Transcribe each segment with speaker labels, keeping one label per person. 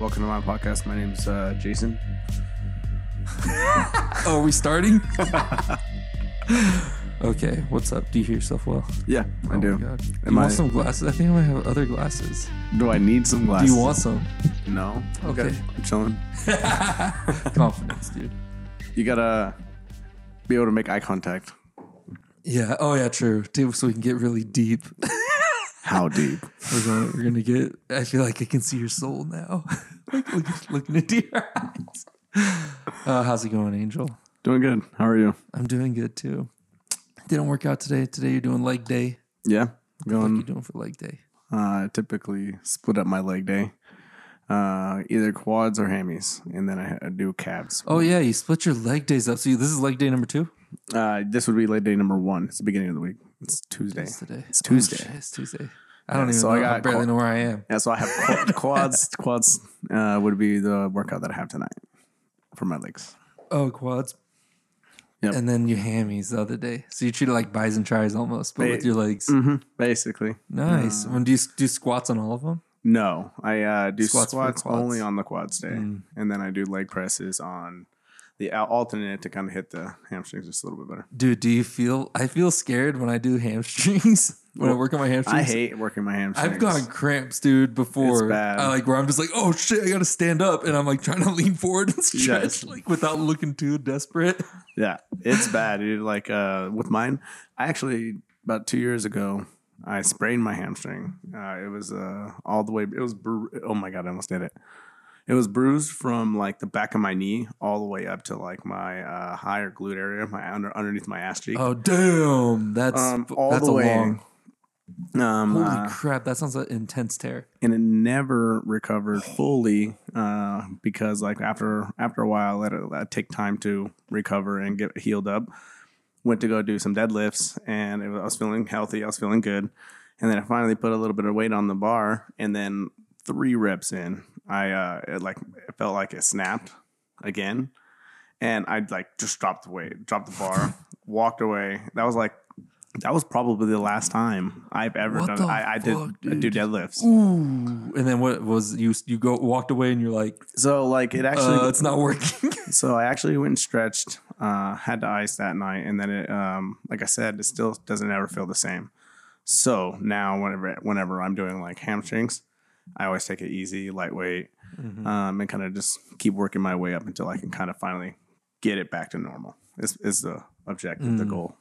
Speaker 1: Welcome to my podcast. My name's uh, Jason.
Speaker 2: Oh, are we starting? okay, what's up? Do you hear yourself well?
Speaker 1: Yeah, I
Speaker 2: oh
Speaker 1: do.
Speaker 2: My God. Do
Speaker 1: Am
Speaker 2: you
Speaker 1: I-
Speaker 2: want some glasses? I think I might have other glasses.
Speaker 1: Do I need some
Speaker 2: Do
Speaker 1: glasses?
Speaker 2: you want some?
Speaker 1: No.
Speaker 2: Okay.
Speaker 1: I'm chilling.
Speaker 2: Confidence, dude.
Speaker 1: You gotta be able to make eye contact.
Speaker 2: Yeah. Oh, yeah. True. Dude, so we can get really deep.
Speaker 1: How deep?
Speaker 2: We're gonna, we're gonna get. I feel like I can see your soul now. like look, looking into your eyes. Uh, how's it going, Angel?
Speaker 1: Doing good. How are you?
Speaker 2: I'm doing good too. Didn't work out today. Today you're doing leg day.
Speaker 1: Yeah.
Speaker 2: What
Speaker 1: Going.
Speaker 2: you doing for leg day?
Speaker 1: Uh, typically split up my leg day, uh, either quads or hammies, and then I, I do calves.
Speaker 2: Oh yeah, you split your leg days up. So you, this is leg day number two.
Speaker 1: Uh, this would be leg day number one. It's the beginning of the week. It's Tuesday.
Speaker 2: It's today.
Speaker 1: It's Tuesday.
Speaker 2: Oh, shit, it's Tuesday. I don't even
Speaker 1: so
Speaker 2: know.
Speaker 1: I
Speaker 2: I,
Speaker 1: got
Speaker 2: barely
Speaker 1: caught-
Speaker 2: know where I am.
Speaker 1: Yeah, so I have qu- quads. Quads uh, would be the workout that I have tonight for my legs.
Speaker 2: Oh, quads.
Speaker 1: Yep.
Speaker 2: And then your hammies the other day. So you treat it like buys and tries almost, but with
Speaker 1: Ba-
Speaker 2: your legs.
Speaker 1: Mm-hmm. Basically,
Speaker 2: Nice. When do you s- do squats on all of them?
Speaker 1: no, I uh, do
Speaker 2: Squats
Speaker 1: squats,
Speaker 2: for quads. Mm.
Speaker 1: only on the quads day, and then I do leg presses on the al- alternate to kind of hit the hamstrings just a little bit better.
Speaker 2: Dude, do you feel? I feel scared when I do hamstrings. when I
Speaker 1: Well,
Speaker 2: work on my hamstrings,
Speaker 1: I hate working my hamstrings.
Speaker 2: I've gotten cramps, dude. Before
Speaker 1: It's bad.
Speaker 2: I like where I'm just like, oh shit, I gotta stand up, and I'm like trying to lean forward and stretch,
Speaker 1: Yes.
Speaker 2: like without looking too desperate.
Speaker 1: Yeah, it's bad, dude. Like uh, with mine, I actually about two years ago, I sprained my hamstring. Uh, it was uh, all the way. It was bru- oh my god, I almost did it. It was bruised from like the back of my knee all the way up to like my uh, higher glute area, my under underneath my ass cheek.
Speaker 2: Oh damn, that's
Speaker 1: Um, all
Speaker 2: that's
Speaker 1: the
Speaker 2: a
Speaker 1: way.
Speaker 2: long.
Speaker 1: um,
Speaker 2: Holy
Speaker 1: uh,
Speaker 2: crap, that sounds like intense tear.
Speaker 1: and it never recovered fully uh, because like after after a while let it, let it take time to recover and get healed up went to go do some deadlifts and it was, i was feeling healthy i was feeling good and then i finally put a little bit of weight on the bar and then three reps in i uh it like it felt like it snapped again and i like just dropped the weight dropped the bar walked away that was like that was probably the last time I've ever
Speaker 2: What
Speaker 1: done.
Speaker 2: the
Speaker 1: I, I
Speaker 2: fuck,
Speaker 1: did I do
Speaker 2: dude?
Speaker 1: deadlifts.
Speaker 2: Ooh, and then what was you? You go walked away, and you're like,
Speaker 1: So like it actually.
Speaker 2: uh, it's not working.
Speaker 1: so I actually went and stretched. Uh, had to ice that night, and then it. Um, like I said, it still doesn't ever feel the same. So now whenever whenever I'm doing like hamstrings, I always take it easy, lightweight, um, and kind of just keep working my way up until I can kind of finally get it back to normal. Is is the objective, the goal?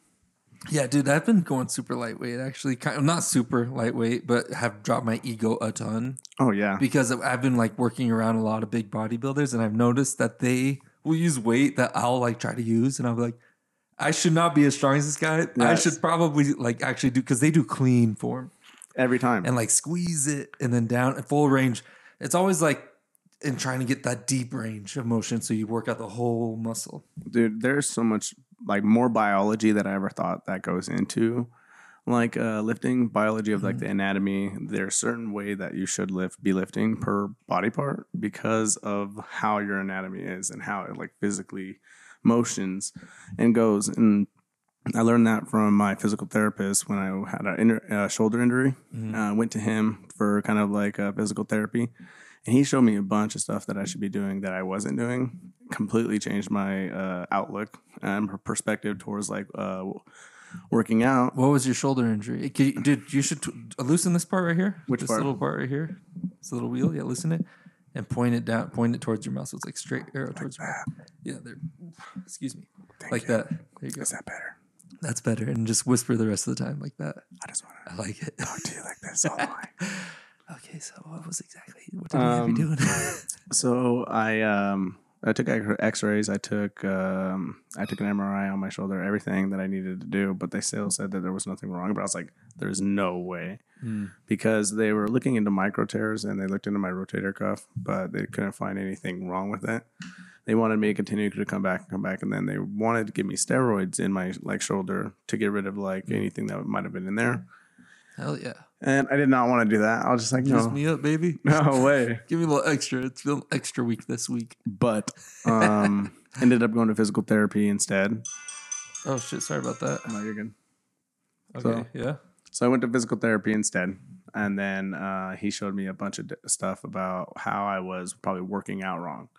Speaker 2: yeah, dude, I've been going super lightweight. Actually, kind of not super lightweight, but have dropped my ego a ton.
Speaker 1: Oh yeah,
Speaker 2: because I've been like working around a lot of big bodybuilders and I've noticed that they will use weight that I'll like try to use and I'm like I should not be as strong as this guy. I
Speaker 1: Yes.
Speaker 2: should probably like actually do because they do clean form
Speaker 1: every time.
Speaker 2: and like squeeze it and then down at full range. It's always like in trying to get that deep range of motion so you work out the whole muscle.
Speaker 1: dude there's so much like more biology that i ever thought that goes into like uh lifting biology of like the anatomy there's certain way that you should lift be lifting per body part because of how your anatomy is and how it like physically motions and goes and i learned that from my physical therapist when i had a inter- uh, shoulder injury uh, went to him for kind of like uh, physical therapy and he showed me a bunch of stuff that I should be doing that I wasn't doing. Completely changed my uh, outlook and per- perspective towards like uh, working out.
Speaker 2: What was your shoulder injury? Can you, dude, you should t- loosen this part right here.
Speaker 1: Which
Speaker 2: this
Speaker 1: part?
Speaker 2: little part right here. This little wheel. Yeah, loosen it and point it down. Point it towards your mouth. So it's like straight arrow towards your mouth. Yeah, there. Excuse me. like
Speaker 1: you.
Speaker 2: that. There you go.
Speaker 1: Is that better?
Speaker 2: That's better. And just whisper the rest of the time like that.
Speaker 1: I just want
Speaker 2: I like it.
Speaker 1: to talk to you like this all the way.
Speaker 2: Okay, so what was exactly what did we have
Speaker 1: Um,
Speaker 2: you doing?
Speaker 1: So I um I took ex- X-rays. I took um I took an MRI on my shoulder. Everything that I needed to do, but they still said that there was nothing wrong. But I was like, there's no way because they were looking into micro tears and they looked into my rotator cuff, but they couldn't find anything wrong with it. They wanted me to continue to come back and come back, and then they wanted to give me steroids in my like shoulder to get rid of like anything that might have been in there.
Speaker 2: Hell yeah.
Speaker 1: And I did not want to do that. I was just like,
Speaker 2: Juice
Speaker 1: no,
Speaker 2: me up, baby.
Speaker 1: no way.
Speaker 2: Give me a little extra. It's been extra week this week.
Speaker 1: but um, ended up going to physical therapy instead.
Speaker 2: Oh shit, sorry about that.
Speaker 1: No, you're good.
Speaker 2: Okay.
Speaker 1: So-
Speaker 2: yeah.
Speaker 1: So I went to physical therapy instead. and then uh, he showed me a bunch of d- stuff about how I was probably working out wrong,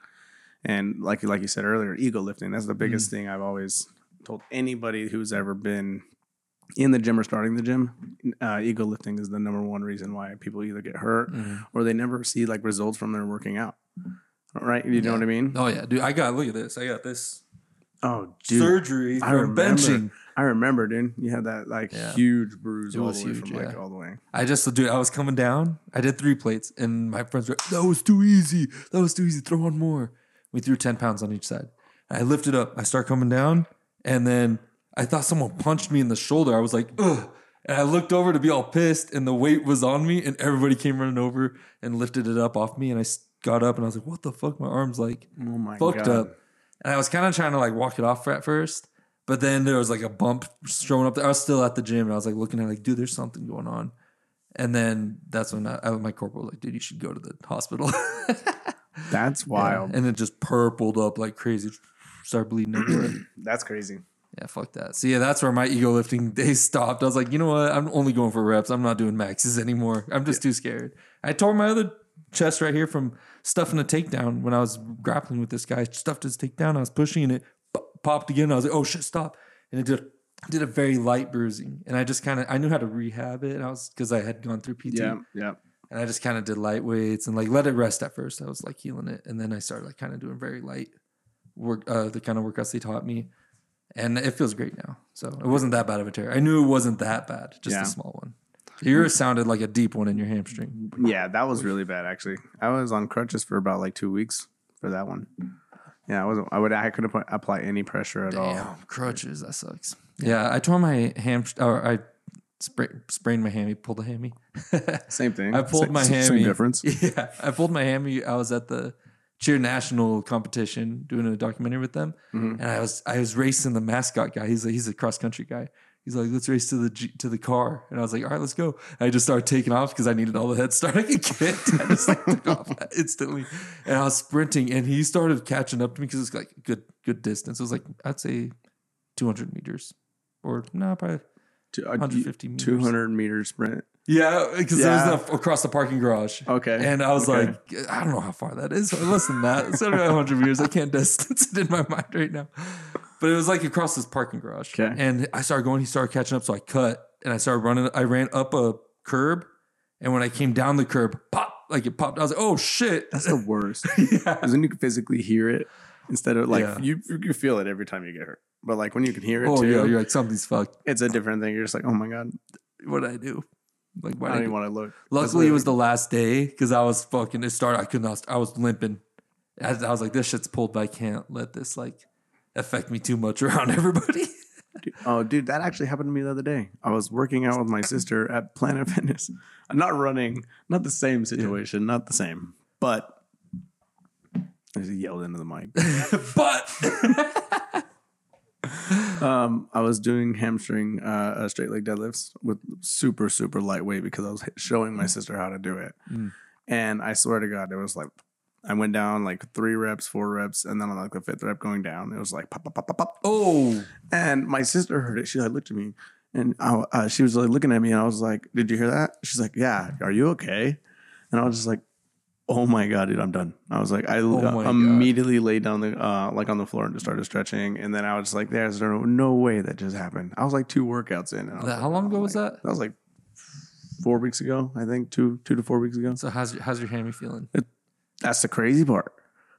Speaker 1: and like like you said earlier, ego lifting. That's the biggest thing I've always told anybody who's ever been in the gym or starting the gym. Uh, ego lifting is the number one reason why people either get hurt
Speaker 2: Mhm.
Speaker 1: or they never see like results from their working out. Right? You know what I mean?
Speaker 2: Oh yeah, dude. I got look at this. I got this
Speaker 1: Oh, dude.
Speaker 2: surgery
Speaker 1: I
Speaker 2: from
Speaker 1: remember.
Speaker 2: benching.
Speaker 1: I remember, dude. You had that like
Speaker 2: Yeah.
Speaker 1: huge bruise
Speaker 2: It
Speaker 1: all
Speaker 2: was
Speaker 1: the way
Speaker 2: huge,
Speaker 1: from like
Speaker 2: yeah.
Speaker 1: all the way.
Speaker 2: I just dude, I was coming down. I did three plates, and my friends were that was too easy. That was too easy. Throw on more. We threw ten pounds on each side. I lifted up. I start coming down, and then I thought someone punched me in the shoulder. I was like, ugh. And I looked over to be all pissed, and the weight was on me, and everybody came running over and lifted it up off me. And I s- got up, and I was like, "What the fuck? My arms like
Speaker 1: Oh my
Speaker 2: fucked
Speaker 1: god.
Speaker 2: up. And I was kind of trying to like walk it off at first, but then there was like a bump thrown up there. I was still at the gym and I was like looking at it, like, dude, there's something going on. And then that's when I, I- my corporal was like, dude, you should go to the hospital.
Speaker 1: That's wild.
Speaker 2: and it just purpled up like crazy, started bleeding everywhere.
Speaker 1: That's crazy.
Speaker 2: yeah, fuck that. So yeah, that's where my ego lifting days stopped. I was like, you know what? I'm only going for reps. I'm not doing maxes anymore. I'm just too scared. I tore my other chest right here from stuffing a takedown when I was grappling with this guy. Stuffed his takedown. I was pushing and it pop- popped again. I was like, oh shit, stop. And it did, did a very light bruising. And I just kind of, I knew how to rehab it. And I was, because I had gone through PT.
Speaker 1: Yeah, yeah.
Speaker 2: And I just kind of did light weights and like let it rest at first. I was like healing it. And then I started like kind of doing very light work, uh, the kind of workouts they taught me. And it feels great now. So it wasn't that bad of a tear. I knew it wasn't that bad, just
Speaker 1: Yeah.
Speaker 2: a small one. Yours sounded like a deep one in your hamstring.
Speaker 1: Yeah, that was really bad actually. I was on crutches for about like two weeks for that one. Yeah, I wasn't I would I couldn't put, apply any pressure at all.
Speaker 2: Damn, crutches. That sucks. Oh. Yeah, I tore my hamstring, or I spra- sprained my hammy, pulled a hammy.
Speaker 1: Same thing.
Speaker 2: I pulled
Speaker 1: Sa-
Speaker 2: my
Speaker 1: s- same,
Speaker 2: hammy.
Speaker 1: difference.
Speaker 2: Yeah, I pulled my hammy. I was at the cheer national competition doing a documentary with them,
Speaker 1: Mhm.
Speaker 2: and I was I was racing the mascot guy. He's a, he's a cross country guy. He's like, let's race to the G- to the car, and I was like, all right, let's go. I just started taking off because I needed all the head start I could get. I just like took off instantly, and I was sprinting, and he started catching up to me because it's like good good distance. It was like I'd say two hundred meters, or no, probably
Speaker 1: Two-
Speaker 2: one
Speaker 1: uh,
Speaker 2: hundred fifty meters.
Speaker 1: Two hundred meter sprint.
Speaker 2: Yeah, because there
Speaker 1: Yeah.
Speaker 2: was the, across the parking garage.
Speaker 1: Okay.
Speaker 2: And I was
Speaker 1: Okay.
Speaker 2: like, I don't know how far that is. Less than that. It's only 100 meters. I can't distance it in my mind right now. But it was like across this parking garage.
Speaker 1: Okay.
Speaker 2: And I started going. He started catching up. So I cut and I started running. I ran up a curb. And when I came down the curb, pop, like it popped. I was like, oh shit.
Speaker 1: that's the worst.
Speaker 2: yeah.
Speaker 1: Because then you can physically hear it instead of like
Speaker 2: Yeah.
Speaker 1: you you can feel it every time you get hurt. But like when you can hear it
Speaker 2: Oh,
Speaker 1: too,
Speaker 2: yeah. You're like, something's fucked.
Speaker 1: it's a different thing. You're just like, oh my god,
Speaker 2: What did I do? Like,
Speaker 1: I
Speaker 2: why did I
Speaker 1: don't
Speaker 2: do
Speaker 1: even want to look.
Speaker 2: Luckily, it was the last day because I was fucking. It started. I could not. I was limping. I, I was like, this shit's pulled, but I can't let this like affect me too much around everybody.
Speaker 1: Oh, dude, that actually happened to me the other day. I was working out with my sister at Planet Fitness. I'm not running, not the same situation, not the same, but I just yelled into the mic.
Speaker 2: but
Speaker 1: um, I was doing hamstring uh, uh, straight leg deadlifts with super, super lightweight because I was h- showing my sister how to do it.
Speaker 2: Mm.
Speaker 1: And I swear to God, it was like, I went down like three reps, four reps, and then on like the fifth rep going down, it was like pop, pop, pop, pop, pop.
Speaker 2: oh,
Speaker 1: And my sister heard it. She like looked at me, and I, uh, she was like looking at me, and I was like, "Did you hear that?" She's like, "Yeah." Are you okay? And I was just like, "Oh my god, dude, I'm done." I was like, I
Speaker 2: Oh my God.
Speaker 1: immediately laid down the uh, like on the floor and just started stretching, and then I was like, "There's no, no way that just happened." I was like two workouts in. and I was
Speaker 2: That-
Speaker 1: like,
Speaker 2: how long
Speaker 1: "Oh
Speaker 2: ago was
Speaker 1: my-"
Speaker 2: that?
Speaker 1: That was like four weeks ago, I think two two to four weeks ago.
Speaker 2: So how's your how's your hammy feeling?
Speaker 1: That's the crazy part.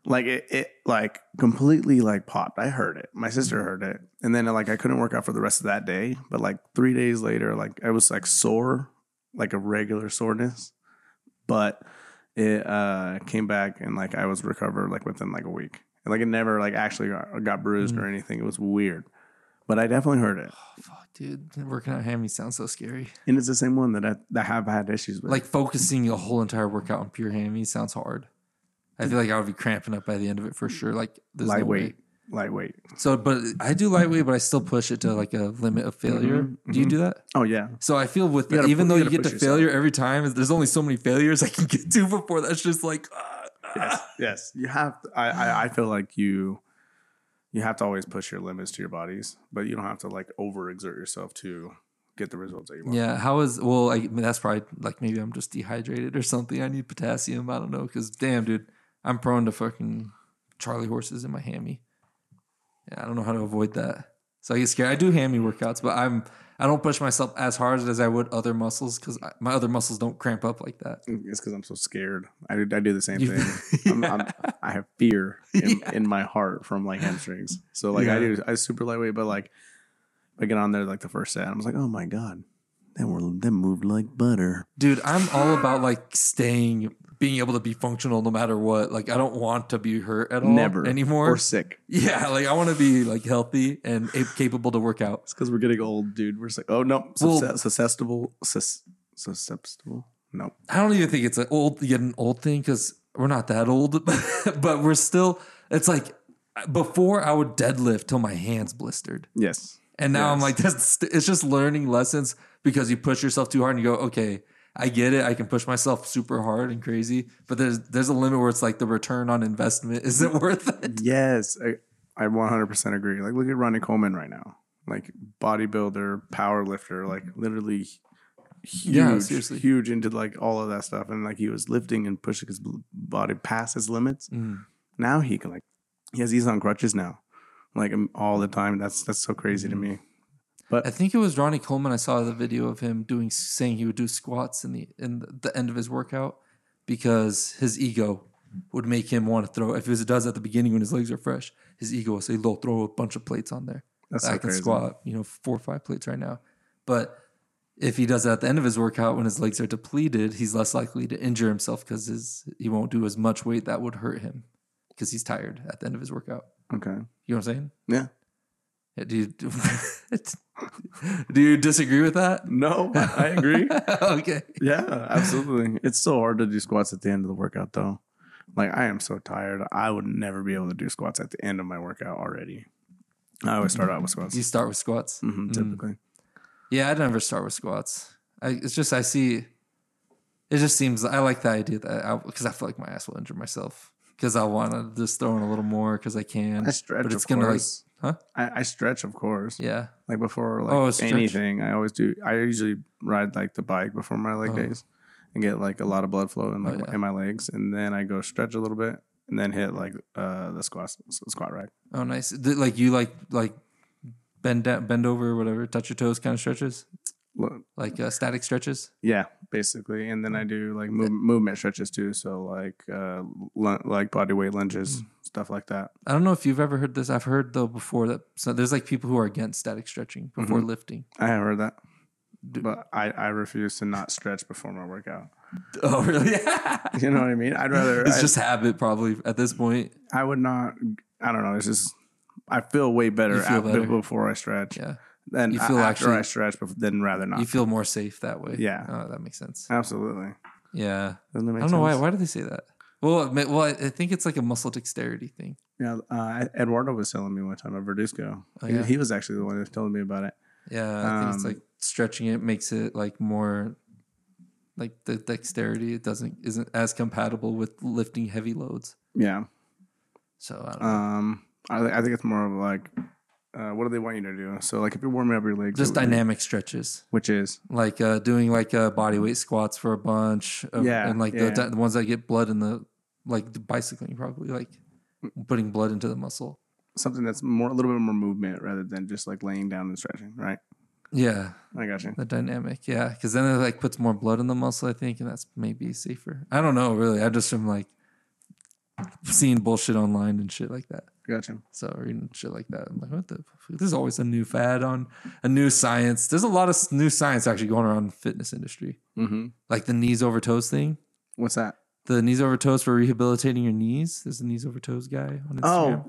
Speaker 1: Like it, it like completely like popped. I heard it. My sister
Speaker 2: Mm-hmm.
Speaker 1: heard it, and then like I couldn't work out for the rest of that day. But like three days later, like I was like sore, like a regular soreness, but it uh came back and like I was recovered like within like a week. And, like it never like actually got, got bruised
Speaker 2: Mm.
Speaker 1: or anything. It was weird, but I definitely heard it,
Speaker 2: Oh, fuck, dude, working out hammy sounds so scary.
Speaker 1: and it's the same one that I that I have had issues with.
Speaker 2: Like focusing a whole entire workout on pure hammy sounds hard. I feel like I would be cramping up by the end of it for sure. Like there's no way.
Speaker 1: lightweight, lightweight.
Speaker 2: So, but I do lightweight, but I still push it to like a limit of failure.
Speaker 1: Mhm,
Speaker 2: Do you
Speaker 1: mhm.
Speaker 2: do that?
Speaker 1: Oh yeah,
Speaker 2: So I feel with
Speaker 1: You gotta
Speaker 2: even
Speaker 1: pu-
Speaker 2: though
Speaker 1: you
Speaker 2: you
Speaker 1: gotta
Speaker 2: get to
Speaker 1: push yourself.
Speaker 2: failure every time, there's only so many failures I can get to before that's just like, ah,
Speaker 1: yes,
Speaker 2: ah.
Speaker 1: yes. You have. To, I, I I feel like you you have to always push your limits to your bodies, but you don't have to like overexert yourself to get the results that you want.
Speaker 2: Yeah. How is well? I, I mean, that's probably like maybe I'm just dehydrated or something. I need potassium. I don't know. Cause damn, dude, I'm prone to fucking Charlie horses in my hammy. Yeah, I don't know how to avoid that. So I get scared. I do hammy workouts, but I'm I don't push myself as hard as I would other muscles because my other muscles don't cramp up like that.
Speaker 1: It's because I'm so scared. I do, I do the same
Speaker 2: You-
Speaker 1: thing. I'm, I'm, I have fear in, in my heart from like hamstrings. So like I
Speaker 2: Yeah.
Speaker 1: do, I super lightweight, but like I get on there like the first set, I was like, oh my god, then we're then moved like butter.
Speaker 2: Dude, I'm all about like staying, being able to be functional no matter what. Like I don't want to be hurt at all
Speaker 1: Never
Speaker 2: anymore.
Speaker 1: or sick.
Speaker 2: yeah, like I want to be like healthy and a- capable to work out.
Speaker 1: It's because we're getting old, dude. We're just like, oh no,
Speaker 2: Well-
Speaker 1: susce- susceptible, sus- susceptible. No,
Speaker 2: I don't even think it's an old yet an old thing because we're not that old, but we're still. It's like before I would deadlift till my hands blistered,
Speaker 1: yes,
Speaker 2: and now I'm
Speaker 1: Yes.
Speaker 2: like that's it's just learning lessons because you push yourself too hard and you go okay. I get it. I can push myself super hard and crazy, but there's there's a limit where it's like the return on investment isn't worth it.
Speaker 1: yes. I, I 100% agree. Like, look at Ronnie Coleman right now. Like, bodybuilder, power lifter, like, literally huge,
Speaker 2: Yeah, seriously.
Speaker 1: huge into like all of that stuff. And like, he was lifting and pushing his bl- body past his limits.
Speaker 2: Mm.
Speaker 1: Now he can, like, he has, he's on crutches now, like, um, all the time. That's, that's so crazy
Speaker 2: Mm-hmm.
Speaker 1: to me.
Speaker 2: I think it was Ronnie Coleman. I saw the video of him doing saying he would do squats in the in the end of his workout because his ego would make him want to throw. If it does at the beginning when his legs are fresh, his ego will say, "Look, throw a bunch of plates on there.
Speaker 1: That's
Speaker 2: I
Speaker 1: so
Speaker 2: can
Speaker 1: crazy.
Speaker 2: squat, you know, four or five plates right now." But if he does it at the end of his workout when his legs are depleted, he's less likely to injure himself because his he won't do as much weight that would hurt him because he's tired at the end of his workout.
Speaker 1: Okay.
Speaker 2: You know what I'm saying?
Speaker 1: Yeah.
Speaker 2: Yeah, Do you, do you disagree with that?
Speaker 1: No, I agree.
Speaker 2: okay.
Speaker 1: Yeah, absolutely. It's so hard to do squats at the end of the workout, though. Like, I am so tired. I would never be able to do squats at the end of my workout already. I always start out with squats,
Speaker 2: You Mm. start with squats.
Speaker 1: hmm typically.
Speaker 2: Yeah, I never start with squats. I, it's just I see. It just seems I like the idea that because I, feel like my ass will injure myself because I want to just throw in a little more because I can.
Speaker 1: I stretch,
Speaker 2: But it's
Speaker 1: of
Speaker 2: gonna, like-
Speaker 1: course.
Speaker 2: huh?
Speaker 1: I, I stretch, of course.
Speaker 2: Yeah.
Speaker 1: Like, before like
Speaker 2: Oh, stretch.
Speaker 1: anything, I always do. I usually ride like the bike before my leg
Speaker 2: Oh.
Speaker 1: days and get like a lot of blood flow in,
Speaker 2: Oh,
Speaker 1: like,
Speaker 2: yeah.
Speaker 1: in my legs. And then I go stretch a little bit and then hit like uh, the squats, squat rack.
Speaker 2: Oh, nice. Th- Like you like like bend down, bend over, or whatever, touch your toes, kind of stretches,
Speaker 1: Look,
Speaker 2: like uh, static stretches.
Speaker 1: Yeah, basically, and
Speaker 2: Mm.
Speaker 1: then I do like move, movement stretches too, so like uh, lun- like body weight lunges,
Speaker 2: Mm.
Speaker 1: stuff like that.
Speaker 2: I don't know if you've ever heard this. I've heard though before that so there's like people who are against static stretching before
Speaker 1: Mm-hmm.
Speaker 2: lifting.
Speaker 1: I have heard that,
Speaker 2: Do-
Speaker 1: but I, I refuse to not stretch before my workout.
Speaker 2: Oh, really?
Speaker 1: You know what I mean? I'd rather.
Speaker 2: it's
Speaker 1: I,
Speaker 2: just habit, probably at this point.
Speaker 1: I would not. I don't know. It's just I feel way better,
Speaker 2: You feel
Speaker 1: at-
Speaker 2: better.
Speaker 1: before I stretch
Speaker 2: Yeah,
Speaker 1: than
Speaker 2: You
Speaker 1: a-
Speaker 2: feel
Speaker 1: after
Speaker 2: actually-
Speaker 1: I stretch, bef- than rather not.
Speaker 2: you feel more safe that way.
Speaker 1: Yeah.
Speaker 2: oh, that makes sense.
Speaker 1: Absolutely.
Speaker 2: Yeah,
Speaker 1: Doesn't that make
Speaker 2: I don't know why.
Speaker 1: sense?
Speaker 2: Why do they say that? Well, it may- well, I I think it's like a muscle dexterity thing.
Speaker 1: Yeah, uh, Eduardo was telling me one time at Verduzco.
Speaker 2: Oh,
Speaker 1: He-
Speaker 2: yeah?
Speaker 1: he, was actually the one who was telling me about it.
Speaker 2: Yeah, I think it's
Speaker 1: Um,
Speaker 2: like stretching it makes it like more, like the dexterity. It doesn't isn't as compatible with lifting heavy loads.
Speaker 1: Yeah.
Speaker 2: So I don't know.
Speaker 1: Um, I, thi- I think it's more of like, uh, what do they want you to do? So like, if you're warming up your legs,
Speaker 2: just
Speaker 1: it would be-
Speaker 2: dynamic stretches.
Speaker 1: which is
Speaker 2: like uh, doing like uh, body weight squats for a bunch, of,
Speaker 1: Yeah,
Speaker 2: and like
Speaker 1: yeah.
Speaker 2: the, the ones that get blood in the like the bicycling probably like putting blood into the muscle.
Speaker 1: something that's more a little bit more movement rather than just like laying down and stretching, right?
Speaker 2: Yeah,
Speaker 1: I got you.
Speaker 2: the dynamic. Yeah, because then it like puts more blood in the muscle, I think, and that's maybe safer. I don't know really. I just am like seeing bullshit online and shit like that.
Speaker 1: Got you.
Speaker 2: So reading shit like that, I'm like, what the? Fuck? There's always a new fad on a new science. There's a lot of s- new science actually going around in the fitness industry,
Speaker 1: Mm-hmm.
Speaker 2: like the knees over toes thing.
Speaker 1: What's that?
Speaker 2: the knees over toes for rehabilitating your knees. There's a knees over toes guy on Instagram.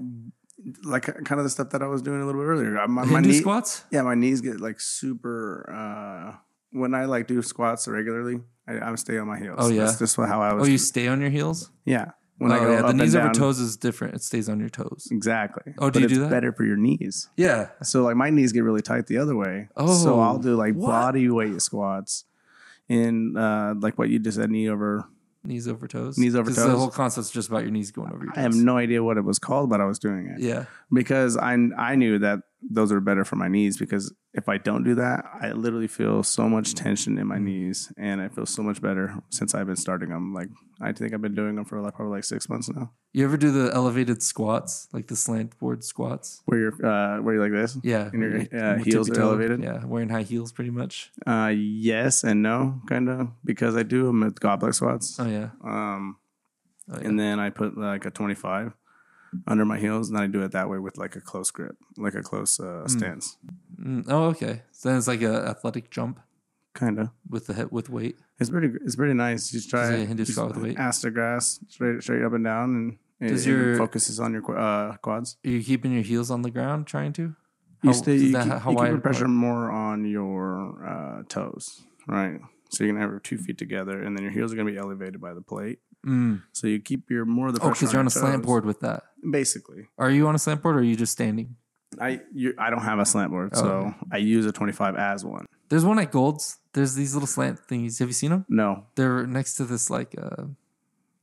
Speaker 1: Oh, like kind of the stuff that I was doing a little bit earlier. Uh, My, my
Speaker 2: Hindu
Speaker 1: knee,
Speaker 2: squats.
Speaker 1: yeah, my knees get like super. uh When I like do squats regularly, I, I stay on my heels.
Speaker 2: Oh, yeah?
Speaker 1: that's just how I
Speaker 2: Oh,
Speaker 1: was.
Speaker 2: you stay on your heels.
Speaker 1: yeah, when I
Speaker 2: oh,
Speaker 1: go
Speaker 2: yeah,
Speaker 1: up
Speaker 2: the knees
Speaker 1: and
Speaker 2: over
Speaker 1: down,
Speaker 2: toes is different. It stays on your toes.
Speaker 1: Exactly.
Speaker 2: Oh, do
Speaker 1: But
Speaker 2: you
Speaker 1: it's
Speaker 2: do that?
Speaker 1: Better for your knees.
Speaker 2: Yeah.
Speaker 1: So like my knees get really tight the other way.
Speaker 2: Oh,
Speaker 1: so I'll do like
Speaker 2: what?
Speaker 1: body weight squats and uh, like what you just said, knee over.
Speaker 2: Knees over toes.
Speaker 1: Knees over
Speaker 2: 'Cause The
Speaker 1: toes.
Speaker 2: whole concept's just about your knees going over your toes.
Speaker 1: I have no idea what it was called, but I was doing it
Speaker 2: Yeah.
Speaker 1: because I I knew that those are better for my knees because if I don't do that, I literally feel so much tension
Speaker 2: Mm.
Speaker 1: in my knees and I feel so much better since I've been starting them. Like I think I've been doing them for like probably like six months now.
Speaker 2: You ever do the elevated squats, like the slant board squats?
Speaker 1: Where you're uh where you're like this?
Speaker 2: Yeah,
Speaker 1: And your,
Speaker 2: where
Speaker 1: uh,
Speaker 2: tippy
Speaker 1: heels are
Speaker 2: toe.
Speaker 1: elevated?
Speaker 2: Yeah, wearing high heels, pretty much.
Speaker 1: Uh yes and no, kinda. Because I do them with goblet squats.
Speaker 2: Oh yeah,
Speaker 1: Um
Speaker 2: oh, yeah.
Speaker 1: and then I put like a twenty five under my heels and then I do it that way with like a close grip, like a close
Speaker 2: Hmm.
Speaker 1: uh, stance.
Speaker 2: Mm, oh okay. So then it's like a athletic jump
Speaker 1: Kinda.
Speaker 2: with the hip with weight.
Speaker 1: It's pretty. It's pretty nice. You just try
Speaker 2: Is it a hinge squat with weight?
Speaker 1: Ass to grass, straight straight up and down, and
Speaker 2: Does
Speaker 1: it,
Speaker 2: your-
Speaker 1: it focuses on your qu- uh, quads.
Speaker 2: Are you keeping your heels on the ground trying to?
Speaker 1: You
Speaker 2: How-
Speaker 1: stay.
Speaker 2: is
Speaker 1: You,
Speaker 2: that
Speaker 1: keep,
Speaker 2: how- how
Speaker 1: you keep
Speaker 2: wide
Speaker 1: your pressure
Speaker 2: apart?
Speaker 1: more on your uh, toes, right? So you're gonna have your two feet together, and then your heels are gonna be elevated by the plate.
Speaker 2: Mm.
Speaker 1: So you keep your more of the
Speaker 2: Oh,
Speaker 1: pressure.
Speaker 2: because you're on a
Speaker 1: your
Speaker 2: slant
Speaker 1: toes.
Speaker 2: board with that.
Speaker 1: basically.
Speaker 2: Are you on a slant board or are you just standing?
Speaker 1: I you, I don't have a slant board,
Speaker 2: Oh,
Speaker 1: so
Speaker 2: okay.
Speaker 1: I use a 25 as one.
Speaker 2: There's one at Gold's. There's these little slant thingies. Have you seen them?
Speaker 1: No,
Speaker 2: They're next to this like uh,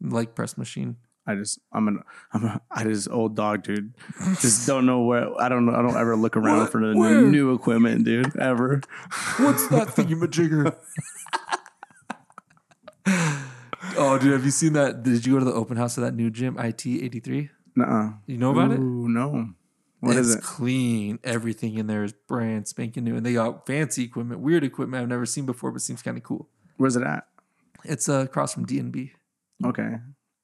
Speaker 2: leg press machine.
Speaker 1: I just I'm an I'm a, I just old dog, dude. Just don't know where I don't know. I don't ever look around
Speaker 2: What?
Speaker 1: for the
Speaker 2: Where?
Speaker 1: new, new equipment, dude. Ever.
Speaker 2: What's that thingamajigger? oh, dude, have you seen that? Did you go to the open house of that new gym, IT eighty three?
Speaker 1: Nuh-uh.
Speaker 2: You know about it?
Speaker 1: Ooh, no. What
Speaker 2: it's
Speaker 1: is it?
Speaker 2: clean. Everything in there is brand spanking new, and they got fancy equipment, weird equipment I've never seen before, but seems kind of cool.
Speaker 1: Where's it at?
Speaker 2: It's uh, across from DNB.
Speaker 1: Okay.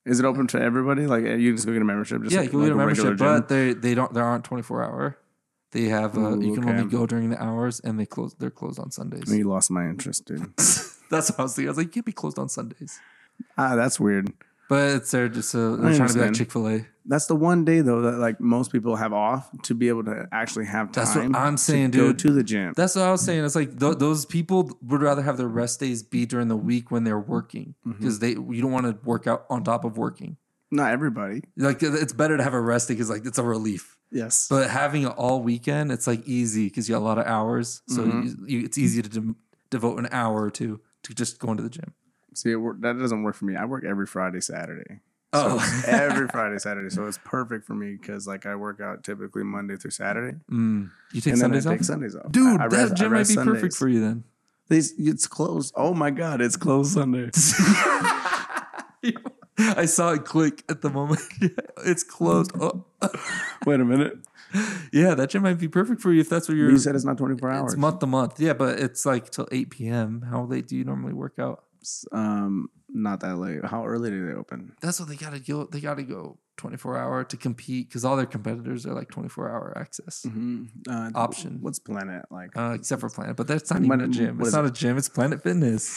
Speaker 1: Is it open to everybody? Like eh, you just go get a membership? Just
Speaker 2: yeah,
Speaker 1: like,
Speaker 2: you can get a
Speaker 1: like regular
Speaker 2: membership,
Speaker 1: gym?
Speaker 2: but they they don't they aren't twenty four hour. They have uh,
Speaker 1: Ooh,
Speaker 2: you can
Speaker 1: okay.
Speaker 2: only go during the hours, and they close. They're closed on Sundays.
Speaker 1: you lost my interest, dude.
Speaker 2: that's what I was thinking. I was like, you can't be closed on Sundays,
Speaker 1: ah, that's weird.
Speaker 2: but it's there just so they're trying to be like
Speaker 1: understand.
Speaker 2: Chick fil A.
Speaker 1: That's the one day though that like most people have off to be able to actually have time.
Speaker 2: That's what I'm saying,
Speaker 1: to Go
Speaker 2: dude.
Speaker 1: to the gym.
Speaker 2: That's what I was saying. It's like th- those people would rather have their rest days be during the week when they're working
Speaker 1: Mm-hmm.
Speaker 2: because they you don't want to work out on top of working.
Speaker 1: Not everybody.
Speaker 2: Like it's better to have a rest day because like it's a relief.
Speaker 1: Yes.
Speaker 2: But having it all weekend, it's like easy because you got a lot of hours, so
Speaker 1: Mm-hmm.
Speaker 2: you, you, it's easy to dem devote an hour or two to just going to the gym.
Speaker 1: See, it, wor- that doesn't work for me. I work every Friday, Saturday. So
Speaker 2: Oh.
Speaker 1: every Friday, Saturday. So it's perfect for me because like I work out typically Monday through Saturday,
Speaker 2: Mm. You take
Speaker 1: and then I
Speaker 2: Sundays
Speaker 1: take
Speaker 2: off,
Speaker 1: Sundays off.
Speaker 2: dude.
Speaker 1: I- I
Speaker 2: that
Speaker 1: rest- I
Speaker 2: gym might
Speaker 1: rest
Speaker 2: be
Speaker 1: Sundays.
Speaker 2: perfect for you then.
Speaker 1: These- it's closed. Oh my god, it's closed Sunday.
Speaker 2: I saw it click at the moment. it's closed. Oh.
Speaker 1: Wait a minute.
Speaker 2: yeah, that gym might be perfect for you if that's what you're.
Speaker 1: You said it's not 24
Speaker 2: It's
Speaker 1: hours.
Speaker 2: month to month. Yeah, but it's like till 8 p.m. How late do you normally work out?
Speaker 1: um, not that late. How early do they open?
Speaker 2: That's what they gotta go. They gotta go 24 hour to compete because all their competitors are like 24 hour access,
Speaker 1: Uh,
Speaker 2: Option.
Speaker 1: What's Planet like?
Speaker 2: uh, except for Planet. But that's not even
Speaker 1: When-
Speaker 2: a gym.
Speaker 1: what
Speaker 2: It's
Speaker 1: is
Speaker 2: not a gym. It's Planet Fitness.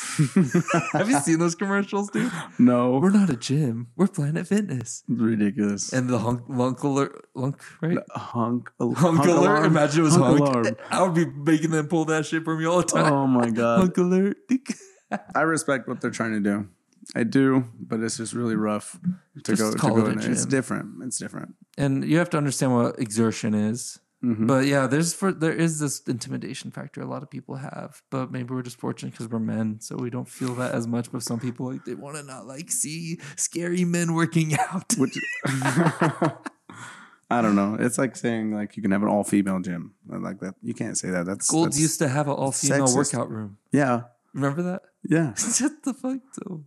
Speaker 2: Have you seen those commercials, dude?
Speaker 1: no,
Speaker 2: We're not a gym. We're Planet Fitness.
Speaker 1: ridiculous.
Speaker 2: And the hunk, lunk alert, lunk, right?
Speaker 1: hunk,
Speaker 2: Hunk, alert.
Speaker 1: alarm.
Speaker 2: Imagine it was
Speaker 1: Hunk
Speaker 2: hunk.
Speaker 1: alarm.
Speaker 2: I would be making them pull that shit for me all the time.
Speaker 1: Oh my god.
Speaker 2: hunk alert.
Speaker 1: I respect what they're trying to do. I do, but it's just really rough to
Speaker 2: Just
Speaker 1: go to
Speaker 2: call
Speaker 1: go
Speaker 2: it a
Speaker 1: in there. It's
Speaker 2: gym.
Speaker 1: different. It's different.
Speaker 2: and you have to understand what exertion is.
Speaker 1: Mm-hmm.
Speaker 2: But yeah, there's for there is this intimidation factor a lot of people have, but maybe we're just fortunate because we're men, so we don't feel that as much. But some people like they want to not like see scary men working out.
Speaker 1: Which I don't know. It's like saying like you can have an all female gym. I like that. You can't say that. That's,
Speaker 2: Golds
Speaker 1: that's
Speaker 2: used to have an all female
Speaker 1: sexist.
Speaker 2: workout room.
Speaker 1: yeah.
Speaker 2: Remember that?
Speaker 1: Yeah.
Speaker 2: what the fuck? Though?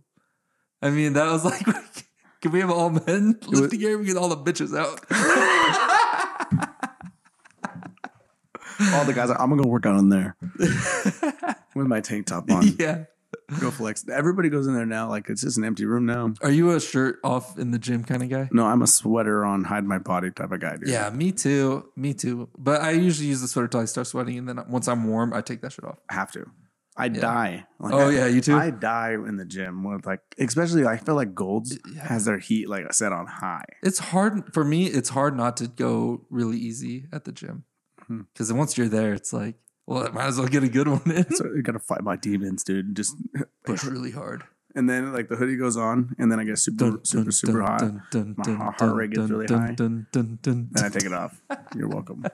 Speaker 2: I mean, that was like, can we have all men lifting here? We get all the bitches out.
Speaker 1: All the guys are, I'm gonna go work out in there with my tank top on.
Speaker 2: yeah.
Speaker 1: Go flex. Everybody goes in there now. Like it's just an empty room now.
Speaker 2: Are you a shirt off in the gym kind of guy?
Speaker 1: No, I'm a sweater on, hide my body type of guy, dude.
Speaker 2: Yeah, me too. Me too. But I usually use the sweater till I start sweating, and then once I'm warm, I take that shit off.
Speaker 1: have to. I die. Like,
Speaker 2: Oh,
Speaker 1: I-
Speaker 2: yeah, you too?
Speaker 1: I die in the gym with like, especially I feel like Golds has their heat like set on high.
Speaker 2: It's hard for me. It's hard not to go really easy at the gym
Speaker 1: Hmm.
Speaker 2: because once you're there, it's like, well, I might as well get a good one in.
Speaker 1: So I gotta fight my demons, dude. Just
Speaker 2: Push really hard.
Speaker 1: and then like the hoodie goes on, and then I get super, super, super hot. My heart rate gets really high. Then I take it off. You're welcome.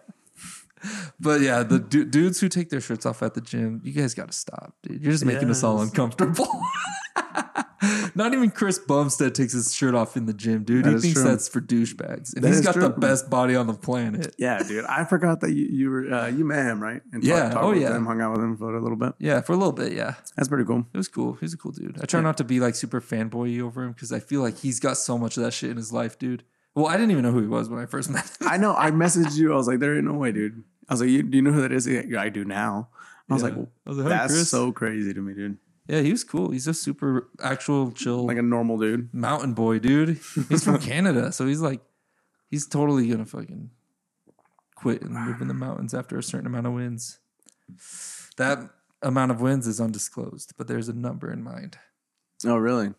Speaker 2: But yeah, the du- dudes who take their shirts off at the gym, you guys got to stop, dude. You're just making us all
Speaker 1: Yes.
Speaker 2: uncomfortable. Not even Chris Bumstead takes his shirt off in the gym, dude.
Speaker 1: That
Speaker 2: he
Speaker 1: is
Speaker 2: thinks
Speaker 1: true.
Speaker 2: that's for douchebags. And
Speaker 1: That
Speaker 2: he's
Speaker 1: is
Speaker 2: got the
Speaker 1: true.
Speaker 2: best body on the planet.
Speaker 1: Yeah, dude. I forgot that you, you were uh, you met him, right? And
Speaker 2: Yeah. Oh,
Speaker 1: with
Speaker 2: yeah.
Speaker 1: Him, hung out with him for a little bit.
Speaker 2: Yeah, for a little bit, yeah.
Speaker 1: That's pretty cool.
Speaker 2: It was cool. He's a cool dude. I try not to be like super fanboy over him because I feel like he's got so much of that shit in his life, dude. Well, I didn't even know who he was when I first met him.
Speaker 1: I know. I messaged you. I was like, there ain't no way, dude. I was like, you, do you know who that is? Yeah, I do now. I was
Speaker 2: Yeah.
Speaker 1: like, well,
Speaker 2: I was like, "Hi,
Speaker 1: that's
Speaker 2: Chris."
Speaker 1: so crazy to me, dude.
Speaker 2: Yeah, he was cool. He's a super actual chill
Speaker 1: Like a normal dude.
Speaker 2: mountain boy, dude. He's from Canada, so he's like, he's totally gonna fucking quit and live in the mountains after a certain amount of wins. That amount of wins is undisclosed, but there's a number in mind.
Speaker 1: Oh, really?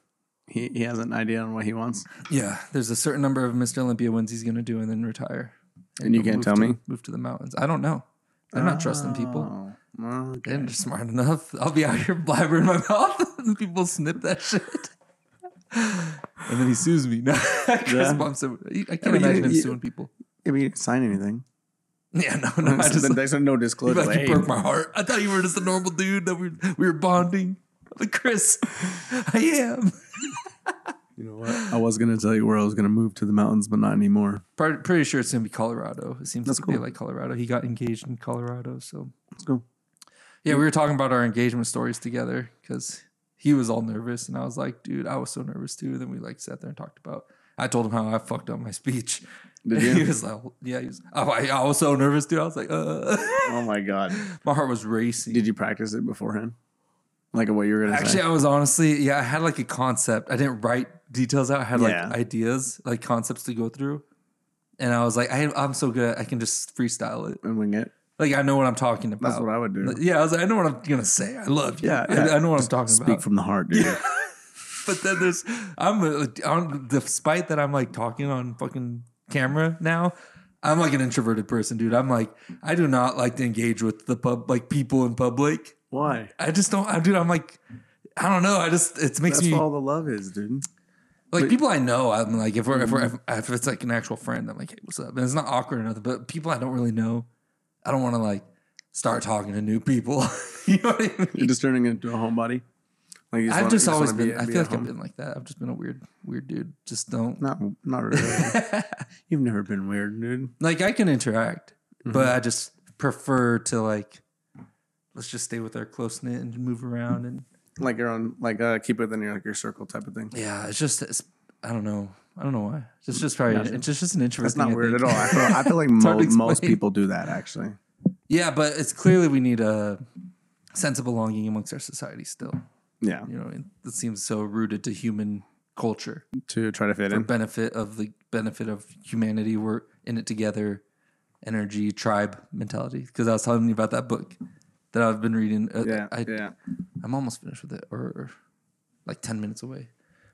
Speaker 1: He he has an idea on what he wants.
Speaker 2: Yeah, there's a certain number of Mr. Olympia wins he's gonna do and then retire.
Speaker 1: And you
Speaker 2: go
Speaker 1: can't
Speaker 2: move
Speaker 1: tell
Speaker 2: to-
Speaker 1: me?
Speaker 2: Move to the mountains. I don't know. I'm not trusting people.
Speaker 1: Oh, okay.
Speaker 2: They're smart enough. I'll be out here blabbering my mouth, and people snip that shit. And then he sues me. No, Chris
Speaker 1: Yeah.
Speaker 2: Bumstead- I
Speaker 1: I
Speaker 2: can't
Speaker 1: mean,
Speaker 2: imagine
Speaker 1: you-
Speaker 2: him
Speaker 1: you-
Speaker 2: suing people.
Speaker 1: Yeah, but you didn't sign anything.
Speaker 2: Yeah, no, no. I
Speaker 1: So
Speaker 2: just
Speaker 1: then there's no
Speaker 2: you
Speaker 1: disclosure.
Speaker 2: like,
Speaker 1: Like,
Speaker 2: you
Speaker 1: hey,
Speaker 2: broke my heart. I thought you were just a normal dude that we we were bonding. But Chris, I am.
Speaker 1: you know what? I was gonna tell you where I was gonna move to the mountains, but not anymore.
Speaker 2: Pretty, pretty sure it's gonna be Colorado. It seems
Speaker 1: That's
Speaker 2: like they
Speaker 1: cool.
Speaker 2: like Colorado. He got engaged in Colorado, so
Speaker 1: Let's go.
Speaker 2: yeah, we were talking about our engagement stories together because he was all nervous and I was like, dude, I was so nervous too. then we like sat there and talked about. I told him how I fucked up my speech.
Speaker 1: Did
Speaker 2: And He
Speaker 1: you?
Speaker 2: was like, yeah, he was. Oh, I, I was so nervous, dude. I was like, uh.
Speaker 1: oh my god!
Speaker 2: my heart was racing.
Speaker 1: Did you practice it beforehand? Like what you were gonna
Speaker 2: Actually,
Speaker 1: say?
Speaker 2: I was honestly, yeah, I had like a concept. I didn't write details out. I had like
Speaker 1: Yeah.
Speaker 2: ideas, like concepts to go through. And I was like, I, I'm so good. I can just freestyle it.
Speaker 1: And wing it.
Speaker 2: Like, I know what I'm talking about.
Speaker 1: That's what I would do.
Speaker 2: yeah, I was like, I know what I'm going to say. I love you.
Speaker 1: Yeah,
Speaker 2: I,
Speaker 1: yeah.
Speaker 2: I know what I'm talking
Speaker 1: Speak
Speaker 2: about.
Speaker 1: from the heart, dude.
Speaker 2: but then there's, I'm, a, on, despite that I'm like talking on fucking camera now, I'm like an introverted person, dude. I'm like, I do not like to engage with the pub, like people in public.
Speaker 1: Why?
Speaker 2: I just don't, I, dude, I'm like, I don't know. I just, it makes
Speaker 1: That's
Speaker 2: me.
Speaker 1: what all the love is, dude.
Speaker 2: Like people I know, I'm like if we're, if
Speaker 1: Mm-hmm.
Speaker 2: we're if, if it's like an actual friend, I'm like, hey, what's up? And it's not awkward or nothing, but people I don't really know, I don't want to like start talking to new people. you know what I
Speaker 1: You're
Speaker 2: mean?
Speaker 1: just turning into a homebody. Like you
Speaker 2: I've
Speaker 1: wanna-
Speaker 2: just
Speaker 1: you
Speaker 2: always
Speaker 1: wanna
Speaker 2: been.
Speaker 1: be-
Speaker 2: I
Speaker 1: be
Speaker 2: feel
Speaker 1: at
Speaker 2: like I've
Speaker 1: home.
Speaker 2: been like that. I've just been a weird, weird dude. Just don't
Speaker 1: Not, not really. You've never been weird, dude.
Speaker 2: like. I can interact, but
Speaker 1: Mm-hmm.
Speaker 2: I just prefer to like. Let's just stay with our close knit and move around and
Speaker 1: Like your own, like uh, keep it in your like your circle type of thing.
Speaker 2: yeah. It's just it's, I don't know. I don't know why. It's just probably it's just, just an interesting.
Speaker 1: That's not
Speaker 2: I
Speaker 1: weird at
Speaker 2: think.
Speaker 1: all. I feel, I feel like
Speaker 2: It's hard
Speaker 1: mo-
Speaker 2: to
Speaker 1: most
Speaker 2: explain.
Speaker 1: people do that actually.
Speaker 2: Yeah, but it's clearly we need a sense of belonging amongst our society still.
Speaker 1: Yeah,
Speaker 2: You know, and it seems so rooted to human culture.
Speaker 1: to try to fit
Speaker 2: For
Speaker 1: in.
Speaker 2: benefit of the benefit of humanity, we're in it together. Energy, tribe mentality. Because I was telling you about that book that I've been reading. Uh,
Speaker 1: Yeah,
Speaker 2: I,
Speaker 1: yeah.
Speaker 2: I'm almost finished with it, or, or like ten minutes away.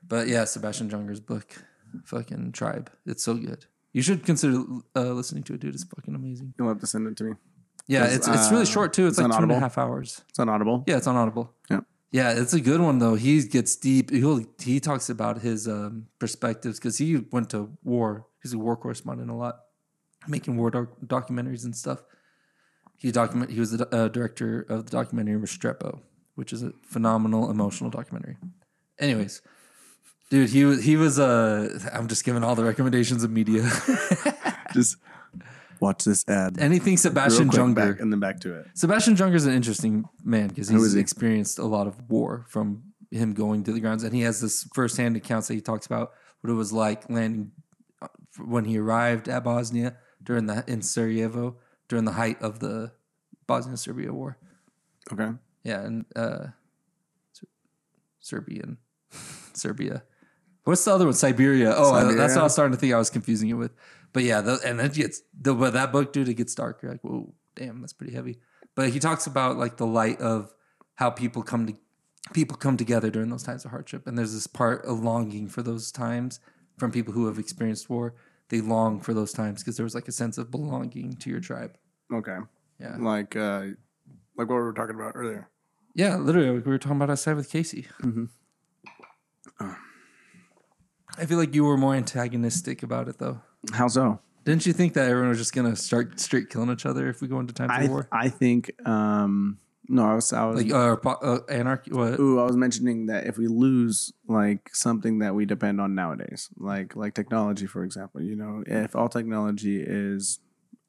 Speaker 2: But yeah, Sebastian Junger's book, fucking tribe. It's so good. You should consider uh, listening to it, dude. It's fucking amazing.
Speaker 1: You'll have to send it to me.
Speaker 2: Yeah,
Speaker 1: It's,
Speaker 2: it's it's really
Speaker 1: uh,
Speaker 2: short too. It's,
Speaker 1: it's
Speaker 2: like
Speaker 1: on
Speaker 2: two and a
Speaker 1: Audible?
Speaker 2: half hours.
Speaker 1: It's on Audible.
Speaker 2: Yeah, it's on Audible.
Speaker 1: Yeah.
Speaker 2: Yeah, it's a good one though. He gets deep. He'll, he talks about his um, perspectives because he went to war. He's a war correspondent a lot, making war doc- documentaries and stuff. He document. He was the uh, director of the documentary Restrepo, which is a phenomenal emotional documentary. Anyways, dude, he was he was. Uh, I'm just giving all the recommendations of media.
Speaker 1: Just watch this ad.
Speaker 2: Anything
Speaker 1: real
Speaker 2: Sebastian
Speaker 1: quick
Speaker 2: Junger.
Speaker 1: back and then back to it.
Speaker 2: Sebastian Junger's an interesting man because
Speaker 1: is
Speaker 2: he's
Speaker 1: he?
Speaker 2: experienced a lot of war from him going to the grounds, and he has this firsthand accounts that he talks about what it was like landing uh, when he arrived at Bosnia during the in Sarajevo during the height of the Bosnia-Serbia war.
Speaker 1: Okay.
Speaker 2: Yeah, and uh, Ser- Serbian, Serbia. What's the other one? Siberia. Oh, I- that's what I
Speaker 1: Siberia.
Speaker 2: was starting to think. I was confusing it with. But yeah, the, and it gets the, but that book, dude, it gets dark. You're like, whoa, damn, that's pretty heavy. But he talks about like the light of how people come to people come together during those times of hardship, and there's this part a longing for those times from people who have experienced war. They long for those times because there was like a sense of belonging to your tribe.
Speaker 1: Okay.
Speaker 2: Yeah.
Speaker 1: Like uh, like what we were talking about earlier.
Speaker 2: Yeah, literally, like we were talking about outside with Casey.
Speaker 1: Mm-hmm.
Speaker 2: I feel like you were more antagonistic about it, though.
Speaker 1: How so?
Speaker 2: Didn't you think that everyone was just gonna start straight killing each other if we go into times
Speaker 1: I
Speaker 2: of war?
Speaker 1: I think um No, I was I was
Speaker 2: Like uh, po- uh, anarchy. What?
Speaker 1: Ooh, I was mentioning that if we lose like something that we depend on nowadays, like like technology, for example, you know, if all technology is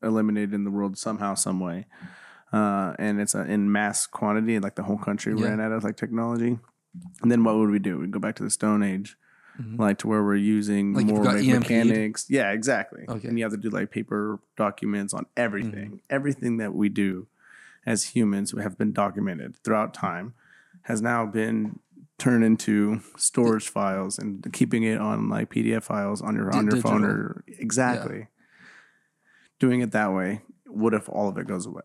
Speaker 1: eliminated in the world somehow, some way, uh, and it's uh in mass quantity, like the whole country
Speaker 2: Yeah.
Speaker 1: ran out of like technology, then what would we do? We'd go back to the Stone Age,
Speaker 2: Mhm.
Speaker 1: like to where we're using
Speaker 2: Like, you've
Speaker 1: more
Speaker 2: got
Speaker 1: me-
Speaker 2: EMP'd?
Speaker 1: mechanics. Yeah, exactly.
Speaker 2: Okay. Mm-hmm.
Speaker 1: And you have to do like paper documents on everything, everything that we do as humans have been documented throughout time has now been turned into storage files and keeping it on like PDF files on your
Speaker 2: Di-
Speaker 1: on your phone
Speaker 2: digital.
Speaker 1: or exactly. Doing it that way, what if all of it goes away?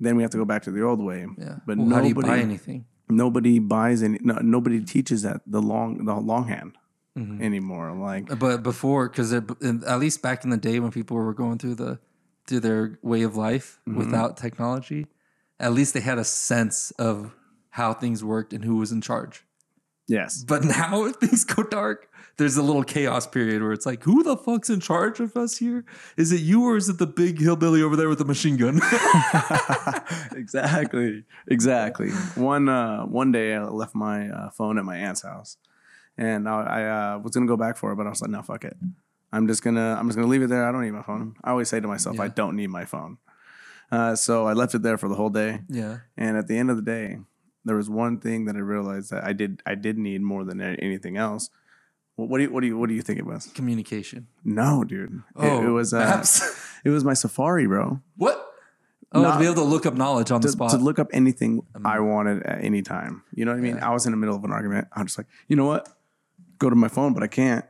Speaker 1: Then we have to go back to the old way.
Speaker 2: Yeah.
Speaker 1: But
Speaker 2: Well, how do you
Speaker 1: nobody-
Speaker 2: buy anything?
Speaker 1: Nobody buys any. No, nobody teaches that the long the longhand
Speaker 2: Mhm.
Speaker 1: anymore. Like
Speaker 2: but before because at least back in the day when people were going through the through their way of life
Speaker 1: Mm-hmm.
Speaker 2: without technology at least they had a sense of how things worked and who was in charge
Speaker 1: yes,
Speaker 2: but now if things go dark there's a little chaos period where it's like who the fuck's in charge of us here is it you or is it the big hillbilly over there with the machine gun
Speaker 1: exactly, exactly. One uh, one day, I left my uh, phone at my aunt's house, and I, I uh, was gonna go back for it, but I was like, no, fuck it. I'm just gonna I'm just gonna leave it there. I don't need my phone. I always say to myself, I
Speaker 2: Yeah.
Speaker 1: don't need my phone. Uh, so I left it there for the whole day,
Speaker 2: yeah
Speaker 1: and at the end of the day, there was one thing that I realized that I did I did need more than a- anything else. What, what do you what do you what do you think it was?
Speaker 2: communication
Speaker 1: No, dude. It-
Speaker 2: oh
Speaker 1: it, was uh,
Speaker 2: maps.
Speaker 1: it was my Safari, bro.
Speaker 2: what oh
Speaker 1: Not-
Speaker 2: to be able to look up knowledge on the
Speaker 1: to,
Speaker 2: spot Um,
Speaker 1: to look up anything I wanted at any time. You know what I mean? I was in the middle of an argument. I'm just like, you know what? Go to my phone, but I can't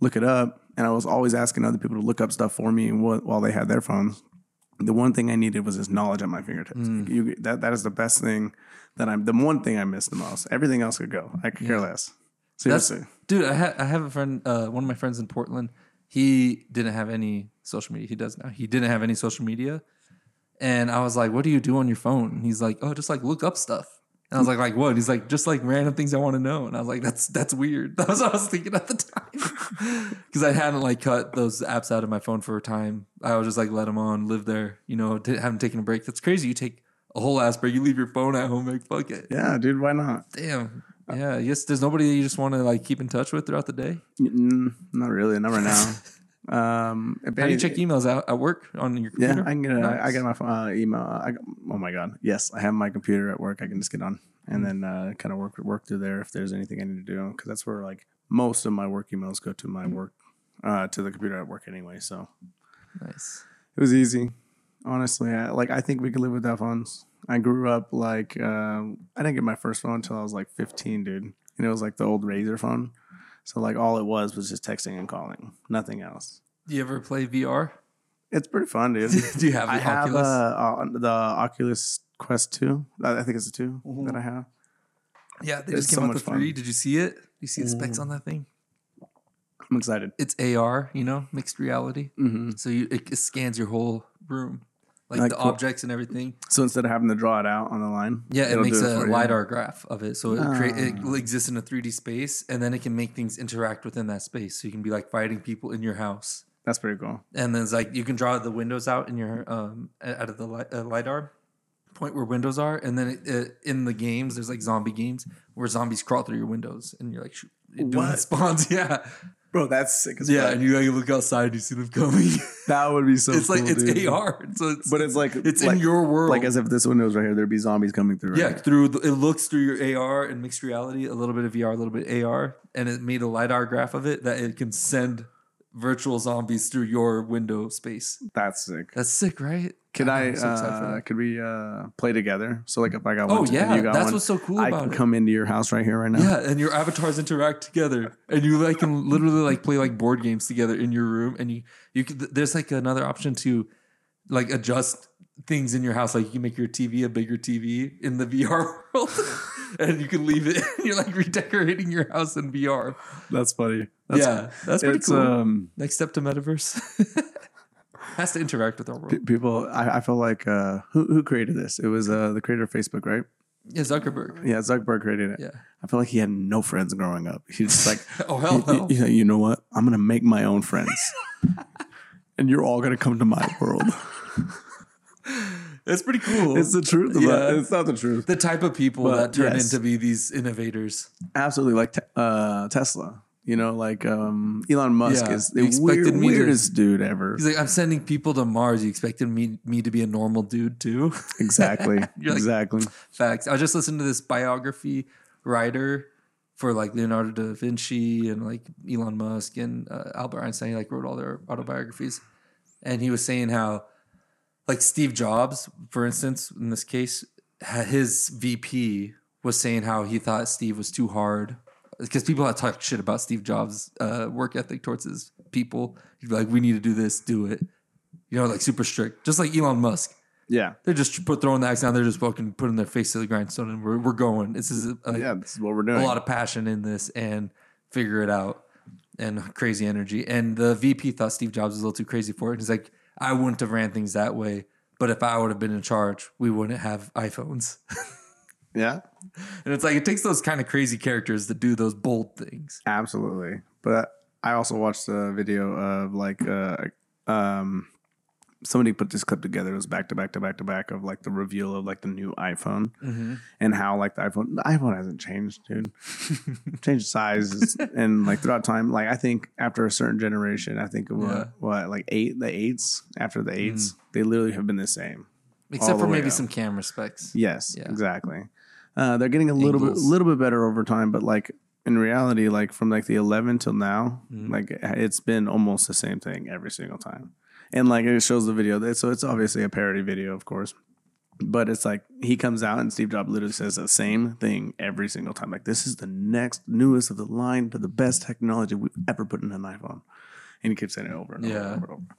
Speaker 1: look it up. And I was always asking other people to look up stuff for me wh- while they had their phones. The one thing I needed was this knowledge at my fingertips.
Speaker 2: Mm.
Speaker 1: You, that, that is the best thing that I'm, the one thing I miss the most. Everything else could go. I could care less.
Speaker 2: That's
Speaker 1: Seriously.
Speaker 2: dude. I, ha- I have a friend, uh, one of my friends in Portland. He didn't have any social media. He does now. He didn't have any social media, and I was like, "What do you do on your phone?" And he's like, "Oh, just like look up stuff." And I was like, "Like what?" He's like, "Just like random things I want to know." And I was like, "That's that's weird." That was what I was thinking at the time because I hadn't like cut those apps out of my phone for a time. I was just like, let them on, live there, you know, t- haven't taken a break. That's crazy. You take a whole ass break. You leave your phone at home. Like fuck it.
Speaker 1: yeah, dude, why not?
Speaker 2: Damn.
Speaker 1: Uh,
Speaker 2: Yeah. Yes. There's nobody that you just want to like keep in touch with throughout the day.
Speaker 1: Mm, not really, not right now. Um, if
Speaker 2: How do you
Speaker 1: any-
Speaker 2: check emails out at work on your
Speaker 1: Yeah,
Speaker 2: computer?
Speaker 1: I can get a, I
Speaker 2: Nice.
Speaker 1: got my phone, uh, email. I got, oh my god, yes, I have my computer at work. I can just get on
Speaker 2: Hmm.
Speaker 1: and then uh, kind of work work through there if there's anything I need to do because that's where like most of my work emails go to
Speaker 2: Hmm.
Speaker 1: my work uh, to the computer at work anyway. So
Speaker 2: Nice.
Speaker 1: it was easy, honestly. I, like I think we could live without phones. I grew up like um I didn't get my first phone until I was like 15, dude, and it was like the old razor phone. So like all it was was just texting and calling, nothing else.
Speaker 2: Do you ever play VR?
Speaker 1: It's pretty fun, dude.
Speaker 2: do you have the
Speaker 1: I have
Speaker 2: Oculus?
Speaker 1: uh, uh, the Oculus Quest Two. I I think it's a 2
Speaker 2: Mhm.
Speaker 1: that I have.
Speaker 2: yeah, they
Speaker 1: it's
Speaker 2: just came
Speaker 1: so
Speaker 2: out the
Speaker 1: much fun. Mm.
Speaker 2: three. Did you see it? You see the specs on that thing?
Speaker 1: I'm excited.
Speaker 2: It's AR, you know, mixed reality.
Speaker 1: hmm
Speaker 2: So you, it, it scans your whole room, like
Speaker 1: Like
Speaker 2: the
Speaker 1: cool.
Speaker 2: objects and everything.
Speaker 1: So instead of having to draw it out on the line,
Speaker 2: Yeah, it
Speaker 1: it'll
Speaker 2: makes
Speaker 1: do
Speaker 2: a
Speaker 1: for you.
Speaker 2: lidar graph of it, so it create
Speaker 1: Ah.
Speaker 2: it exists in a 3D space, and then it can make things interact within that space. So you can be like fighting people in your house.
Speaker 1: That's pretty cool.
Speaker 2: and then it's like you can draw the windows out in your um out of the li- uh, lidar point where windows are and then it, it, in the games there's like zombie games where zombies crawl through your windows and you're like shoot, doing
Speaker 1: What?
Speaker 2: spawns yeah
Speaker 1: Bro, that's sick as
Speaker 2: yeah
Speaker 1: fuck.
Speaker 2: and you like look outside you see them coming
Speaker 1: That would be so
Speaker 2: it's like
Speaker 1: cool,
Speaker 2: it's
Speaker 1: dude.
Speaker 2: ar so it's
Speaker 1: But it's like
Speaker 2: it's
Speaker 1: like,
Speaker 2: in your world
Speaker 1: like as if this window was right here, there'd be zombies coming through.
Speaker 2: yeah
Speaker 1: right?
Speaker 2: through the, it looks through your ar and mixed reality a little bit of vr a little bit ar and it made a lidar graph of it that it can send virtual zombies through your window space
Speaker 1: That's sick.
Speaker 2: that's sick right
Speaker 1: Could
Speaker 2: I'm
Speaker 1: I?
Speaker 2: so excited for
Speaker 1: uh,
Speaker 2: that.
Speaker 1: could we uh, play together? So like if I got one,
Speaker 2: Oh
Speaker 1: and
Speaker 2: yeah,
Speaker 1: you got
Speaker 2: that's
Speaker 1: one,
Speaker 2: what's so cool
Speaker 1: I
Speaker 2: about
Speaker 1: can
Speaker 2: it.
Speaker 1: come into your house right here, right now.
Speaker 2: yeah, and your avatars interact together, and you like can literally like play like board games together in your room, and you you could, there's like another option to like adjust things in your house, like you can make your TV a bigger TV in the VR world, and you can leave it. You're like redecorating your house in VR.
Speaker 1: That's funny. That's
Speaker 2: yeah, that's pretty
Speaker 1: it's,
Speaker 2: cool.
Speaker 1: Um,
Speaker 2: Next step to metaverse has to interact with our
Speaker 1: P-
Speaker 2: world.
Speaker 1: people I, I feel like uh who, who created this it was uh the creator of facebook right
Speaker 2: Yeah, Zuckerberg.
Speaker 1: yeah zuckerberg created it
Speaker 2: Yeah.
Speaker 1: i feel like he had no friends growing up he's just like
Speaker 2: Oh hell
Speaker 1: you,
Speaker 2: no.
Speaker 1: you- you know what i'm gonna make my own friends and you're all gonna come to my world
Speaker 2: That's pretty cool.
Speaker 1: It's the truth. About,
Speaker 2: Yeah.
Speaker 1: It's not the truth.
Speaker 2: the type of people
Speaker 1: But,
Speaker 2: that turn
Speaker 1: yes.
Speaker 2: into be these innovators.
Speaker 1: Absolutely. Like te- uh, Tesla. You know, like um, Elon Musk
Speaker 2: Yeah,
Speaker 1: is
Speaker 2: you
Speaker 1: the
Speaker 2: expected
Speaker 1: weird,
Speaker 2: me to-
Speaker 1: weirdest dude ever.
Speaker 2: He's like, I'm sending people to Mars. You expected me me to be a normal dude too?
Speaker 1: Exactly.
Speaker 2: You're like-
Speaker 1: exactly.
Speaker 2: Facts. I just listened to this biography writer for like Leonardo da Vinci and like Elon Musk and uh, Albert Einstein. He like wrote all their autobiographies, and he was saying how like Steve Jobs, for instance, in this case, ha- his VP was saying how he thought Steve was too hard because people had talked shit about Steve Jobs' uh, work ethic towards his people. He'd be like, "We need to do this, do it," you know, like super strict, just like Elon Musk.
Speaker 1: Yeah.
Speaker 2: They're just put, throwing the axe down. They're just fucking putting their face to the grindstone, and we're, we're going. This is like,
Speaker 1: yeah. This is what we're
Speaker 2: a
Speaker 1: doing.
Speaker 2: lot of passion in this, and figure it out, and crazy energy. And the VP thought Steve Jobs was a little too crazy for it. He's like, I wouldn't have ran things that way, but if I would have been in charge, we wouldn't have iPhones.
Speaker 1: yeah.
Speaker 2: and it's like it takes those kind of crazy characters to do those bold things.
Speaker 1: Absolutely. But I also watched a video of like uh um somebody put this clip together. It was back to back to back to back of like the reveal of like the new iPhone and how like the iPhone the iPhone hasn't changed, dude. changed sizes and like throughout time. Like I think after a certain generation, I think what,
Speaker 2: Yeah.
Speaker 1: what like eight the eights after the eights, they literally have been the same.
Speaker 2: Except
Speaker 1: All
Speaker 2: for
Speaker 1: the way
Speaker 2: maybe
Speaker 1: up.
Speaker 2: some camera specs.
Speaker 1: Yes,
Speaker 2: Yeah.
Speaker 1: exactly. Uh, they're getting a little bit,
Speaker 2: Angles.
Speaker 1: little bit better over time, but like in reality, like from like the 11 till now,
Speaker 2: Mhm.
Speaker 1: like it's been almost the same thing every single time. And like it shows the video, that- so it's obviously a parody video, of course. But it's like he comes out and Steve Jobs literally says the same thing every single time. Like this is the next newest of the line to the best technology we've ever put in an iPhone, and he keeps saying it over and over
Speaker 2: Yeah.
Speaker 1: and over. And over.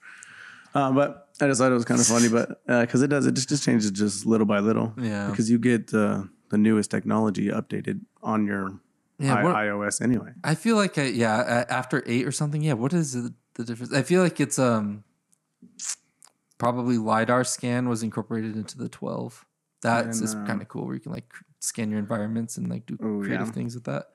Speaker 1: Uh, but I just thought it was kind of funny, but because it does, it just, just changes just little by little.
Speaker 2: Yeah.
Speaker 1: Because you get the the newest technology updated on your
Speaker 2: Yeah,
Speaker 1: I-
Speaker 2: what-
Speaker 1: iOS anyway.
Speaker 2: I feel like I, yeah, a- after eight or something. Yeah, what is the, the difference? I feel like it's um probably lidar scan was incorporated into the twelve. That's
Speaker 1: And,
Speaker 2: is
Speaker 1: um,
Speaker 2: kind of cool where you can like cr- scan your environments and like do
Speaker 1: Oh,
Speaker 2: creative
Speaker 1: yeah.
Speaker 2: things with that.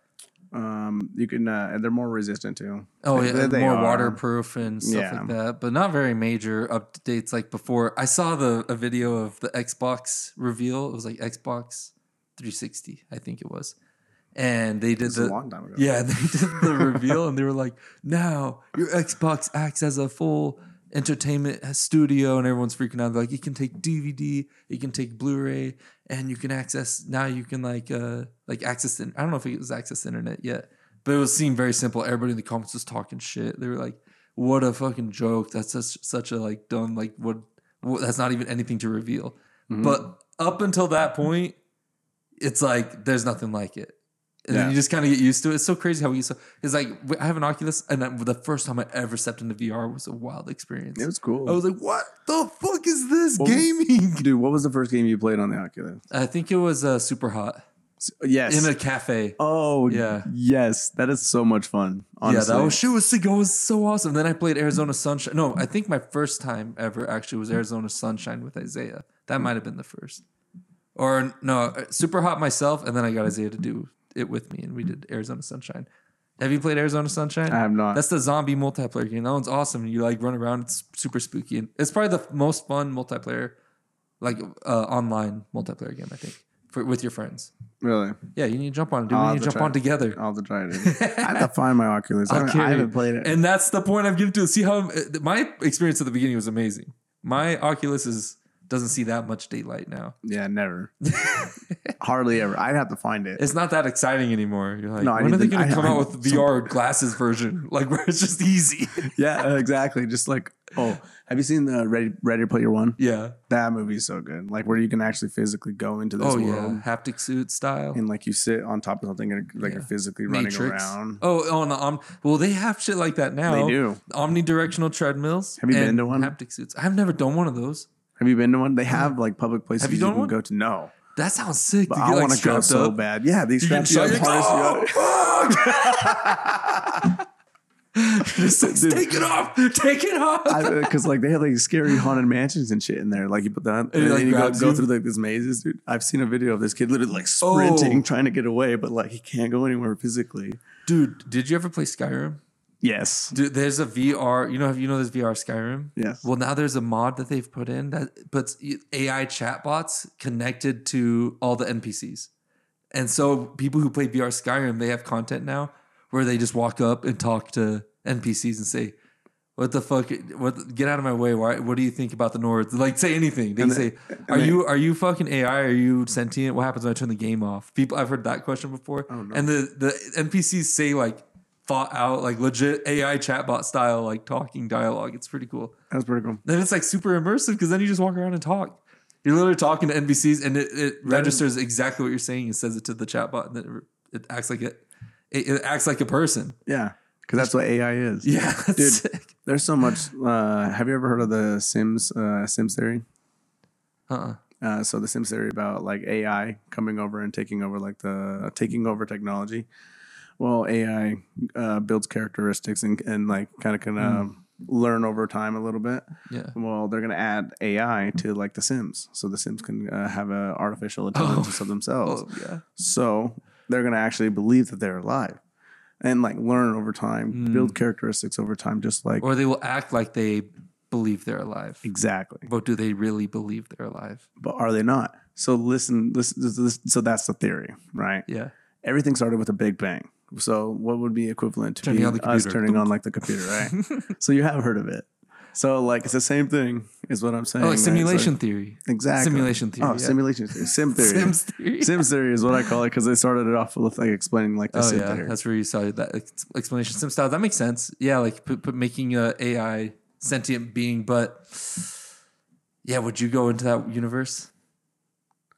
Speaker 1: Um, you can uh, and they're more resistant too.
Speaker 2: Oh
Speaker 1: They-
Speaker 2: yeah,
Speaker 1: they- they
Speaker 2: more
Speaker 1: are.
Speaker 2: waterproof and stuff
Speaker 1: Yeah.
Speaker 2: like that, but not very major updates. Like before, I saw the a video of the Xbox reveal. It was like Xbox 360, I think it was, and they did
Speaker 1: This is
Speaker 2: the
Speaker 1: a long time ago.
Speaker 2: Yeah, they did the reveal and they were like, now your Xbox acts as a full entertainment studio, and everyone's freaking out. They're like, you can take DVD, you can take Blu-ray, and you can access now you can like uh like access the, I don't know if it was access the internet yet, but it was seemed very simple. Everybody in the comments was talking shit. They were like, what a fucking joke. That's such such a like dumb like what, what that's not even anything to reveal.
Speaker 1: Mhm.
Speaker 2: But up until that point, it's like there's nothing like it. And then
Speaker 1: Yeah.
Speaker 2: you just kind of get used to it. It's so crazy how we used to. It's like I have an Oculus, and I, the first time I ever stepped into VR was a wild experience.
Speaker 1: it was cool.
Speaker 2: I was like, "What the fuck is this
Speaker 1: What was-
Speaker 2: gaming?"
Speaker 1: Dude, what was the first game you played on the Oculus?
Speaker 2: I think it was uh, super hot
Speaker 1: S- Yes.
Speaker 2: in a cafe.
Speaker 1: oh
Speaker 2: Yeah.
Speaker 1: Yes, that is so much fun. Honestly.
Speaker 2: Yeah, that was, shit was sick. It was so awesome. Then I played Arizona Sunshine. No, I think my first time ever actually was Arizona Sunshine with Isaiah. That might have been the first. Or no, uh, Super Hot myself, and then I got Isaiah to do it with me, and we did Arizona Sunshine. Have you played Arizona Sunshine?
Speaker 1: I have not.
Speaker 2: That's the zombie multiplayer game. That one's awesome. You like run around. It's super spooky. And it's probably the most fun multiplayer, like uh, online multiplayer game. I think for with your friends.
Speaker 1: really.
Speaker 2: Yeah, you need to jump on it. Dude,
Speaker 1: I'll
Speaker 2: we
Speaker 1: have
Speaker 2: need to
Speaker 1: to
Speaker 2: jump
Speaker 1: try
Speaker 2: on
Speaker 1: it.
Speaker 2: together.
Speaker 1: I'll have to try it. I have to find my Oculus. I,
Speaker 2: I'll
Speaker 1: don't- I
Speaker 2: carry
Speaker 1: haven't played it.
Speaker 2: And that's the point I'm getting to. See how uh, my experience at the beginning was amazing. My Oculus is doesn't see that much daylight now.
Speaker 1: yeah, never. Hardly ever. I'd have to find it.
Speaker 2: It's not that exciting anymore. You're like,
Speaker 1: No, I
Speaker 2: when are
Speaker 1: need
Speaker 2: they
Speaker 1: to-
Speaker 2: going
Speaker 1: I-
Speaker 2: to come
Speaker 1: I-
Speaker 2: out with VR glasses version? Like where it's just easy.
Speaker 1: yeah, uh, exactly. Just like, oh, have you seen the Ready Ready Player One?
Speaker 2: yeah.
Speaker 1: That movie's so good. Like where you can actually physically go into this
Speaker 2: Oh
Speaker 1: world
Speaker 2: yeah. Haptic suit style.
Speaker 1: and like you sit on top of something and like
Speaker 2: Yeah.
Speaker 1: you're physically running
Speaker 2: Matrix.
Speaker 1: around.
Speaker 2: Oh, on the om- well, they have shit like that now.
Speaker 1: They do.
Speaker 2: Omnidirectional treadmills.
Speaker 1: Have you been
Speaker 2: and
Speaker 1: to one?
Speaker 2: Haptic suits. I've never done one of those.
Speaker 1: Have you been to one? They have like public places
Speaker 2: Have you
Speaker 1: you,
Speaker 2: done
Speaker 1: can
Speaker 2: one?
Speaker 1: go to. No,
Speaker 2: That sounds sick.
Speaker 1: but
Speaker 2: to
Speaker 1: I
Speaker 2: get, like,
Speaker 1: want to go
Speaker 2: strapped
Speaker 1: so
Speaker 2: up.
Speaker 1: bad. Yeah, these
Speaker 2: You get
Speaker 1: straps you
Speaker 2: shot,
Speaker 1: up,
Speaker 2: you're like,
Speaker 1: harness you up.
Speaker 2: Just like,
Speaker 1: Dude.
Speaker 2: take it off, take it off.
Speaker 1: because uh, like they have like scary haunted mansions and shit in there. Like you put that, and,
Speaker 2: it, like,
Speaker 1: then you go,
Speaker 2: grabs
Speaker 1: go
Speaker 2: you.
Speaker 1: through like these mazes, dude. I've seen a video of this kid literally like sprinting,
Speaker 2: Oh.
Speaker 1: trying to get away, but like he can't go anywhere physically.
Speaker 2: Dude, did you ever play Skyrim?
Speaker 1: Yes.
Speaker 2: Dude, there's a VR. You know, you know, there's VR Skyrim.
Speaker 1: Yes.
Speaker 2: Well, now there's a mod that they've put in that puts AI chatbots connected to all the NPCs. And so people who play VR Skyrim, they have content now where they just walk up and talk to NPCs and say, "What the fuck? What? Get out of my way! Why? What do you think about the North? Like, say anything. They can
Speaker 1: And
Speaker 2: say,
Speaker 1: and
Speaker 2: "Are
Speaker 1: they-
Speaker 2: you are you fucking AI? Are you sentient? What happens when I turn the game off?" People, I've heard that question before.
Speaker 1: Oh, no.
Speaker 2: And the the NPCs say like thought out like legit AI chatbot style like talking dialogue. It's pretty cool.
Speaker 1: That's pretty cool.
Speaker 2: Then it's like super immersive because then you just walk around and talk. You're literally talking to NPCs and it, it registers exactly what you're saying and says it to the chatbot and then it, it acts like it, it it acts like a person.
Speaker 1: Yeah. Because that's what AI is.
Speaker 2: Yeah, that's
Speaker 1: Dude.
Speaker 2: sick.
Speaker 1: There's so much. Uh, have you ever heard of the Sims uh, Sims theory?
Speaker 2: Uh-uh.
Speaker 1: Uh, so the Sims theory about like AI coming over and taking over like the taking over technology. Well, AI uh, builds characteristics and, and like kind of can uh, learn over time a little bit.
Speaker 2: Yeah.
Speaker 1: Well, they're gonna add AI to like the Sims, so the Sims can uh, have a artificial intelligence of themselves.
Speaker 2: Oh yeah.
Speaker 1: So they're gonna actually believe that they're alive, and like learn over time,
Speaker 2: Mm.
Speaker 1: build characteristics over time, just like
Speaker 2: Or they will act like they believe they're alive.
Speaker 1: exactly.
Speaker 2: But do they really believe they're alive?
Speaker 1: but are they not? So listen, listen, this, this, so that's the theory, right?
Speaker 2: Yeah.
Speaker 1: Everything started with a big bang. So what would be equivalent to
Speaker 2: Turning
Speaker 1: being
Speaker 2: on the
Speaker 1: us
Speaker 2: computer.
Speaker 1: turning on like the computer, right? so you have heard of it. So like it's the same thing, is what I'm saying.
Speaker 2: Oh,
Speaker 1: right?
Speaker 2: like
Speaker 1: It's
Speaker 2: simulation theory.
Speaker 1: exactly.
Speaker 2: Simulation theory.
Speaker 1: Oh,
Speaker 2: yeah.
Speaker 1: simulation theory, sim theory.
Speaker 2: Sims theory.
Speaker 1: Sims theory is what I call it because they started it off with like explaining like the
Speaker 2: Oh
Speaker 1: sim
Speaker 2: yeah,
Speaker 1: theory.
Speaker 2: that's where you saw that ex- explanation. Sim style. That makes sense. Yeah, like put, put making a AI sentient being, but yeah, would you go into that universe?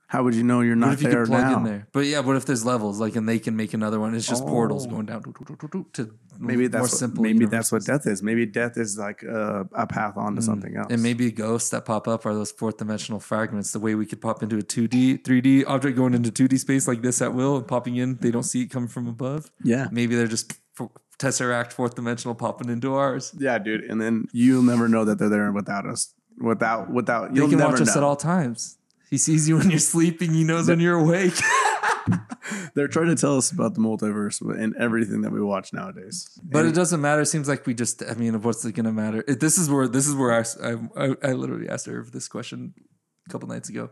Speaker 1: How would you know you're
Speaker 2: What
Speaker 1: not
Speaker 2: if you
Speaker 1: there
Speaker 2: could plug
Speaker 1: now?
Speaker 2: in there? But yeah, what if there's levels like, and they can make another one? It's just portals
Speaker 1: Oh.
Speaker 2: going down to, to, to, to
Speaker 1: Maybe that's
Speaker 2: more
Speaker 1: what,
Speaker 2: simple.
Speaker 1: maybe that's what death is. Maybe death is like a, a path onto something else.
Speaker 2: Mm. And maybe ghosts that pop up are those fourth dimensional fragments. The way we could pop into a 2D, 3D object going into 2D space like this at will and popping in, they don't see it coming from above.
Speaker 1: yeah,
Speaker 2: Maybe they're just f- tesseract fourth dimensional popping into ours.
Speaker 1: Yeah, dude. And then you'll never know that they're there without us. Without, without,
Speaker 2: They
Speaker 1: you'll
Speaker 2: can
Speaker 1: never
Speaker 2: watch us at
Speaker 1: know.
Speaker 2: all times. He sees you when you're sleeping. He knows when you're awake.
Speaker 1: They're trying to tell us about the multiverse and everything that we watch nowadays.
Speaker 2: but it
Speaker 1: And-
Speaker 2: doesn't matter. It seems like we just. I mean, what's it gonna matter? It, this is where this is where I, s- I- I- I literally asked her this question a couple nights ago.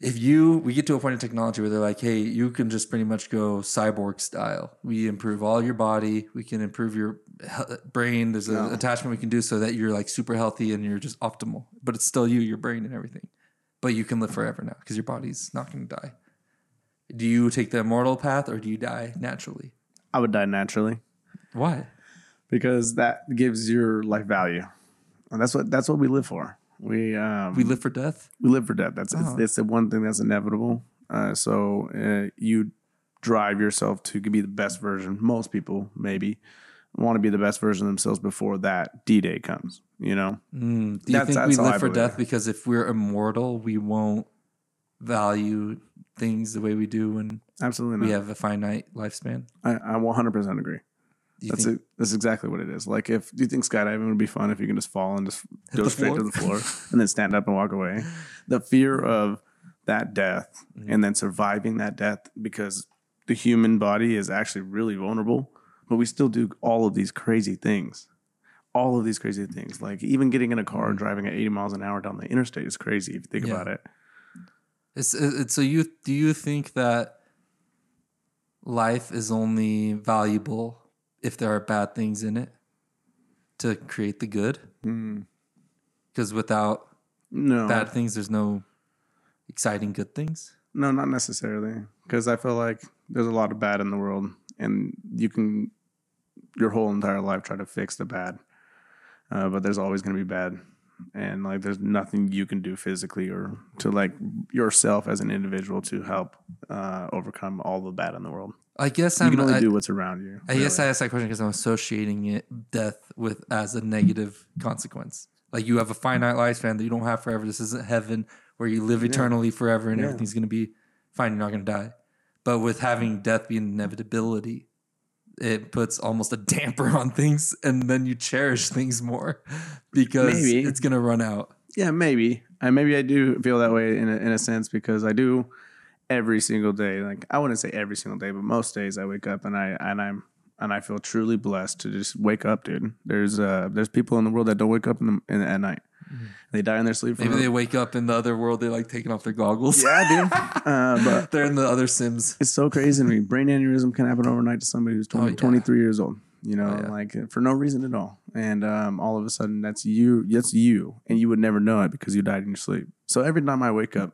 Speaker 2: If you we get to a point in technology where they're like, hey, you can just pretty much go cyborg style. We improve all your body. We can improve your he- brain. There's an
Speaker 1: No.
Speaker 2: attachment we can do so that you're like super healthy and you're just optimal. But it's still you, your brain, and everything. But you can live forever now because your body's not going to die. Do you take the immortal path or do you die naturally?
Speaker 1: I would die naturally
Speaker 2: Why?
Speaker 1: because that gives your life value, and that's what that's what we live for. We um,
Speaker 2: We live for death.
Speaker 1: we live for death. That's
Speaker 2: Oh.
Speaker 1: it's, it's the one thing that's inevitable. Uh, so uh, you drive yourself to be the best version. Most people maybe want to be the best version of themselves before that D Day comes. You know,
Speaker 2: Mm, do you
Speaker 1: That's-
Speaker 2: think we
Speaker 1: that's how
Speaker 2: live
Speaker 1: I
Speaker 2: for
Speaker 1: believe
Speaker 2: death
Speaker 1: it.
Speaker 2: because if we're immortal, we won't value things the way we do when
Speaker 1: absolutely not.
Speaker 2: we have a finite lifespan?
Speaker 1: I, I 100% agree.
Speaker 2: Do you
Speaker 1: That's
Speaker 2: think
Speaker 1: it. That's exactly what it is. Like, if do you think skydiving would be fun if you can just fall and just go
Speaker 2: the
Speaker 1: straight
Speaker 2: floor? Mm-hmm.
Speaker 1: to the floor and then stand up and walk away? The fear of that death and then surviving that death because the human body is actually really vulnerable, but we still do all of these crazy things. All of these crazy things, like even getting in a car and driving at 80 miles an hour down the interstate, is crazy if you think
Speaker 2: Mm-hmm. Yeah.
Speaker 1: about it.
Speaker 2: it's, uh, it's so you do you think that life is only valuable if there are bad things in it to create the good? Mm-hmm. Because without
Speaker 1: No,
Speaker 2: bad things, there's no exciting good things.
Speaker 1: No, not necessarily. Because I feel like there's a lot of bad in the world, and you can your whole entire life try to fix the bad, uh, but there's always going to be bad, and like there's nothing you can do physically or to like yourself as an individual to help uh, overcome all the bad in the world.
Speaker 2: I guess
Speaker 1: You
Speaker 2: I'm
Speaker 1: can only
Speaker 2: I-
Speaker 1: do what's around you.
Speaker 2: I guess I
Speaker 1: really.
Speaker 2: asked that question because I'm associating it death with as a negative consequence. Like you have a finite lifespan that you don't have forever. This isn't heaven where you live eternally forever and
Speaker 1: Yeah.
Speaker 2: everything's going to be fine. You're not going to die. But with having death be an inevitability, it puts almost a damper on things, and then you cherish things more because
Speaker 1: Maybe.
Speaker 2: it's going to run out.
Speaker 1: yeah, maybe. I maybe I do feel that way in a, in a sense because I do every single day. Like I wouldn't say every single day, but most days I wake up and I and I'm and I feel truly blessed to just wake up, dude. There's uh, there's people in the world that don't wake up in the, in, at night. They die in their sleep. From
Speaker 2: Mm-hmm. Maybe they wake up in the other world. They're like taking off their goggles.
Speaker 1: Uh-huh. yeah, dude. Uh, but
Speaker 2: They're in the other Sims.
Speaker 1: it's so crazy to me. Brain aneurysm can happen overnight to somebody who's 20,
Speaker 2: Oh, yeah.
Speaker 1: 23 years old. You know,
Speaker 2: Oh, yeah.
Speaker 1: like for no reason at all, and um, all of a sudden that's you. That's you, and you would never know it because you died in your sleep. So every time I wake up,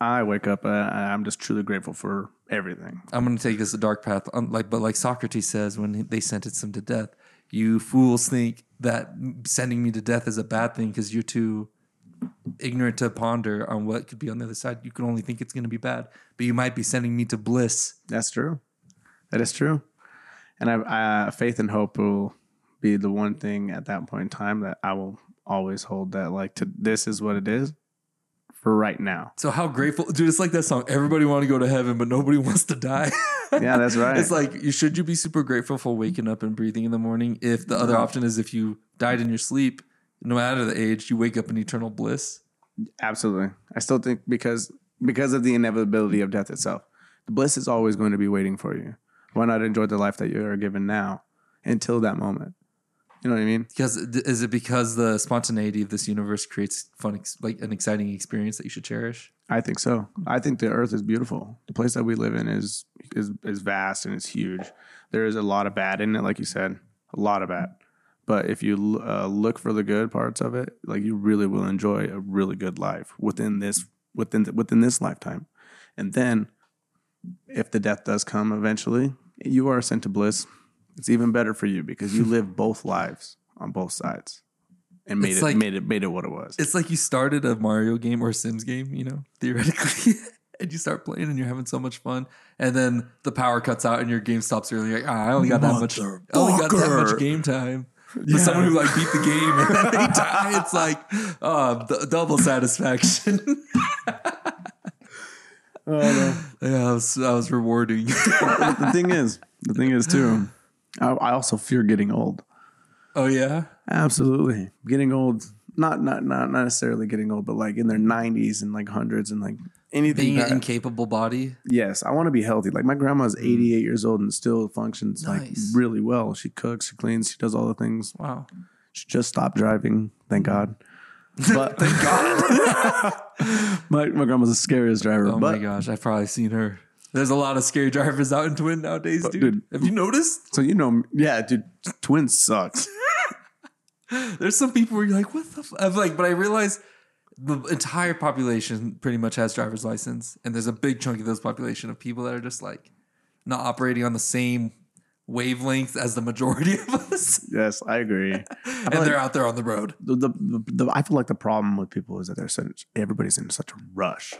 Speaker 1: I wake up. Uh, I'm just truly grateful for everything.
Speaker 2: I'm going to take this a dark path. Um, like, but like Socrates says, when he- they sentenced him to death, you fools think that sending me to death is a bad thing because you're too ignorant to ponder on what could be on the other side. You can only think it's going to be bad, but you might be sending me to bliss.
Speaker 1: That's true. That is true. And I, I faith and hope will be the one thing at that point in time that I will always hold that like to this is what it is for right now.
Speaker 2: So how grateful, dude! It's like that song. Everybody want to go to heaven, but nobody wants to die.
Speaker 1: Yeah, that's right.
Speaker 2: It's like you should you be super grateful for waking up and breathing in the morning. If the other option is if you died in your sleep, no matter the age, you wake up in eternal bliss.
Speaker 1: Absolutely. I still think because because of the inevitability of death itself, the bliss is always going to be waiting for you. Why not enjoy the life that you are given now until that moment? You know what I mean?
Speaker 2: Because is it because the spontaneity of this universe creates fun, ex- like an exciting experience that you should cherish?
Speaker 1: I think so. I think the earth is beautiful. The place that we live in is is is vast and it's huge. There is a lot of bad in it, like you said, a lot of bad. But if you uh, look for the good parts of it, like you really will enjoy a really good life within this within within this lifetime. And then, if the death does come eventually, you are sent to bliss. It's even better for you because you live both lives on both sides, and made
Speaker 2: It's
Speaker 1: it
Speaker 2: like-
Speaker 1: made it made it what it was.
Speaker 2: It's like you started a Mario game or a Sims game, you know, theoretically, and you start playing and you're having so much fun, and then the power cuts out and your game stops early. You're like, ah, I only got that much, I only got that
Speaker 1: Motherfucker.
Speaker 2: much game time. But someone who like beat the game and then they die, it's like uh, d- double satisfaction. yeah, it was, that was rewarding.
Speaker 1: the thing is, the thing is too, I, I also fear getting old.
Speaker 2: oh yeah.
Speaker 1: Absolutely, getting old. Not not not not necessarily getting old, but like in their nineties and like hundreds and like anything.
Speaker 2: being an
Speaker 1: That,
Speaker 2: incapable body.
Speaker 1: yes, I want to be healthy. Like my grandma's eighty eight years old and still functions like
Speaker 2: Mm. Nice.
Speaker 1: really well. She cooks, she cleans, she does all the things.
Speaker 2: Wow.
Speaker 1: She just stopped driving, thank
Speaker 2: Mm.
Speaker 1: God. But thank God. my my grandma's the scariest driver.
Speaker 2: Oh
Speaker 1: but
Speaker 2: my gosh, I've probably seen her. There's a lot of scary drivers out in Twin nowadays, dude.
Speaker 1: dude-
Speaker 2: Have you noticed?
Speaker 1: so you know, yeah, dude, twins sucks.
Speaker 2: There's some people where you're like, what the? F-? I'm like, but I realize the entire population pretty much has driver's license, and there's a big chunk of those population of people that are just like not operating on the same wavelength as the majority of us,
Speaker 1: yes, I agree.
Speaker 2: and they're out there on the road.
Speaker 1: the, the, the, the I feel like the problem with people is that they're such everybody's in such a rush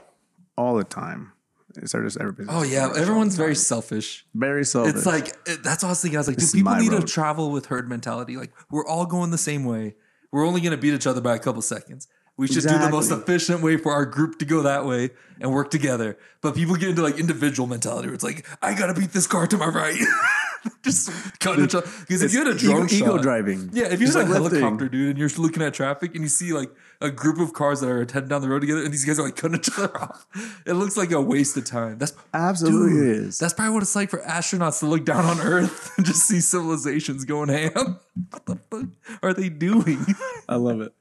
Speaker 1: all the time. It's they're just everybody's
Speaker 2: Oh yeah, everyone's very selfish.
Speaker 1: very selfish.
Speaker 2: It's like it- that's what I was thinking. I was like, do
Speaker 1: This is
Speaker 2: people
Speaker 1: my
Speaker 2: need to
Speaker 1: road.
Speaker 2: travel with herd mentality? Like we're all going the same way. We're only going to beat each other by a couple seconds. We should do the most
Speaker 1: Exactly.
Speaker 2: efficient way for our group to go that way and work together. But people get into like individual mentality where it's like, I gotta beat this car to my right. Just cutting each other. Because if
Speaker 1: It's
Speaker 2: you had a drone
Speaker 1: ego, ego
Speaker 2: shot-
Speaker 1: driving.
Speaker 2: yeah, if you
Speaker 1: Just
Speaker 2: had a
Speaker 1: like lifting.
Speaker 2: helicopter, dude, and you're looking at traffic and you see like a group of cars that are heading down the road together, and these guys are like cutting each other off, it looks like a waste of time. That's
Speaker 1: Absolutely
Speaker 2: Dude,
Speaker 1: it is.
Speaker 2: That's probably what it's like for astronauts to look down on Earth and just see civilizations going ham. What the fuck are they doing?
Speaker 1: I love it.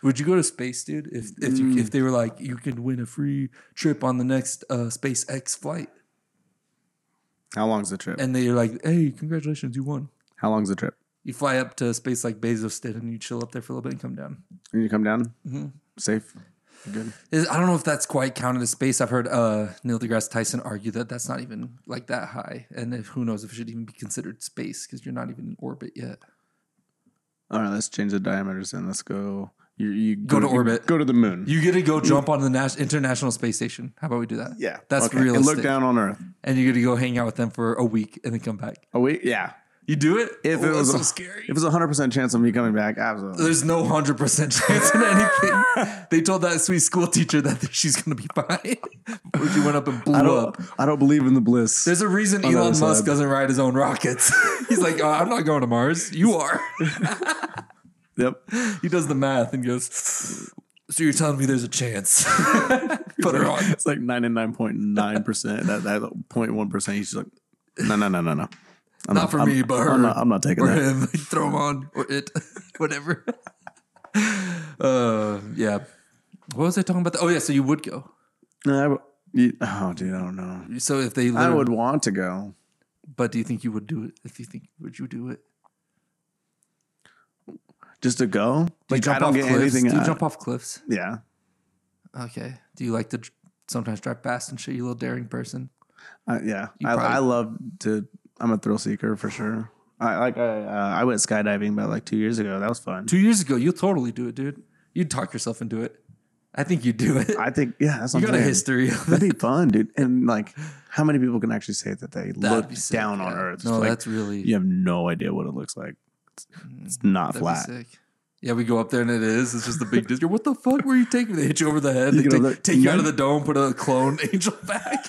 Speaker 2: Would you go to space, dude? If if you, if they were like, you can win a free trip on the next uh, SpaceX flight,
Speaker 1: How long's the trip?
Speaker 2: and they're like, hey, congratulations, you won.
Speaker 1: How long's the trip?
Speaker 2: You fly up to space like Bezos did, and you chill up there for a little bit and come down.
Speaker 1: And you come down
Speaker 2: Mm-hmm.
Speaker 1: safe. You Good.
Speaker 2: Is- I don't know if that's quite counted as space. I've heard uh, Neil deGrasse Tyson argue that that's not even like that high, and if, who knows if it should even be considered space because you're not even in orbit yet.
Speaker 1: All right, let's change the diameters and let's go. You, you
Speaker 2: Go to orbit.
Speaker 1: Go to the moon.
Speaker 2: You get to go jump on the Nas- International Space Station. How about we do that?
Speaker 1: Mm. yeah,
Speaker 2: That's
Speaker 1: okay.
Speaker 2: realistic.
Speaker 1: And look down on Earth.
Speaker 2: And you get to go hang out with them for a week and then come back.
Speaker 1: Oh wait, yeah.
Speaker 2: You do it?
Speaker 1: If
Speaker 2: Oh,
Speaker 1: it was
Speaker 2: that's
Speaker 1: a-
Speaker 2: so scary.
Speaker 1: If it's a hundred percent chance of me coming back, absolutely.
Speaker 2: There's no 100% chance in anything. they told that sweet school teacher that she's going to be fine. Before she went up and blew
Speaker 1: I
Speaker 2: up.
Speaker 1: don't. I don't believe in the bliss.
Speaker 2: There's a reason
Speaker 1: the
Speaker 2: Elon
Speaker 1: other
Speaker 2: Musk
Speaker 1: side.
Speaker 2: doesn't ride his own rockets. He's like, "Uh, I'm not going to Mars. You are.
Speaker 1: yep.
Speaker 2: he does the math and goes, So you're telling me there's a chance. Put her on.
Speaker 1: It's like 99.9%. that that 0.1%. He's just like, no, no, no, no, no. I'm
Speaker 2: not for
Speaker 1: I'm-
Speaker 2: me, but her.
Speaker 1: I'm not, I'm not taking
Speaker 2: or
Speaker 1: that.
Speaker 2: him. Throw him on or it, whatever. uh, yeah. What was I talking about? Oh yeah, so you would go.
Speaker 1: No, I w- you- oh, dude, I don't know.
Speaker 2: So if they,
Speaker 1: I
Speaker 2: literally-
Speaker 1: would want to go.
Speaker 2: But do you think you would do it? If you think, would you do it?
Speaker 1: Just to go?
Speaker 2: Do you
Speaker 1: Like, I don't get
Speaker 2: cliffs?
Speaker 1: anything
Speaker 2: Do you
Speaker 1: out-
Speaker 2: jump off cliffs?
Speaker 1: Yeah.
Speaker 2: Okay. Do you like to dr- sometimes drive fast and shit? You little daring person.
Speaker 1: Uh, yeah.
Speaker 2: You
Speaker 1: I,
Speaker 2: probably-
Speaker 1: I love to, I'm a thrill seeker for sure. I like, I, uh, I went skydiving about like two years ago. That was fun.
Speaker 2: Two years ago, you'll totally do it, dude. You'd talk yourself into it. I think you do it.
Speaker 1: I think, yeah, that's what
Speaker 2: you
Speaker 1: I'm
Speaker 2: got a
Speaker 1: saying.
Speaker 2: history of it.
Speaker 1: That'd be fun, dude. And like, how many people can actually say that they
Speaker 2: That'd
Speaker 1: look
Speaker 2: be sick,
Speaker 1: down on
Speaker 2: yeah.
Speaker 1: Earth? It's
Speaker 2: No,
Speaker 1: like,
Speaker 2: that's really
Speaker 1: you have no idea what it looks like. It's, it's not
Speaker 2: Mm, that'd be
Speaker 1: flat.
Speaker 2: sick. Yeah, we go up there and it is. It's just a big disc. What the fuck were you taking? They hit you over the head.
Speaker 1: You
Speaker 2: They
Speaker 1: get
Speaker 2: take,
Speaker 1: over there-
Speaker 2: take you out of
Speaker 1: Yeah.
Speaker 2: the dome, put a clone angel back.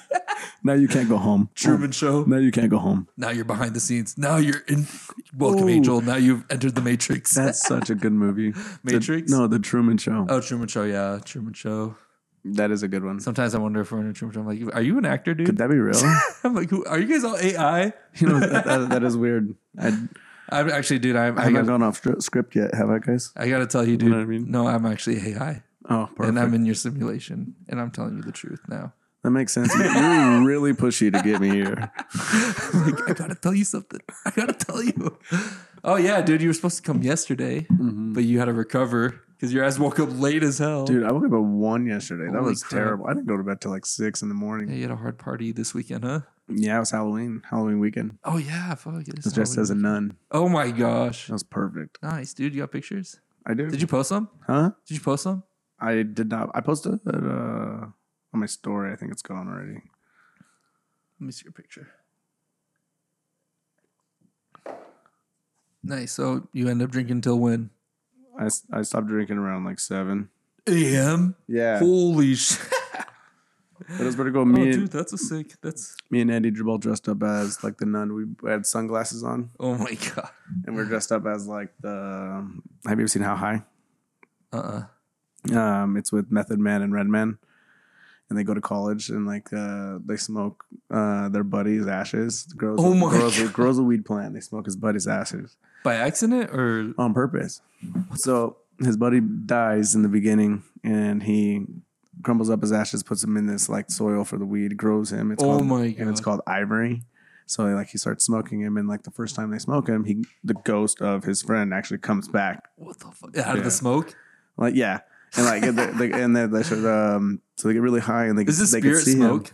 Speaker 1: Now you can't go home.
Speaker 2: Truman Show.
Speaker 1: Now you can't go home.
Speaker 2: Now you're behind the scenes. Now you're in. Welcome,
Speaker 1: Ooh.
Speaker 2: Angel. Now you've entered the Matrix.
Speaker 1: That's such a good movie.
Speaker 2: Matrix?
Speaker 1: The, no, The Truman Show.
Speaker 2: oh, Truman Show. Yeah, Truman Show.
Speaker 1: That is a good one.
Speaker 2: Sometimes I wonder if we're in a Truman Show. I'm like, are you an actor,
Speaker 1: Could
Speaker 2: dude?
Speaker 1: that be real?
Speaker 2: I'm like, who, are you guys all AI?
Speaker 1: you know, that, that- that is weird. I,
Speaker 2: I'm actually, dude. I'm,
Speaker 1: I
Speaker 2: I,
Speaker 1: haven't
Speaker 2: got,
Speaker 1: gone off stri- script yet, have I, guys?
Speaker 2: I got to tell you, dude.
Speaker 1: know what I mean?
Speaker 2: No, I'm actually AI,
Speaker 1: Oh, perfect.
Speaker 2: and I'm in your simulation, and I'm telling you the truth now.
Speaker 1: that makes sense. You're really pushy to get me here.
Speaker 2: I'm like, I gotta tell you something. I gotta tell you. Oh yeah, dude, you were supposed to come yesterday, but you had to recover because your ass woke up late as hell.
Speaker 1: Dude, I woke up at one yesterday. That
Speaker 2: Holy
Speaker 1: was
Speaker 2: crap.
Speaker 1: terrible. I didn't go to bed till like six in the
Speaker 2: Yeah,
Speaker 1: morning.
Speaker 2: you had a hard party this weekend, huh?
Speaker 1: Yeah, it was Halloween. Halloween weekend.
Speaker 2: Oh yeah, fuck. It is
Speaker 1: It's just
Speaker 2: Halloween.
Speaker 1: as a nun.
Speaker 2: oh my gosh,
Speaker 1: That was perfect.
Speaker 2: nice, dude. You got pictures?
Speaker 1: I do.
Speaker 2: Did you post some?
Speaker 1: Huh?
Speaker 2: Did you post some?
Speaker 1: I did not. I posted it uh, on my story. I think it's gone already.
Speaker 2: Let me see your picture. Nice. So you end up drinking till when?
Speaker 1: I, s- I stopped drinking around like seven.
Speaker 2: A.M.
Speaker 1: Yeah,
Speaker 2: Holy shit!
Speaker 1: it was pretty cool.
Speaker 2: Oh,
Speaker 1: Me and
Speaker 2: dude, that's a sick. That's
Speaker 1: me and Andy Dribble dressed up as like the nun. We had sunglasses on,
Speaker 2: oh my god.
Speaker 1: and we're dressed up as like the. Have you ever seen How High?
Speaker 2: Uh uh
Speaker 1: Um, it's with Method Man and Redman, and they go to college and like uh, they smoke uh, their buddy's ashes. Grows
Speaker 2: Oh my
Speaker 1: grows,
Speaker 2: God.
Speaker 1: grows a weed plant. They smoke his buddy's ashes.
Speaker 2: By accident or
Speaker 1: on purpose. So his buddy dies in the beginning, and he crumbles up his ashes, puts them in this like soil for the weed, grows him. It's
Speaker 2: Oh
Speaker 1: called,
Speaker 2: my
Speaker 1: And it's called
Speaker 2: God.
Speaker 1: ivory. So like he starts smoking him, and like the first time they smoke him, he the ghost of his friend actually comes back.
Speaker 2: What the fuck? Out of
Speaker 1: Yeah.
Speaker 2: the smoke?
Speaker 1: Like yeah, and like and they, they- and they, they should, um, so they get really high, and they
Speaker 2: Is this
Speaker 1: they
Speaker 2: spirit
Speaker 1: him.
Speaker 2: smoke?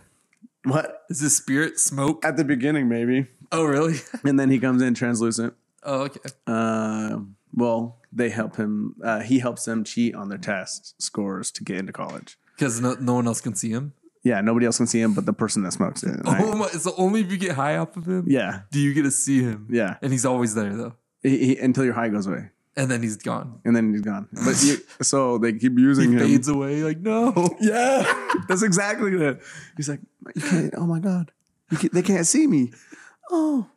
Speaker 1: What
Speaker 2: Is this spirit smoke?
Speaker 1: at the beginning maybe,
Speaker 2: Oh, really?
Speaker 1: and then he comes in translucent.
Speaker 2: Oh, okay.
Speaker 1: Uh, well, they help him. Uh, he helps them cheat on their test scores to get into college.
Speaker 2: Because no, no one else can see him.
Speaker 1: Yeah, nobody else can see him, but the person that smokes it. right?
Speaker 2: Oh my! So only if you get high off of him
Speaker 1: Yeah,
Speaker 2: do you get to see him.
Speaker 1: yeah.
Speaker 2: And he's always there though,
Speaker 1: He, he, until your high goes away,
Speaker 2: and then he's gone.
Speaker 1: and then he's gone. But you, so they keep
Speaker 2: He
Speaker 1: using him.
Speaker 2: fades away. Like no.
Speaker 1: Yeah, that's exactly it. He's like, you can't, oh my god, you can't, they can't see me. Oh,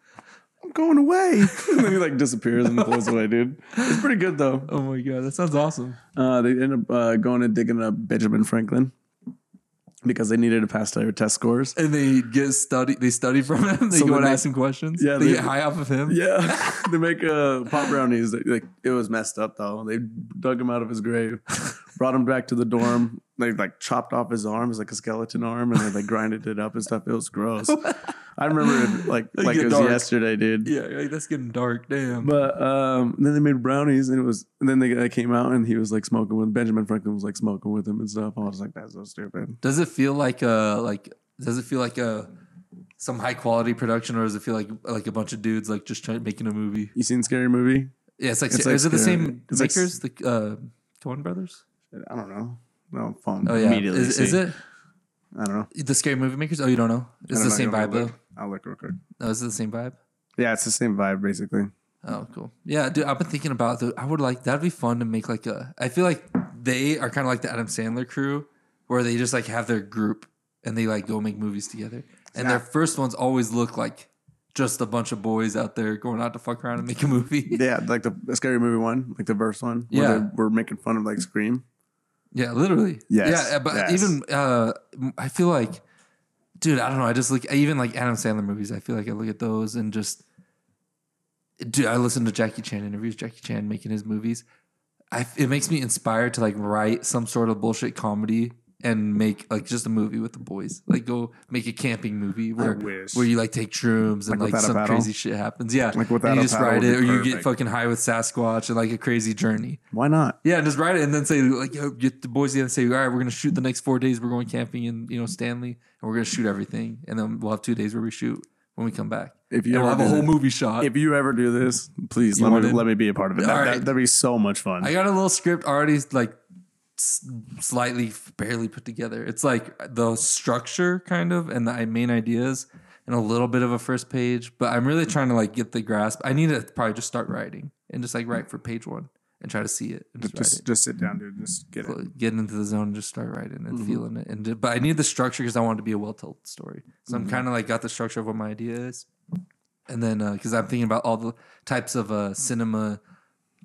Speaker 1: I'm going away. and then he like disappears and floats away, dude. It's pretty good though.
Speaker 2: Oh my god, that sounds awesome.
Speaker 1: Uh, they ended up uh, going and digging up Benjamin Franklin because they needed to pass their test scores.
Speaker 2: And they get study. They study from him. They
Speaker 1: So
Speaker 2: go
Speaker 1: then
Speaker 2: and
Speaker 1: they-
Speaker 2: ask him questions.
Speaker 1: Yeah,
Speaker 2: They,
Speaker 1: they-
Speaker 2: get high off of him.
Speaker 1: Yeah, they make uh, pop brownies. They- Like it was messed up though. They dug him out of his grave, brought him back to the dorm. They like chopped off his arm, it was like a skeleton arm, and then they grinded it up and stuff. It was gross. I remember it like
Speaker 2: They
Speaker 1: like
Speaker 2: get
Speaker 1: it was
Speaker 2: dark.
Speaker 1: yesterday, dude.
Speaker 2: Yeah. you're Like that's getting dark. Damn.
Speaker 1: But um, then they made brownies, and it was. And then they, they came out, and he was like smoking with Benjamin Franklin was like smoking with him and stuff. I was like, that's so stupid.
Speaker 2: Does it feel like a like? Does it feel like a some high quality production, or does it feel like like a bunch of dudes like just trying making a movie?
Speaker 1: You seen Scary Movie?
Speaker 2: Yeah, it's like,
Speaker 1: It's
Speaker 2: is
Speaker 1: like
Speaker 2: it the
Speaker 1: scary.
Speaker 2: same
Speaker 1: It's like
Speaker 2: makers, the uh, Coen Brothers?
Speaker 1: I don't know. No phone.
Speaker 2: Oh yeah,
Speaker 1: Immediately
Speaker 2: is, is
Speaker 1: see.
Speaker 2: it
Speaker 1: I don't know.
Speaker 2: the scary movie makers? Oh, you don't know?
Speaker 1: I
Speaker 2: It's
Speaker 1: don't
Speaker 2: the
Speaker 1: know.
Speaker 2: same
Speaker 1: You'll have
Speaker 2: vibe
Speaker 1: to
Speaker 2: though.
Speaker 1: look. I'll look real quick.
Speaker 2: No, is it the same vibe?
Speaker 1: Yeah, it's the same vibe basically.
Speaker 2: Oh, cool. Yeah, dude, I've been thinking about the. I would like that'd be fun to make like a. I feel like they are kind of like the Adam Sandler crew, where they just like have their group and they like go make movies together. And their
Speaker 1: Yeah.
Speaker 2: first ones always look like just a bunch of boys out there going out to fuck around and make a movie.
Speaker 1: Yeah, like the, the scary movie one, like the verse one.
Speaker 2: Yeah.
Speaker 1: where they we're making fun of like Scream.
Speaker 2: yeah, literally.
Speaker 1: Yes,
Speaker 2: Yeah, but
Speaker 1: yes.
Speaker 2: even uh, I feel like, dude, I don't know. I just look even like Adam Sandler movies. I feel like I look at those and just dude, I listen to Jackie Chan interviews, Jackie Chan making his movies. I, it makes me inspired to like write some sort of bullshit comedy and make like just a movie with the boys. Like go make a camping movie where
Speaker 1: wish.
Speaker 2: where you like take shrooms
Speaker 1: Like
Speaker 2: and like,
Speaker 1: Without a
Speaker 2: some
Speaker 1: Paddle?
Speaker 2: crazy shit happens. Yeah,
Speaker 1: Like Without
Speaker 2: and you
Speaker 1: a
Speaker 2: just
Speaker 1: Paddle
Speaker 2: write
Speaker 1: would
Speaker 2: it, or
Speaker 1: be
Speaker 2: you get
Speaker 1: perfect.
Speaker 2: fucking high with Sasquatch and like a crazy journey.
Speaker 1: Why not?
Speaker 2: Yeah, and just write it and then say like, yo, get the boys together and say, all right, we're gonna shoot the next four days. We're going camping in you know Stanley, and we're gonna shoot everything, and then we'll have two days where we shoot when we come back.
Speaker 1: If you
Speaker 2: And we'll
Speaker 1: ever
Speaker 2: have
Speaker 1: do
Speaker 2: a whole
Speaker 1: thi-
Speaker 2: movie shot.
Speaker 1: if you ever do this, please
Speaker 2: You
Speaker 1: let
Speaker 2: want
Speaker 1: me
Speaker 2: it?
Speaker 1: let me be a part of it. That,
Speaker 2: All
Speaker 1: that,
Speaker 2: right.
Speaker 1: that'd be so much fun.
Speaker 2: I got a little script already like s- slightly barely put together. It's like the structure kind of and the main ideas and a little bit of a first page, but I'm really trying to like get the grasp. I need to probably just start writing and just like write for page 1 and try to see it and just,
Speaker 1: just just sit down, dude. Just get
Speaker 2: write
Speaker 1: it.
Speaker 2: it. Get into the zone and just start writing and feeling it. And but I need the structure because I want it to be a well told story. So I'm kind of like got the structure of what my idea is, and then because I'm thinking about all the types of uh, cinema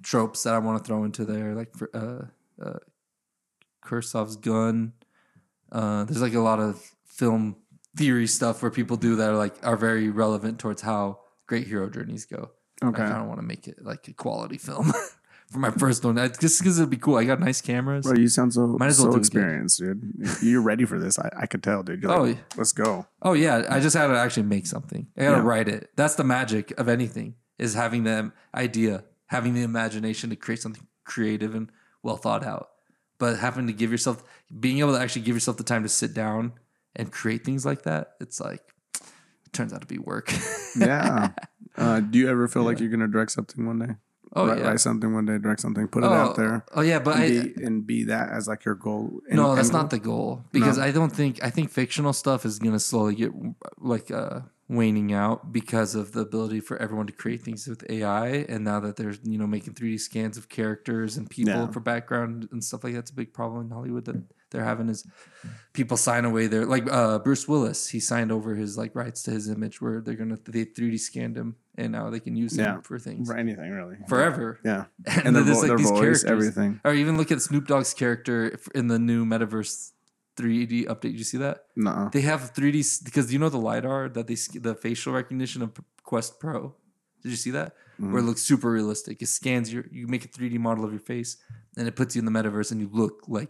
Speaker 2: tropes that I want to throw into there, like for, uh, uh, Kursov's gun. Uh, there's like a lot of film theory stuff where people do that are like are very relevant towards how great hero journeys go.
Speaker 1: Okay.
Speaker 2: I kind of want to make it like a quality film for my first one. I- Just because it'd be cool. I got nice cameras.
Speaker 1: Bro, you sound so
Speaker 2: Might as
Speaker 1: so
Speaker 2: well do it, dude.
Speaker 1: experienced, dude. You're ready for this. I, I could tell, dude. You're
Speaker 2: Oh,
Speaker 1: like,
Speaker 2: yeah.
Speaker 1: let's go.
Speaker 2: Oh yeah, I just had to actually make something. I gotta
Speaker 1: Yeah.
Speaker 2: write it. That's the magic of anything is having the idea, having the imagination to create something creative and well thought out. But having to give yourself, being able to actually give yourself the time to sit down and create things like that, it's like it turns out to be work.
Speaker 1: Yeah. uh, do you ever feel like you're gonna direct something one day?
Speaker 2: oh
Speaker 1: write,
Speaker 2: yeah.
Speaker 1: write something one day, direct something, put it
Speaker 2: oh,
Speaker 1: out there,
Speaker 2: Oh yeah, but I,
Speaker 1: and, be, and be that as like your goal. and-
Speaker 2: no, that's
Speaker 1: and
Speaker 2: not the goal because
Speaker 1: No.
Speaker 2: I don't think I think fictional stuff is going to slowly get like uh, waning out because of the ability for everyone to create things with AI, and now that they're you know making three D scans of characters and people
Speaker 1: Yeah.
Speaker 2: for background and stuff like that's a big problem in Hollywood that they're having is people sign away their like uh, Bruce Willis he signed over his like rights to his image where they're gonna they three D scanned him and now they can use
Speaker 1: Yeah.
Speaker 2: him for things
Speaker 1: for anything really.
Speaker 2: forever
Speaker 1: Yeah,
Speaker 2: and,
Speaker 1: and their,
Speaker 2: then there's
Speaker 1: vo-
Speaker 2: like
Speaker 1: their
Speaker 2: these
Speaker 1: voice,
Speaker 2: characters
Speaker 1: everything.
Speaker 2: or even look at Snoop Dogg's character if- in the new Metaverse 3D update. Did you see that?
Speaker 1: No,
Speaker 2: They have 3D s- because you know the lidar that they sc- the facial recognition of P- Quest Pro. Did you see that? Where
Speaker 1: Mm. Hmm.
Speaker 2: it looks super realistic. It scans your you make a 3D model of your face and it puts you in the metaverse and you look like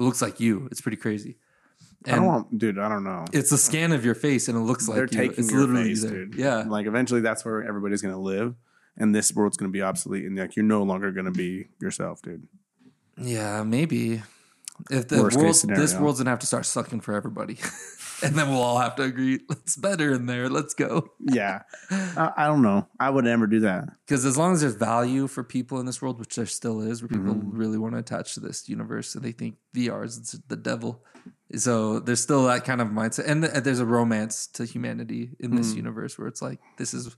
Speaker 2: it looks like you. It's pretty crazy.
Speaker 1: I don't
Speaker 2: And
Speaker 1: want, dude. I don't know.
Speaker 2: it's a scan of your face and it looks like
Speaker 1: They're
Speaker 2: you.
Speaker 1: taking
Speaker 2: it's
Speaker 1: your
Speaker 2: literally
Speaker 1: face,
Speaker 2: there.
Speaker 1: dude.
Speaker 2: Yeah.
Speaker 1: Like eventually, that's where everybody's gonna live, and this world's gonna be obsolete, and like you're no longer gonna be yourself, dude.
Speaker 2: Yeah, maybe. If the
Speaker 1: Worst case
Speaker 2: world,
Speaker 1: scenario.
Speaker 2: this world's gonna have to start sucking for everybody, and then we'll all have to agree it's better in there. Let's go.
Speaker 1: Yeah, I, I don't know. I would never do that.
Speaker 2: Because as long as there's value for people in this world, which there still is, where people
Speaker 1: Mm-hmm.
Speaker 2: really want to attach to this universe and they think VR is the devil, so there's still that kind of mindset, and th- there's a romance to humanity in
Speaker 1: Mm.
Speaker 2: this universe where it's like this is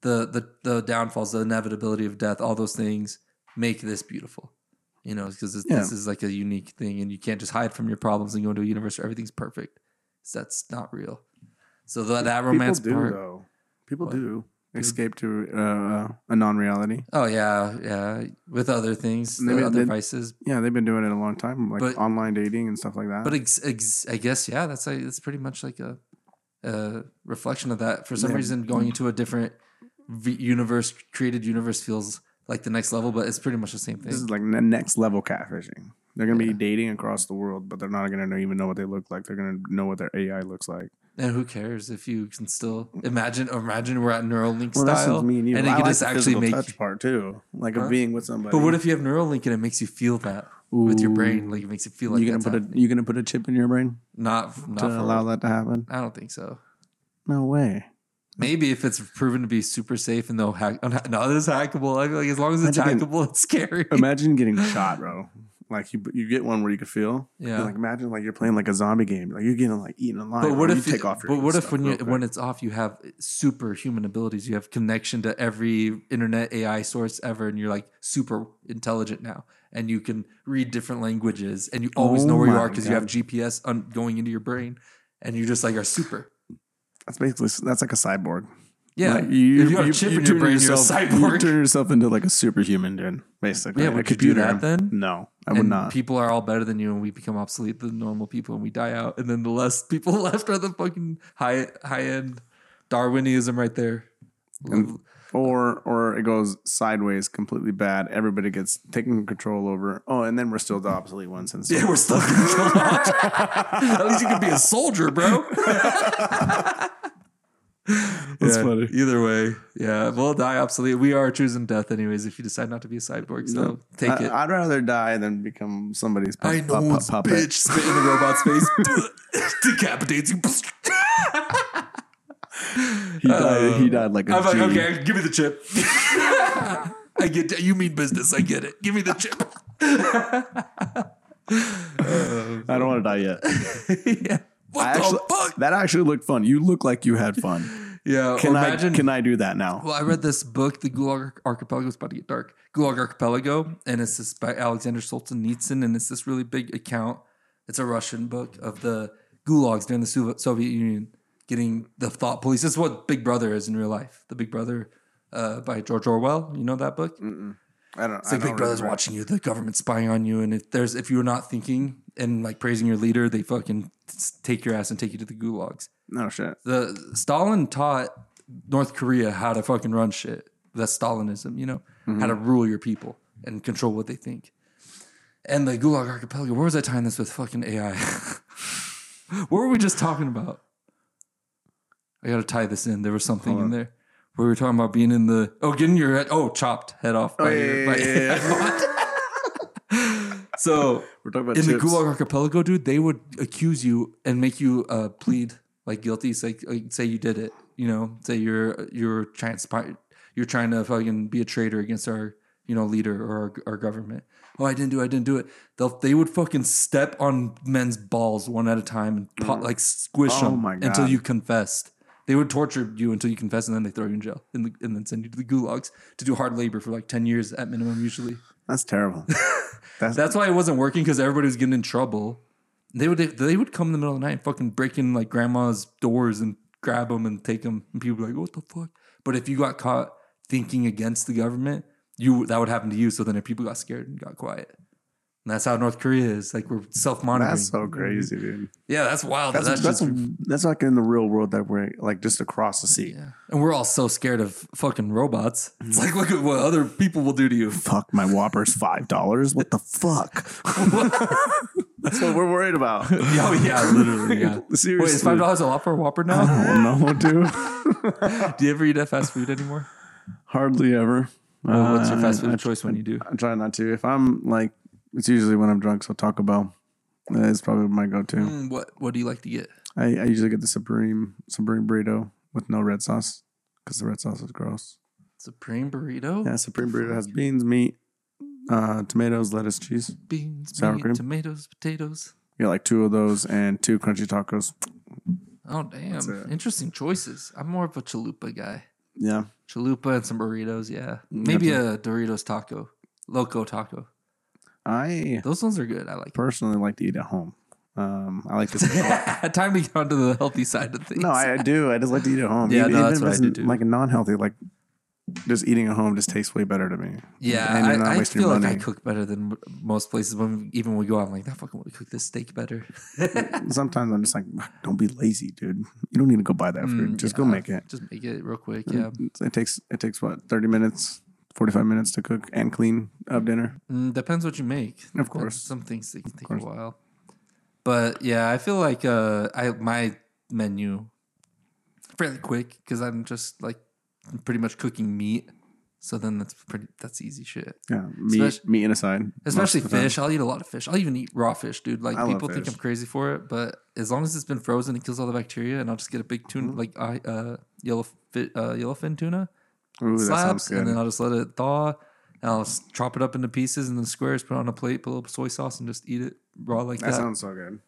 Speaker 2: the the the downfalls, the inevitability of death, all those things make this beautiful, you know, because
Speaker 1: Yeah.
Speaker 2: this is like a unique thing, and you can't just hide from your problems and go into a universe where everything's perfect. 'Cause That's not real. So that Uh, that romance
Speaker 1: People do
Speaker 2: part,
Speaker 1: though. People
Speaker 2: What?
Speaker 1: do escape to uh, a non-reality.
Speaker 2: Oh yeah, yeah. With other things, uh,
Speaker 1: And they- they-
Speaker 2: other vices.
Speaker 1: Yeah, they've been doing it a long time, like
Speaker 2: But-
Speaker 1: online dating and stuff like that.
Speaker 2: But ex, ex, I guess yeah, that's like it's pretty much like a, a reflection of that. For some
Speaker 1: Yeah.
Speaker 2: reason, going into a different v- universe, created universe, feels like the next level, but it's pretty much the same thing.
Speaker 1: this is like the next level catfishing. They're gonna
Speaker 2: Yeah.
Speaker 1: be dating across the world, but they're not gonna know, even know what they look like. They're gonna know what their AI looks like.
Speaker 2: and who cares if you can still imagine? Imagine we're at Neuralink
Speaker 1: Well, that's
Speaker 2: style,
Speaker 1: just me and you.
Speaker 2: and it
Speaker 1: I
Speaker 2: can
Speaker 1: like
Speaker 2: just
Speaker 1: the
Speaker 2: actually
Speaker 1: physical
Speaker 2: make.
Speaker 1: touch part too, like
Speaker 2: Huh?
Speaker 1: of being with somebody.
Speaker 2: But what if you have Neuralink and it makes you feel that with your brain?
Speaker 1: Ooh.
Speaker 2: Like it makes you feel like
Speaker 1: you gonna
Speaker 2: that's
Speaker 1: put a
Speaker 2: happening.
Speaker 1: you gonna put a chip in your brain
Speaker 2: not not
Speaker 1: to
Speaker 2: for-
Speaker 1: allow that to happen?
Speaker 2: I don't think so.
Speaker 1: No way.
Speaker 2: Maybe if it's proven to be super safe and no hack, unha- no, this is hackable. I feel like as long as it's
Speaker 1: Imagine
Speaker 2: hackable, it's scary.
Speaker 1: Imagine getting shot, bro. Like you, you get one where you could feel.
Speaker 2: Yeah.
Speaker 1: Like imagine like you're playing like a zombie game. Like you're getting like eaten alive.
Speaker 2: but what
Speaker 1: bro.
Speaker 2: if
Speaker 1: you take off your?
Speaker 2: But what if
Speaker 1: stuff
Speaker 2: when you
Speaker 1: real quick.
Speaker 2: when it's off, you have superhuman abilities. You have connection to every internet AI source ever, and you're like super intelligent now, and you can read different languages, and you always
Speaker 1: Oh
Speaker 2: know where you
Speaker 1: my
Speaker 2: are because you have
Speaker 1: God.
Speaker 2: GPS on, going into your brain, and you just like are super.
Speaker 1: that's basically that's like a cyborg.
Speaker 2: Yeah,
Speaker 1: Like, you,
Speaker 2: if you have a chip in your
Speaker 1: turn
Speaker 2: brain, you're a cyborg.
Speaker 1: You turn yourself into like a superhuman, dude. Basically,
Speaker 2: Yeah,
Speaker 1: a
Speaker 2: would you do
Speaker 1: computer.
Speaker 2: that then?
Speaker 1: No, I would
Speaker 2: and
Speaker 1: not.
Speaker 2: People are all better than you, and we become obsolete. The normal people, and we die out. And then the less people left are the fucking high high end Darwinism right there.
Speaker 1: Or or it goes sideways completely bad. Everybody gets taken control over. Oh, and then we're still the obsolete ones. And
Speaker 2: Yeah, we're stuck in the lodge. At least you could be a soldier, bro.
Speaker 3: That's
Speaker 2: Yeah,
Speaker 3: funny.
Speaker 2: Either way, yeah, we'll die obsolete. We are choosing death, anyways. If you decide not to be a cyborg, so take it.
Speaker 1: I, would rather die than become somebody's pu-
Speaker 2: I
Speaker 1: pu-
Speaker 2: know
Speaker 1: pu-
Speaker 2: it's bitch spit in the robot's face, decapitates you.
Speaker 1: He died, he died like a
Speaker 2: Uh, I'm like,
Speaker 1: G.
Speaker 2: okay, give me the chip. I get that. you mean business. I get it. Give me the chip.
Speaker 1: I don't want to die yet.
Speaker 2: yeah. What
Speaker 1: I
Speaker 2: the
Speaker 1: actually,
Speaker 2: fuck?
Speaker 1: That actually looked fun. You look like you had fun.
Speaker 2: Yeah.
Speaker 1: Can
Speaker 2: or
Speaker 1: I
Speaker 2: imagine,
Speaker 1: can I do that now?
Speaker 2: Well, I read this book, The Gulag Archipelago. It's about to get dark. Gulag Archipelago, and it's this by Alexander Solzhenitsyn, and it's this really big account. It's a Russian book of the gulags during the Sovi- Soviet Union getting the thought police. This is what Big Brother is in real life. The Big Brother uh, by George Orwell. You know that book?
Speaker 1: I don't.
Speaker 2: It's like Big Brother's watching you, the government's spying on you, and if there's if you're not thinking and like praising your leader, they fucking s- take your ass and take you to the gulags
Speaker 1: No shit.
Speaker 2: the Stalin taught North Korea how to fucking run shit. That's Stalinism, you know,
Speaker 1: Mm-hmm.
Speaker 2: how to rule your people and control what they think. And the Gulag Archipelago. Where was I tying this with fucking AI? what were we just talking about? I gotta tie this in. There was something in there. We were talking about being in the oh, getting your head oh chopped head off by your
Speaker 1: yeah,
Speaker 2: by
Speaker 1: yeah,
Speaker 2: so
Speaker 1: We're talking about
Speaker 2: in
Speaker 1: chips.
Speaker 2: the Gulag Archipelago, dude, they would accuse you and make you uh, plead like guilty. It's like, like, say you did it, you know, say you're you're trying to spy, you're trying to fucking be a traitor against our you know leader or our, our government. Oh, I didn't do, it, I didn't do it. They'll they would fucking step on men's balls one at a time and pop, like squish
Speaker 1: Oh
Speaker 2: them
Speaker 1: my
Speaker 2: until
Speaker 1: God.
Speaker 2: you confessed. They would torture you until you confess, and then they throw you in jail, and, and then send you to the gulags to do hard labor for like ten years at minimum, usually.
Speaker 1: That's terrible.
Speaker 2: That's why it wasn't working because everybody was getting in trouble. They would they would come in the middle of the night and fucking break in like grandma's doors and grab them and take them. And people were like, "What the fuck?" But if you got caught thinking against the government, you that would happen to you. So then if people got scared and got quiet, and that's how North Korea is. Like we're self monitoring.
Speaker 1: That's so crazy, dude.
Speaker 2: yeah, that's wild.
Speaker 1: That's that's
Speaker 2: That's
Speaker 1: that's,
Speaker 2: just-
Speaker 1: like in the real world that we're like just across the sea.
Speaker 2: yeah. And we're all so scared of fucking robots.
Speaker 1: Mm.
Speaker 2: It's like look at what other people will do to you.
Speaker 1: Fuck my Whopper's five dollars. What the fuck? that's what we're worried about.
Speaker 2: oh yeah, literally. Yeah. Wait, is
Speaker 1: Seriously.
Speaker 2: five dollars a lot for a Whopper now?
Speaker 1: Oh no, dude.
Speaker 2: do you ever eat at fast food anymore?
Speaker 1: Hardly ever.
Speaker 2: Well, Oh, what's your
Speaker 1: Uh,
Speaker 2: fast food
Speaker 1: I-
Speaker 2: choice when you do?
Speaker 1: I try not to. If I'm like, it's usually when I'm drunk. So Taco Bell uh, is probably my go-to.
Speaker 2: Mm, What What do you like to get?
Speaker 1: I, I usually get the supreme supreme burrito with no red sauce because the red sauce is gross.
Speaker 2: Supreme burrito,
Speaker 1: Yeah, supreme burrito has beans, meat, uh, tomatoes, lettuce, cheese.
Speaker 2: beans,
Speaker 1: sour
Speaker 2: meat,
Speaker 1: cream.
Speaker 2: tomatoes, potatoes.
Speaker 1: You get like two of those and two crunchy tacos.
Speaker 2: Oh damn!
Speaker 1: it.
Speaker 2: Interesting choices. I'm more of a chalupa guy.
Speaker 1: Yeah,
Speaker 2: Chalupa and some burritos.
Speaker 1: Mm,
Speaker 2: Yeah, maybe a Doritos taco, loco taco.
Speaker 1: I
Speaker 2: Those ones are good. I like.
Speaker 1: personally like to eat at home. Um, I like to.
Speaker 2: Them. Time to get onto the healthy side of things.
Speaker 1: no, I, I do. I just like to eat at home.
Speaker 2: Yeah,
Speaker 1: Even-
Speaker 2: no, that's
Speaker 1: even if
Speaker 2: what I
Speaker 1: it's
Speaker 2: do too.
Speaker 1: Like non-healthy, like just eating at home just tastes way better to me.
Speaker 2: yeah,
Speaker 1: and you're not
Speaker 2: I, I
Speaker 1: wasting
Speaker 2: feel
Speaker 1: your
Speaker 2: like I
Speaker 1: money.
Speaker 2: cook better than m- most places. When even when we go out, I'm like, that fucking would cook this steak better.
Speaker 1: Sometimes I'm just like, don't be lazy, dude. You don't need to go buy that
Speaker 2: Mm,
Speaker 1: food. Just go make it. Mm.
Speaker 2: Just make it real quick. Yeah,
Speaker 1: It takes it takes what thirty minutes, forty five minutes to cook and clean up dinner.
Speaker 2: Mm, depends what you make. Depends-
Speaker 1: course.
Speaker 2: some things that can take a while. But yeah, I feel like uh, I my menu fairly quick because I'm just like pretty much cooking meat. So then that's pretty that's easy shit.
Speaker 1: Yeah, meat
Speaker 2: Especially-
Speaker 1: meat and aside,
Speaker 2: Especially fish. I'll eat a lot of fish. I'll even eat raw fish, dude. Like
Speaker 1: I love
Speaker 2: people think
Speaker 1: fish.
Speaker 2: I'm crazy for it, but as long as it's been frozen, it kills all the bacteria, and I'll just get a big tuna,
Speaker 1: Mm-hmm.
Speaker 2: like I uh, yellow fi- uh, yellowfin tuna
Speaker 1: Ooh, that sounds
Speaker 2: slaps,
Speaker 1: good.
Speaker 2: and then I'll just let it thaw. And I'll s- chop it up into pieces and then squares, put it on a plate, put a little soy sauce, and just eat it raw like
Speaker 1: that
Speaker 2: that.
Speaker 1: sounds so good.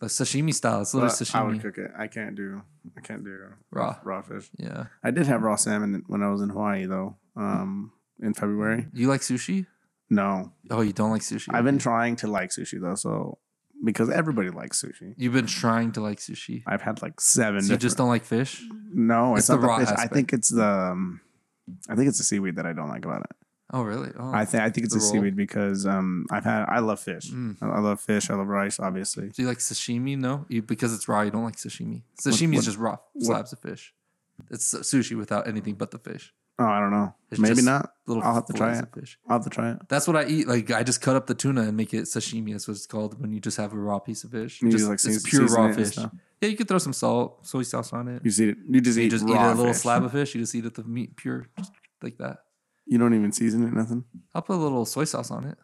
Speaker 2: Like sashimi style. It's literally
Speaker 1: But I would
Speaker 2: sashimi
Speaker 1: cook it. I can't do I can't do
Speaker 2: raw.
Speaker 1: raw fish.
Speaker 2: Yeah.
Speaker 1: I did have raw salmon when I was in Hawaii though. Um, in February.
Speaker 2: You like sushi?
Speaker 1: No,
Speaker 2: Oh, you don't like sushi.
Speaker 1: I've been trying to like sushi though. So because everybody likes sushi,
Speaker 2: You've been trying to like sushi.
Speaker 1: I've had like seven.
Speaker 2: So you just
Speaker 1: different-
Speaker 2: don't like fish?
Speaker 1: no. It's,
Speaker 2: the
Speaker 1: not the
Speaker 2: raw
Speaker 1: fish.
Speaker 2: aspect.
Speaker 1: I think it's the. Um, I think it's the seaweed that I don't like about it.
Speaker 2: Oh, really? Oh.
Speaker 1: I think I think it's
Speaker 2: The
Speaker 1: a
Speaker 2: roll.
Speaker 1: seaweed because um I've had I love fish.
Speaker 2: Mm.
Speaker 1: I I love fish. I love rice, obviously.
Speaker 2: Do you like sashimi? No, you, because it's raw. You don't like sashimi. Sashimi is
Speaker 1: what-
Speaker 2: just raw slabs of fish. It's su- sushi without anything but the fish.
Speaker 1: Oh, I don't know.
Speaker 2: It's
Speaker 1: Maybe
Speaker 2: just
Speaker 1: not.
Speaker 2: Little
Speaker 1: I'll have to try
Speaker 2: fillets
Speaker 1: it.
Speaker 2: of Fish.
Speaker 1: I'll have to try it.
Speaker 2: That's what I eat. Like I just cut up the tuna and make it sashimi. Is what it's called when you just have a raw piece of fish.
Speaker 1: You
Speaker 2: Just,
Speaker 1: just, like,
Speaker 2: it's
Speaker 1: seas-
Speaker 2: pure
Speaker 1: season it
Speaker 2: raw
Speaker 1: and
Speaker 2: fish.
Speaker 1: stuff.
Speaker 2: Yeah, you could throw some salt, soy sauce on it.
Speaker 1: You just eat it. You just
Speaker 2: You,
Speaker 1: eat
Speaker 2: just eat
Speaker 1: raw
Speaker 2: a little
Speaker 1: fish.
Speaker 2: slab of fish. You just eat it the meat pure, just like that.
Speaker 1: You don't even season it. Nothing.
Speaker 2: I'll put a little soy sauce on it.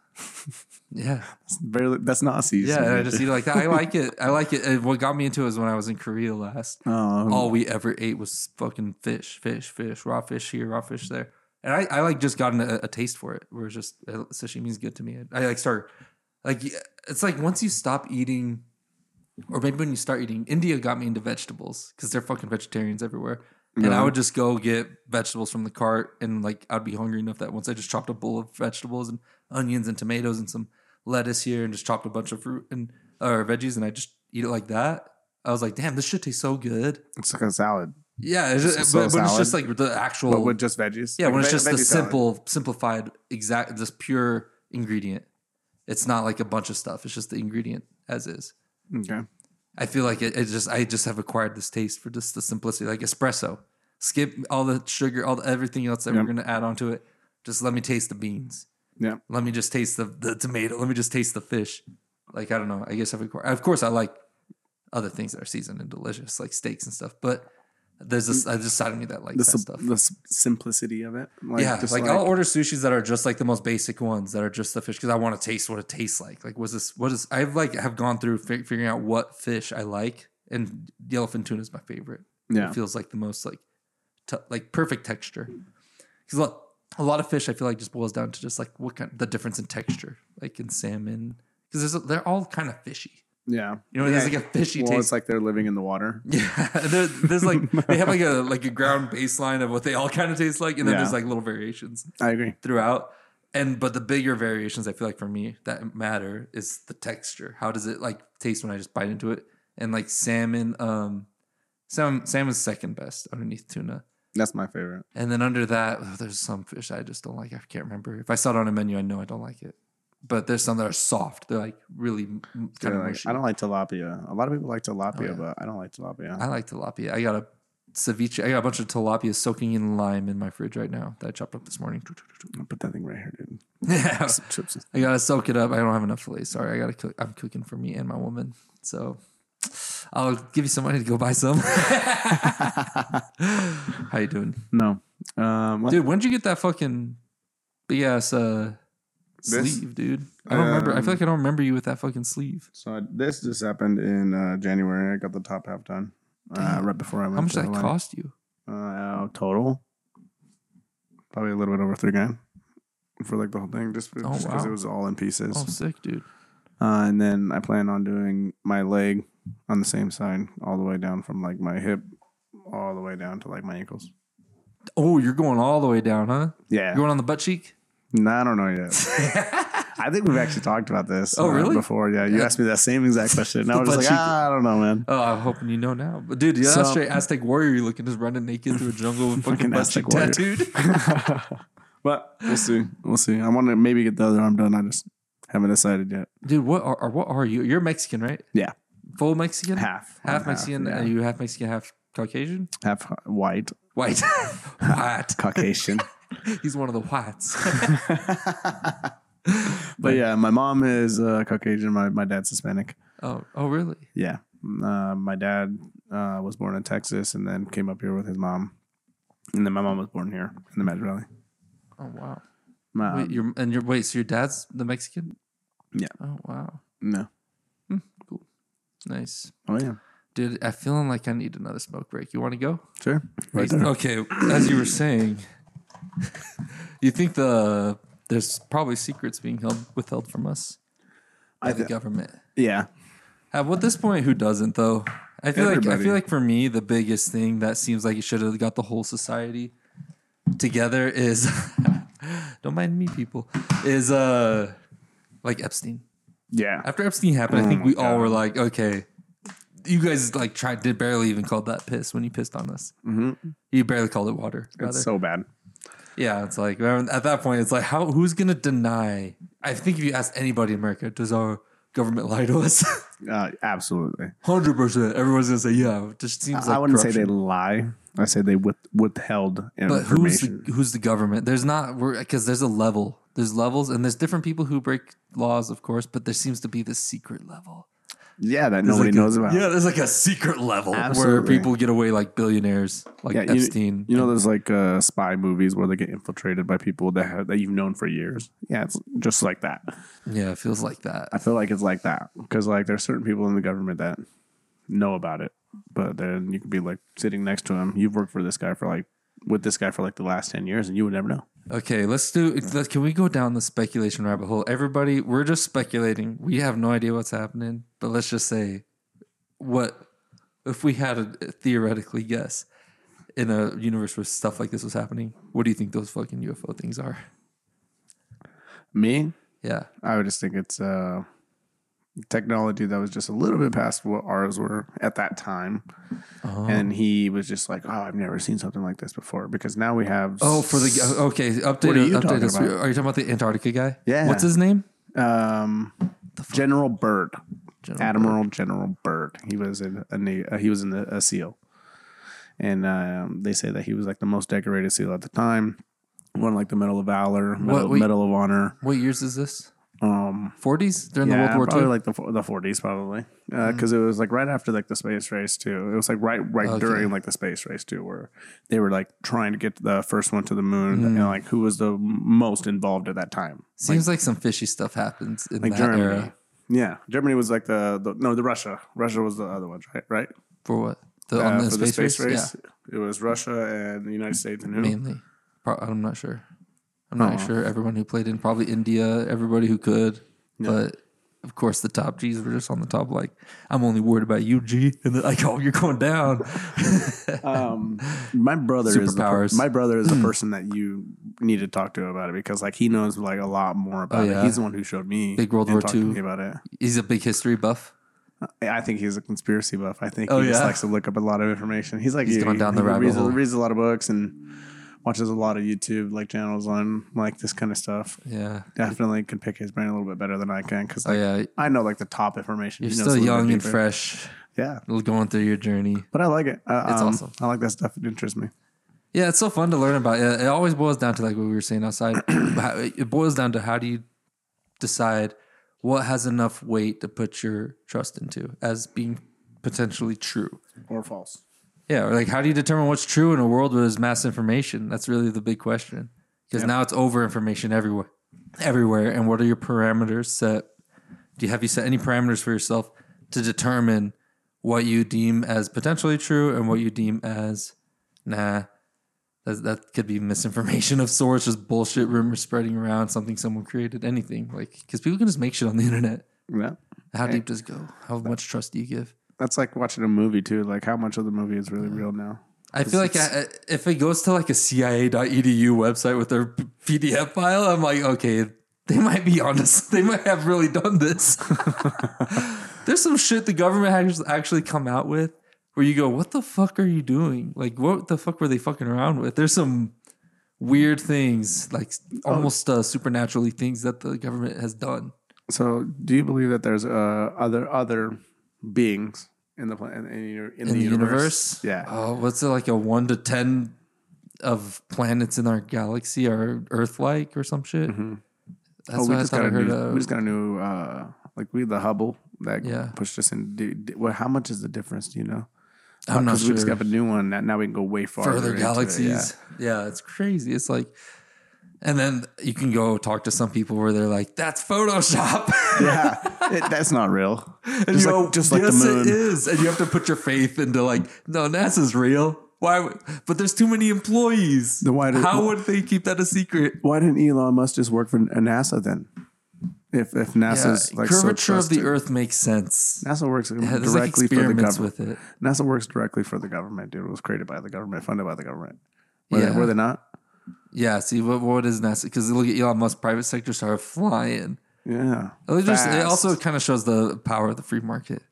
Speaker 2: Yeah,
Speaker 1: That's barely. That's not
Speaker 2: yeah.
Speaker 1: seasoned.
Speaker 2: and I just eat it like that. I like it. I like it. And what got me into it is when I was in Korea last.
Speaker 1: Oh,
Speaker 2: all we ever ate was fucking fish, fish, fish, raw fish here, raw fish there. And I, I like just gotten a, a taste for it where it's just uh, sashimi's good to me. I like start like it's like once you stop eating, or maybe when you start eating, India got me into vegetables because they're fucking vegetarians everywhere. And I
Speaker 1: Really?
Speaker 2: would just go get vegetables from the cart and like I'd be hungry enough that once I just chopped a bowl of vegetables and onions and tomatoes and some lettuce here and just chopped a bunch of fruit and or veggies and I just eat it like that. I was like, damn, this shit tastes so good.
Speaker 1: it's like a salad,
Speaker 2: Yeah, it's just,
Speaker 1: It's
Speaker 2: but,
Speaker 1: so
Speaker 2: but it's
Speaker 1: solid.
Speaker 2: just like the actual.
Speaker 1: but with just veggies.
Speaker 2: yeah,
Speaker 1: Like
Speaker 2: when
Speaker 1: ve-
Speaker 2: it's just the
Speaker 1: veggie salad.
Speaker 2: simple, simplified, exact, just pure ingredient. It's not like a bunch of stuff. It's just the ingredient as is.
Speaker 1: Okay.
Speaker 2: I feel like it, it just I just have acquired this taste for just the simplicity, like espresso. Skip all the sugar, all the, everything else that we're
Speaker 1: Yep.
Speaker 2: gonna add onto it. Just let me taste the beans.
Speaker 1: Yeah.
Speaker 2: Let me just taste the the tomato. Let me just taste the fish. Like I don't know. I guess I've acquired. Of course, I like other things that are seasoned and delicious, like steaks and stuff. But there's this uh, this side of me that likes
Speaker 1: The,
Speaker 2: that
Speaker 1: sim-
Speaker 2: stuff.
Speaker 1: the s- simplicity of it. Like,
Speaker 2: yeah,
Speaker 1: Just
Speaker 2: like, oh, I'll order sushis that are just like the most basic ones that are just the fish because I want to taste what it tastes like. Like, was this what is? I've like have gone through fi- figuring out what fish I like, and the elephant tuna is my favorite.
Speaker 1: yeah.
Speaker 2: It feels like the most like t- like perfect texture. Because a lot, a lot of fish, I feel like, just boils down to just like what kind the difference in texture, like in salmon, because they're all kind of fishy.
Speaker 1: Yeah.
Speaker 2: You know,
Speaker 1: yeah.
Speaker 2: there's like a fishy
Speaker 1: well,
Speaker 2: taste.
Speaker 1: it's like they're living in the water.
Speaker 2: Yeah, there, there's like they have like a like a ground baseline of what they all kind of taste like, and then
Speaker 1: Yeah.
Speaker 2: there's like little variations
Speaker 1: I agree.
Speaker 2: throughout. And but the bigger variations I feel like for me that matter is the texture. How does it like taste when I just bite into it? And like salmon, um, salmon salmon's second best underneath tuna.
Speaker 1: That's my favorite.
Speaker 2: And then under that, oh, there's some fish I just don't like. I can't remember. If I saw it on a menu, I know I don't like it. But there's some that are soft. They're like really kind
Speaker 1: They're
Speaker 2: of
Speaker 1: like,
Speaker 2: mushy.
Speaker 1: I don't like tilapia. A lot of people like tilapia,
Speaker 2: Oh, yeah.
Speaker 1: but I don't like tilapia.
Speaker 2: I like tilapia. I got a ceviche. I got a bunch of tilapia soaking in lime in my fridge right now that I chopped up this morning.
Speaker 1: I'll put that thing right here, dude.
Speaker 2: Yeah.
Speaker 1: Some chips.
Speaker 2: I gotta soak it up. I don't have enough fillet. Sorry, I gotta cook. I'm cooking for me and my woman, so I'll give you some money to go buy some. How you doing,
Speaker 1: No. Um, well,
Speaker 2: dude? When'd you get that fucking big ass uh,
Speaker 1: This?
Speaker 2: sleeve, dude? I don't remember. I feel
Speaker 1: Um,
Speaker 2: like I don't remember you with that fucking sleeve.
Speaker 1: So I- this just happened in uh, January. I got the top half done uh,
Speaker 2: Damn.
Speaker 1: right before I went.
Speaker 2: How much
Speaker 1: to
Speaker 2: did that
Speaker 1: Hawaii.
Speaker 2: cost you?
Speaker 1: Uh, total, probably a little bit over three grand for like the whole thing, just
Speaker 2: Oh,
Speaker 1: because
Speaker 2: wow.
Speaker 1: it was all in pieces.
Speaker 2: Oh, sick, dude.
Speaker 1: Uh, and then I plan on doing my leg on the same side, all the way down from like my hip, all the way down to like my ankles.
Speaker 2: Oh, you're going all the way down, huh?
Speaker 1: Yeah,
Speaker 2: You're going on the butt cheek.
Speaker 1: no, I don't know yet. I think we've actually talked about this. uh,
Speaker 2: Oh, really?
Speaker 1: Before, yeah, you
Speaker 2: Yeah.
Speaker 1: asked me that same exact question. And I
Speaker 2: The
Speaker 1: was just
Speaker 2: butt
Speaker 1: like,
Speaker 2: cheek.
Speaker 1: ah, I don't know, man.
Speaker 2: Oh, I'm hoping you know now. But dude, yeah,
Speaker 1: So-
Speaker 2: that's straight Aztec warrior you looking just running naked through a jungle with
Speaker 1: Fucking
Speaker 2: fucking butt cheek
Speaker 1: Aztec warrior.
Speaker 2: tattooed.
Speaker 1: but we'll see. We'll see. I want to maybe get the other arm done. I just haven't decided yet.
Speaker 2: Dude, what are, are what are you? You're Mexican, right?
Speaker 1: Yeah.
Speaker 2: Full Mexican?
Speaker 1: Half.
Speaker 2: Half
Speaker 1: I'm
Speaker 2: Mexican.
Speaker 1: yeah.
Speaker 2: Are you half Mexican, half Caucasian?
Speaker 1: half white,
Speaker 2: White. White.
Speaker 1: Caucasian.
Speaker 2: He's one of the whites.
Speaker 1: but yeah, my mom is uh, Caucasian. My my dad's Hispanic.
Speaker 2: oh, oh really?
Speaker 1: Yeah. Uh, my dad uh, was born in Texas and then came up here with his mom. And then my mom was born here in the Magic Valley.
Speaker 2: Oh wow.
Speaker 1: My, um,
Speaker 2: Wait, you're and you're wait, so your dad's the Mexican?
Speaker 1: Yeah.
Speaker 2: Oh wow.
Speaker 1: no.
Speaker 2: Nice.
Speaker 1: Oh yeah.
Speaker 2: Dude, I'm feeling like I need another smoke break. You want to go?
Speaker 1: Sure. Right there.
Speaker 2: Okay, as you were saying, you think the there's probably secrets being held withheld from us by
Speaker 1: I
Speaker 2: the
Speaker 1: thi-
Speaker 2: government.
Speaker 1: yeah.
Speaker 2: At what this point, who doesn't though? I feel like I
Speaker 1: Everybody.
Speaker 2: feel like for me, the biggest thing that seems like it should have got the whole society together is don't mind me, people. Is uh like Epstein.
Speaker 1: Yeah.
Speaker 2: After Epstein happened, I think
Speaker 1: Oh my
Speaker 2: we all were like, okay, you guys like tried did barely even called that piss when you pissed on us.
Speaker 1: Mhm.
Speaker 2: You barely called it water. rather.
Speaker 1: It's so bad.
Speaker 2: Yeah, it's like at that point, it's like how who's gonna deny? I think if you ask anybody in America, does our government lied to us.
Speaker 1: Uh, absolutely.
Speaker 2: Hundred percent. Everyone's gonna say, "Yeah." It just seems.
Speaker 1: I,
Speaker 2: like
Speaker 1: I wouldn't say they
Speaker 2: corruption.
Speaker 1: lie. I say they with, withheld
Speaker 2: But who's
Speaker 1: information.
Speaker 2: the, who's the government? There's not because there's a level. There's levels, and there's different people who break laws, of course. But there seems to be this secret level.
Speaker 1: yeah, that
Speaker 2: There's
Speaker 1: nobody
Speaker 2: like a-
Speaker 1: knows about.
Speaker 2: Yeah, there's like a secret level
Speaker 1: Absolutely.
Speaker 2: where people get away like billionaires, like
Speaker 1: Yeah, you-
Speaker 2: Epstein.
Speaker 1: You know those like uh, spy movies where they get infiltrated by people that have, that you've known for years. Yeah, it's just like that.
Speaker 2: yeah, it feels like that.
Speaker 1: I feel like it's like that because like there's certain people in the government that know about it, but then you could be like sitting next to him. You've worked for this guy for like with this guy for like the last ten years, and you would never know.
Speaker 2: Okay, let's do. Let, can we go down the speculation rabbit hole? Everybody, we're just speculating. We have no idea what's happening, but let's just say, what if we had a theoretically guess in a universe where stuff like this was happening? What do you think those fucking UFO things are?
Speaker 1: Me,
Speaker 2: Yeah,
Speaker 1: I would just think it's uh, technology that was just a little bit past what ours were at that time,
Speaker 2: Oh.
Speaker 1: and he was just like, "Oh, I've never seen something like this before." Because now we have
Speaker 2: Oh, for the okay update.
Speaker 1: What are you
Speaker 2: update
Speaker 1: talking
Speaker 2: us.
Speaker 1: about?
Speaker 2: Are you talking about the Antarctica guy?
Speaker 1: Yeah.
Speaker 2: What's his name?
Speaker 1: um, General Byrd,
Speaker 2: General
Speaker 1: Admiral General Byrd. He was in a na- uh, he was in a, a SEAL, and um, they say that he was like the most decorated SEAL at the time. Won like the Medal of Valor, Medal,
Speaker 2: wait.
Speaker 1: Medal of Honor.
Speaker 2: What years is this?
Speaker 1: Um,
Speaker 2: Forties during
Speaker 1: yeah,
Speaker 2: the World War
Speaker 1: probably
Speaker 2: II.
Speaker 1: like the fo- the forties, probably because it was like right after like the space race too. It was like right right
Speaker 2: Okay.
Speaker 1: during like the space race too, where they were like trying to get the first one to the moon,
Speaker 2: Mm.
Speaker 1: and like who was the most involved at that time?
Speaker 2: Seems like some fishy stuff happens in
Speaker 1: Like
Speaker 2: that
Speaker 1: Germany.
Speaker 2: era.
Speaker 1: Yeah, Germany was like the, the no the Russia. Russia was the other ones, right? Right
Speaker 2: For what? The,
Speaker 1: Uh,
Speaker 2: on
Speaker 1: for the space race,
Speaker 2: Yeah.
Speaker 1: it was Russia and the United States and who?
Speaker 2: mainly. Pro- I'm not sure. I'm not sure everyone who played in probably India, everybody who could, but of course the top G's were just on the top. Like I'm only worried about you, G, and they're like, oh, you're going down.
Speaker 1: Um, my brother is the, per-
Speaker 2: Superpowers. Mm.
Speaker 1: my brother is the person that you need to talk to about it because like he knows like a lot more about
Speaker 2: Oh, yeah.
Speaker 1: it. He's the one who showed me
Speaker 2: Big World
Speaker 1: and
Speaker 2: War
Speaker 1: talked to
Speaker 2: II.
Speaker 1: me about it.
Speaker 2: He's a big history buff.
Speaker 1: I think he's a conspiracy buff. I think
Speaker 2: Oh,
Speaker 1: he just
Speaker 2: yeah?
Speaker 1: likes to look up a lot of information. He's like
Speaker 2: He's
Speaker 1: you,
Speaker 2: going down
Speaker 1: he
Speaker 2: the rabbit
Speaker 1: reads, a-
Speaker 2: hole.
Speaker 1: reads a lot of books and watches a lot of YouTube like channels on like this kind of stuff.
Speaker 2: Yeah.
Speaker 1: Definitely can pick his brain a little bit better than I can because
Speaker 2: Oh yeah.
Speaker 1: I know like the top information.
Speaker 2: You're
Speaker 1: He knows a
Speaker 2: still
Speaker 1: little
Speaker 2: young
Speaker 1: bit
Speaker 2: and
Speaker 1: deeper.
Speaker 2: fresh,
Speaker 1: Yeah,
Speaker 2: going through your journey.
Speaker 1: but I like it. I,
Speaker 2: It's
Speaker 1: um,
Speaker 2: awesome.
Speaker 1: I like that stuff. It interests me.
Speaker 2: Yeah, it's so fun to learn about. It, it always boils down to like what we were saying outside. How- it boils down to how do you decide what has enough weight to put your trust into as being potentially true.
Speaker 1: Or false.
Speaker 2: Yeah, or like how do you determine what's true in a world where there's mass information? That's really the big question. Because now it's over information everywhere. Everywhere. And what are your parameters set? Do you have you set any parameters for yourself to determine what you deem as potentially true and what you deem as nah. That, that could be misinformation of sorts, just bullshit rumors spreading around, something someone created, anything. Like, because people can just make shit on the internet.
Speaker 1: Yeah.
Speaker 2: How deep does it go? How much trust do you give?
Speaker 1: That's like watching a movie too. Like how much of the movie is really real now?
Speaker 2: I feel like I, I- if it goes to like a CIA.edu website with their p- PDF file, I'm like, okay, they might be honest. They might have really done this. There's some shit the government has actually come out with where you go, what the fuck are you doing? Like, what the fuck were they fucking around with? There's some weird things, like almost uh, supernaturally things that the government has done.
Speaker 1: So, do you believe that there's uh, other other beings in the planet in, your- in, the universe? Yeah.
Speaker 2: Oh, what's it like a one to ten of planets in our galaxy are Earth-like or some shit? That's
Speaker 1: Mm-hmm. oh, we
Speaker 2: what I
Speaker 1: just
Speaker 2: thought
Speaker 1: got
Speaker 2: I
Speaker 1: a
Speaker 2: heard.
Speaker 1: new.
Speaker 2: of.
Speaker 1: We just got a new. Uh, like we the Hubble that
Speaker 2: Yeah.
Speaker 1: pushed us in. Do, do, well, how much is the difference? Do you know?
Speaker 2: I'm not
Speaker 1: Because we just
Speaker 2: sure.
Speaker 1: got a new one that now we can go way farther.
Speaker 2: further
Speaker 1: into it,
Speaker 2: galaxies. yeah. it's crazy. It's like, and then you can go talk to some people where they're like, "That's Photoshop."
Speaker 1: Yeah, yeah. It- that's not real.
Speaker 2: and
Speaker 1: just
Speaker 2: you
Speaker 1: like,
Speaker 2: go,
Speaker 1: just like the
Speaker 2: yes, it
Speaker 1: moon.
Speaker 2: is. And you have to put your faith into like, no, NASA's real. Why? would- But there's too many employees.
Speaker 1: Then why did-
Speaker 2: How would they keep that a secret?
Speaker 1: Why didn't Elon Musk just work for NASA then? If if NASA's
Speaker 2: Yeah,
Speaker 1: like so
Speaker 2: curvature of the
Speaker 1: trusted.
Speaker 2: Earth makes sense.
Speaker 1: NASA works
Speaker 2: Yeah, there's like
Speaker 1: directly for the
Speaker 2: experiments
Speaker 1: government.
Speaker 2: with it.
Speaker 1: NASA works directly for the government, dude. It was created by the government, funded by the government. Were,
Speaker 2: Yeah.
Speaker 1: they, were they not?
Speaker 2: Yeah, see what what is NASA? Because look at Elon Musk, private sector started flying.
Speaker 1: Yeah.
Speaker 2: It, was just, it
Speaker 1: Fast.
Speaker 2: also kind of shows the power of the free market.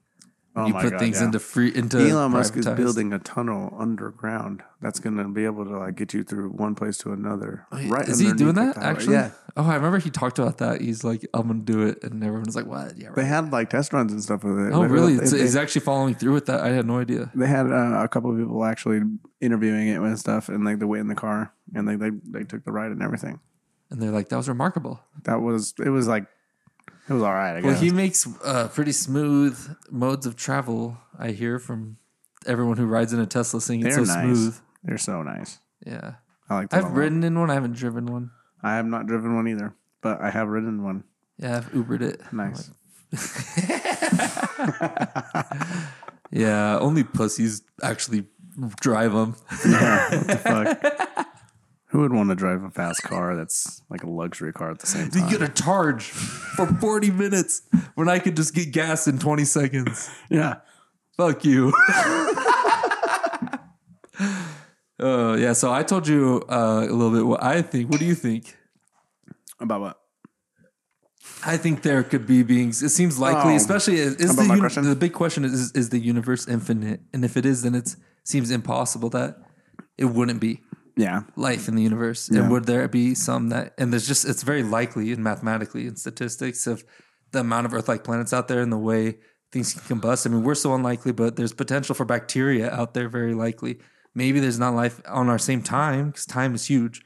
Speaker 1: Oh
Speaker 2: you
Speaker 1: my
Speaker 2: put
Speaker 1: God,
Speaker 2: things
Speaker 1: yeah.
Speaker 2: into free into
Speaker 1: Elon Musk is
Speaker 2: privatized.
Speaker 1: building a tunnel underground that's going to be able to like get you through one place to another. Right?
Speaker 2: Oh, Is he doing
Speaker 1: underneath
Speaker 2: that
Speaker 1: the tower.
Speaker 2: actually?
Speaker 1: Yeah.
Speaker 2: Oh, I remember he talked about that. He's like, I'm gonna do it, and everyone's like, What? Yeah.
Speaker 1: They
Speaker 2: Right.
Speaker 1: had like test runs and stuff with it.
Speaker 2: Oh,
Speaker 1: They-
Speaker 2: really?
Speaker 1: They,
Speaker 2: It's,
Speaker 1: they-
Speaker 2: he's actually following through with that. I had no idea.
Speaker 1: they had uh, a couple of people actually interviewing it and stuff, and like they went in the car and they, they they took the ride and everything.
Speaker 2: And they're like, That was remarkable.
Speaker 1: That was it. Was like it was all right. I guess.
Speaker 2: Well, he makes uh, pretty smooth modes of travel. I hear from everyone who rides in a Tesla saying it's
Speaker 1: They're
Speaker 2: so
Speaker 1: nice.
Speaker 2: smooth.
Speaker 1: They're so nice.
Speaker 2: Yeah,
Speaker 1: I like. Them a
Speaker 2: I've
Speaker 1: lot.
Speaker 2: ridden in one. I haven't driven one.
Speaker 1: I have not driven one either, but I have ridden one.
Speaker 2: Yeah, I've Ubered it.
Speaker 1: Nice.
Speaker 2: Yeah, only pussies actually drive them.
Speaker 1: Yeah, what the fuck? Who would want to drive a fast car that's like a luxury car at the same
Speaker 2: You
Speaker 1: time?
Speaker 2: get a charge for 40 minutes when I could just get gas in 20 seconds.
Speaker 1: Yeah.
Speaker 2: Fuck you. uh, yeah, so I told you uh, a little bit what I think. What do you think?
Speaker 1: About what?
Speaker 2: I think there could be beings. It seems likely,
Speaker 1: Oh.
Speaker 2: especially is, is
Speaker 1: About
Speaker 2: the
Speaker 1: my
Speaker 2: uni-
Speaker 1: question?
Speaker 2: the big question is is the universe infinite? And if it is, then it seems impossible that it wouldn't be
Speaker 1: Yeah.
Speaker 2: life in the universe. And would there be some that? And there's just it's very likely and mathematically and statistics of the amount of Earth-like planets out there and the way things can combust. I mean, we're so unlikely, but there's potential for bacteria out there. Very likely, maybe there's not life on our same time because time is huge.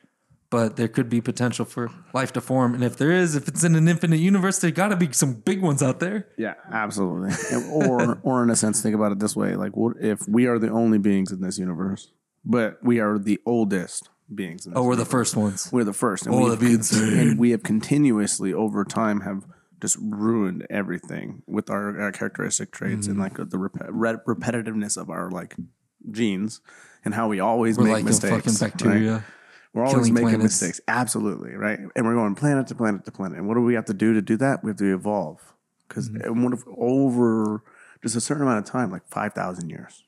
Speaker 2: But there could be potential for life to form, and if there is, if it's in an infinite universe, there got to be some big ones out there.
Speaker 1: Yeah, absolutely. And- or, or in a sense, think about it this way: like, what if we are the only beings in this universe, but we are the oldest beings? In this
Speaker 2: Oh, we're the first ones.
Speaker 1: We're the first, and,
Speaker 2: Oh,
Speaker 1: we,
Speaker 2: that'd
Speaker 1: have,
Speaker 2: be insane.
Speaker 1: and we have continuously over time have just ruined everything with our, our characteristic traits
Speaker 2: Mm.
Speaker 1: and like the rep- rep- repetitiveness of our like genes and how we always
Speaker 2: We're
Speaker 1: make
Speaker 2: like
Speaker 1: mistakes.
Speaker 2: a fucking
Speaker 1: right?
Speaker 2: bacteria.
Speaker 1: We're always
Speaker 2: killing
Speaker 1: making
Speaker 2: planets.
Speaker 1: mistakes, absolutely right. And we're going planet to planet to planet. And what do we have to do to do that? We have to evolve because
Speaker 2: Mm-hmm.
Speaker 1: and what if over just a certain amount of time, like five thousand years.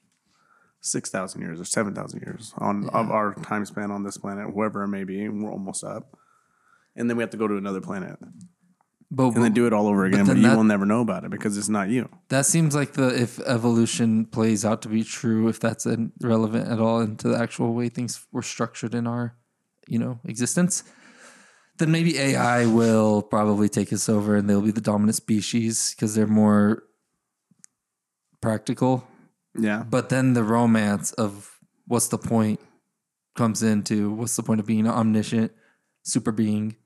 Speaker 1: 6,000 years or 7,000 years on of our time span on this planet, wherever it may be, and we're almost up. And then we have to go to another planet
Speaker 2: But
Speaker 1: and then do it all over again, but,
Speaker 2: then
Speaker 1: you
Speaker 2: that-
Speaker 1: will never know about it because it's not you.
Speaker 2: That seems like the if evolution plays out to be true, if that's in- relevant at all into the actual way things were structured in our, you know, existence, then maybe AI will probably take us over and they'll be the dominant species because they're more practical.
Speaker 1: Yeah.
Speaker 2: But then the romance of what's the point comes into what's the point of being an omniscient super being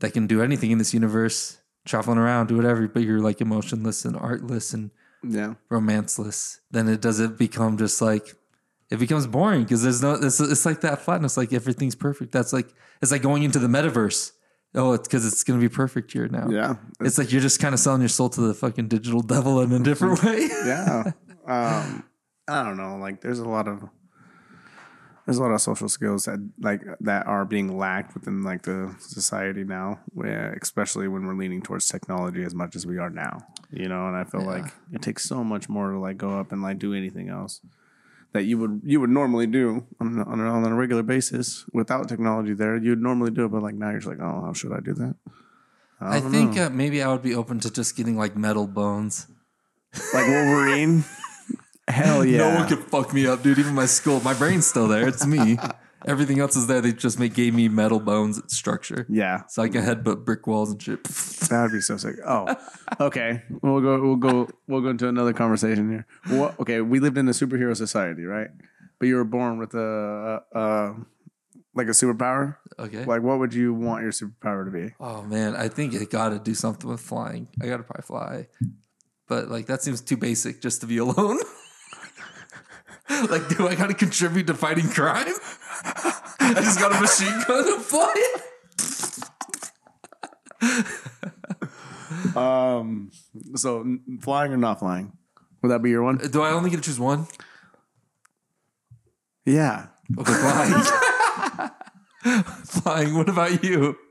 Speaker 2: that can do anything in this universe, traveling around, do whatever, but you're like emotionless and artless and
Speaker 1: Yeah.
Speaker 2: romanceless, then it does it become just like it becomes boring because there's no it's, it's like that flatness, like everything's perfect. That's like it's like going into the metaverse. Oh, it's because it's gonna be perfect here now.
Speaker 1: Yeah.
Speaker 2: It's like you're just kind of selling your soul to the fucking digital devil in a different way.
Speaker 1: yeah. Um, I don't know. Like, there's a lot of there's a lot of social skills that like that are being lacked within like the society now, where, especially when we're leaning towards technology as much as we are now. You know, and I feel like it takes so much more to like go up and like do anything else that you would you would normally do on on, on a regular basis without technology. There, you'd normally do it, but like now you're just like, oh, how should I do that?
Speaker 2: I, think uh, maybe I would be open to just getting like metal bones.
Speaker 1: Like Wolverine. Hell yeah!
Speaker 2: No one could fuck me up, dude. Even my skull, my brain's still there. It's me. Everything else is there. They just make, gave me metal bones structure.
Speaker 1: yeah,
Speaker 2: So I can headbutt brick walls and shit.
Speaker 1: That would be so sick. Oh, okay. We'll go. We'll go. We'll go into another conversation here. What, okay, we lived in a superhero society, right? But you were born with a, a, a like a superpower.
Speaker 2: Okay.
Speaker 1: Like, what would you want your superpower to be?
Speaker 2: Oh man, I think I gotta do something with flying. I gotta probably fly. But like that seems too basic just to be alone. like, do I gotta contribute to fighting crime? I just got a machine gun to fly it.
Speaker 1: Um, so n- flying or not flying? Would that be your one?
Speaker 2: Do I only get to choose one?
Speaker 1: Yeah.
Speaker 2: Okay, flying. flying, what about you?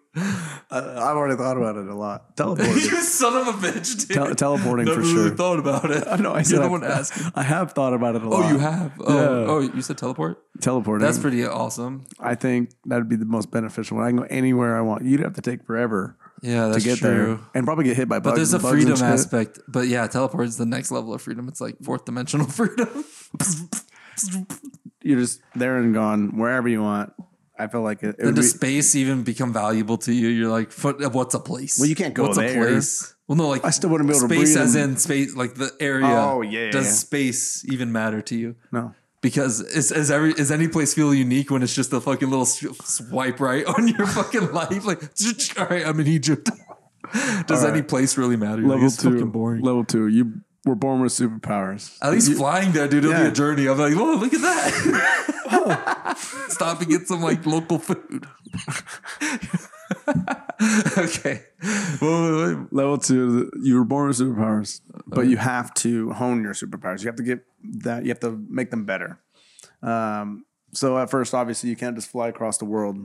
Speaker 1: Uh, I've already thought about it a lot. Teleporting.
Speaker 2: you son of a bitch, dude.
Speaker 1: Tel- teleporting
Speaker 2: Never
Speaker 1: for
Speaker 2: really
Speaker 1: sure.
Speaker 2: thought about it.
Speaker 1: I know. I
Speaker 2: You're
Speaker 1: said
Speaker 2: the
Speaker 1: I-
Speaker 2: one asking.
Speaker 1: I have thought about it a lot.
Speaker 2: Oh, you have. Oh,
Speaker 1: Yeah. Mm.
Speaker 2: oh, you said teleport.
Speaker 1: teleporting.
Speaker 2: That's pretty awesome.
Speaker 1: I think that'd be the most beneficial one. I can go anywhere I want. You'd have to take forever
Speaker 2: Yeah, that's
Speaker 1: to get
Speaker 2: true.
Speaker 1: there and probably get hit by
Speaker 2: But
Speaker 1: bugs.
Speaker 2: there's a
Speaker 1: and bugs and
Speaker 2: freedom
Speaker 1: shit.
Speaker 2: aspect. But yeah, teleport is the next level of freedom. It's like fourth dimensional freedom.
Speaker 1: You're just there and gone wherever you want. I feel like it, it would
Speaker 2: Then
Speaker 1: be,
Speaker 2: does space even become valuable to you? You're like, "Fuck, what's a place?
Speaker 1: Well, you can't go
Speaker 2: what's
Speaker 1: there.
Speaker 2: A place? Well, no, like
Speaker 1: I still wouldn't be able to
Speaker 2: space
Speaker 1: breathe
Speaker 2: as
Speaker 1: in-
Speaker 2: in space, like the area.
Speaker 1: Oh, yeah.
Speaker 2: Does space even matter to you?
Speaker 1: no.
Speaker 2: Because is, is every is any place feel unique when it's just a fucking little s- swipe right on your fucking life? Like, all right, I'm in Egypt. Does any place really matter? Like,
Speaker 1: Level
Speaker 2: it's
Speaker 1: two.
Speaker 2: fucking boring.
Speaker 1: Level two. You were born with superpowers.
Speaker 2: At least flying there, dude, it'll be
Speaker 1: Yeah.
Speaker 2: a journey. I'm like, whoa, look at that.
Speaker 1: Oh.
Speaker 2: Stop and get some like local food. okay. Well, wait, wait.
Speaker 1: Level two. You were born with superpowers, but you have to hone your superpowers. You have to get that. You have to make them better. Um, so at first, obviously, you can't just fly across the world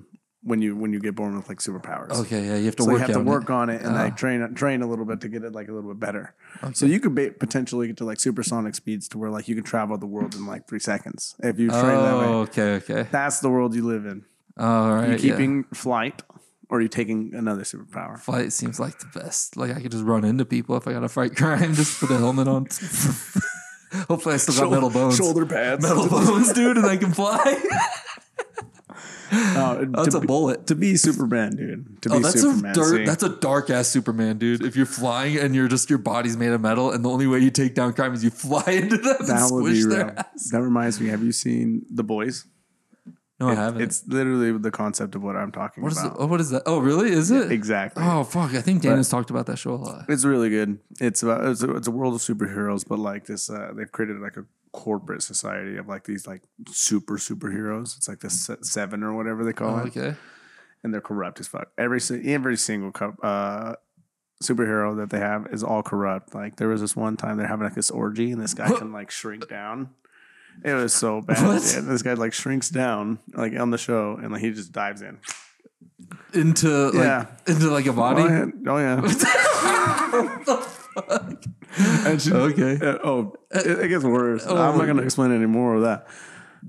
Speaker 1: when you when you get born with like superpowers.
Speaker 2: Okay, yeah, you have to
Speaker 1: So you
Speaker 2: work Ah.
Speaker 1: have to
Speaker 2: out.
Speaker 1: work on it and like train train a little bit to get it like a little bit better. So you could be, potentially get to like supersonic speeds to where like you can travel the world in like three seconds if you train that
Speaker 2: Oh,
Speaker 1: way.
Speaker 2: okay, okay.
Speaker 1: That's the world you live in.
Speaker 2: All right.
Speaker 1: You
Speaker 2: yeah.
Speaker 1: keeping flight or are you taking another superpower?
Speaker 2: Flight seems like the best. Like I could just run into people if I got to fight crime. Just put a helmet on. Hopefully, I still got metal bones.
Speaker 1: Shoulder pads.
Speaker 2: Metal bones, dude, and I can fly.
Speaker 1: No,
Speaker 2: That's
Speaker 1: Uh, to,
Speaker 2: a
Speaker 1: be-
Speaker 2: bullet.
Speaker 1: to be Superman, dude. To
Speaker 2: Oh,
Speaker 1: be
Speaker 2: that's
Speaker 1: Superman.
Speaker 2: a dark,
Speaker 1: see?
Speaker 2: that's a dark ass Superman, dude. If you're flying and you're just your body's made of metal, and the only way you take down crime is you fly into them and
Speaker 1: that would
Speaker 2: squish
Speaker 1: be
Speaker 2: their
Speaker 1: real.
Speaker 2: ass.
Speaker 1: That reminds me. Have you seen The Boys?
Speaker 2: No, I haven't.
Speaker 1: It's literally the concept of what I'm talking
Speaker 2: what is it?
Speaker 1: about.
Speaker 2: Oh, what is that? Oh, really? Is it?
Speaker 1: Exactly.
Speaker 2: Oh, fuck. I think Daniel's talked about that show a lot.
Speaker 1: It's really good. It's about it's a, it's a world of superheroes, but like this, uh, they've created like a corporate society of like these like super superheroes. It's like the se- seven or whatever they call
Speaker 2: Oh,
Speaker 1: it,
Speaker 2: okay.
Speaker 1: and they're corrupt as fuck. Every si- every single co- uh, superhero that they have is all corrupt. Like there was this one time they're having like this orgy, and this guy can like shrink down. It was so bad.
Speaker 2: What?
Speaker 1: dude. This guy like shrinks down like on the show, and like he just dives in.
Speaker 2: Into like
Speaker 1: Yeah.
Speaker 2: into like a body.
Speaker 1: Oh yeah, oh yeah.
Speaker 2: what the fuck?
Speaker 1: And she-
Speaker 2: Okay.
Speaker 1: Uh, oh, it, it gets worse. I'm not going to explain any more of that.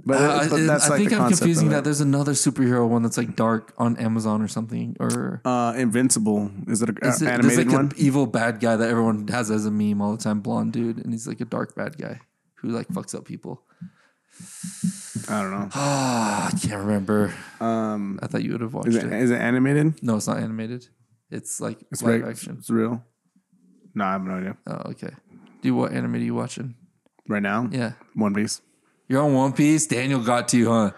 Speaker 1: But,
Speaker 2: oh, Uh,
Speaker 1: but
Speaker 2: I-
Speaker 1: that's
Speaker 2: I
Speaker 1: like
Speaker 2: think
Speaker 1: the
Speaker 2: I'm
Speaker 1: concept
Speaker 2: confusing
Speaker 1: of
Speaker 2: that.
Speaker 1: it.
Speaker 2: There's another superhero one that's like dark on Amazon or something. Or
Speaker 1: Uh, Invincible is it an
Speaker 2: Is it-
Speaker 1: animated
Speaker 2: there's like
Speaker 1: one?
Speaker 2: an evil bad guy that everyone has as a meme all the time, blonde dude, and he's like a dark bad guy who like fucks up people.
Speaker 1: I don't know.
Speaker 2: Ah, I can't remember.
Speaker 1: Um,
Speaker 2: I thought you would have watched
Speaker 1: is
Speaker 2: it.
Speaker 1: it is it animated?
Speaker 2: No, it's not animated. It's like
Speaker 1: It's
Speaker 2: live
Speaker 1: reg-
Speaker 2: action.
Speaker 1: It's real. No, I have no idea.
Speaker 2: Oh, okay. Dude, what anime are you watching?
Speaker 1: Right now,
Speaker 2: Yeah.
Speaker 1: One Piece.
Speaker 2: You're on One Piece. Daniel got to you, huh?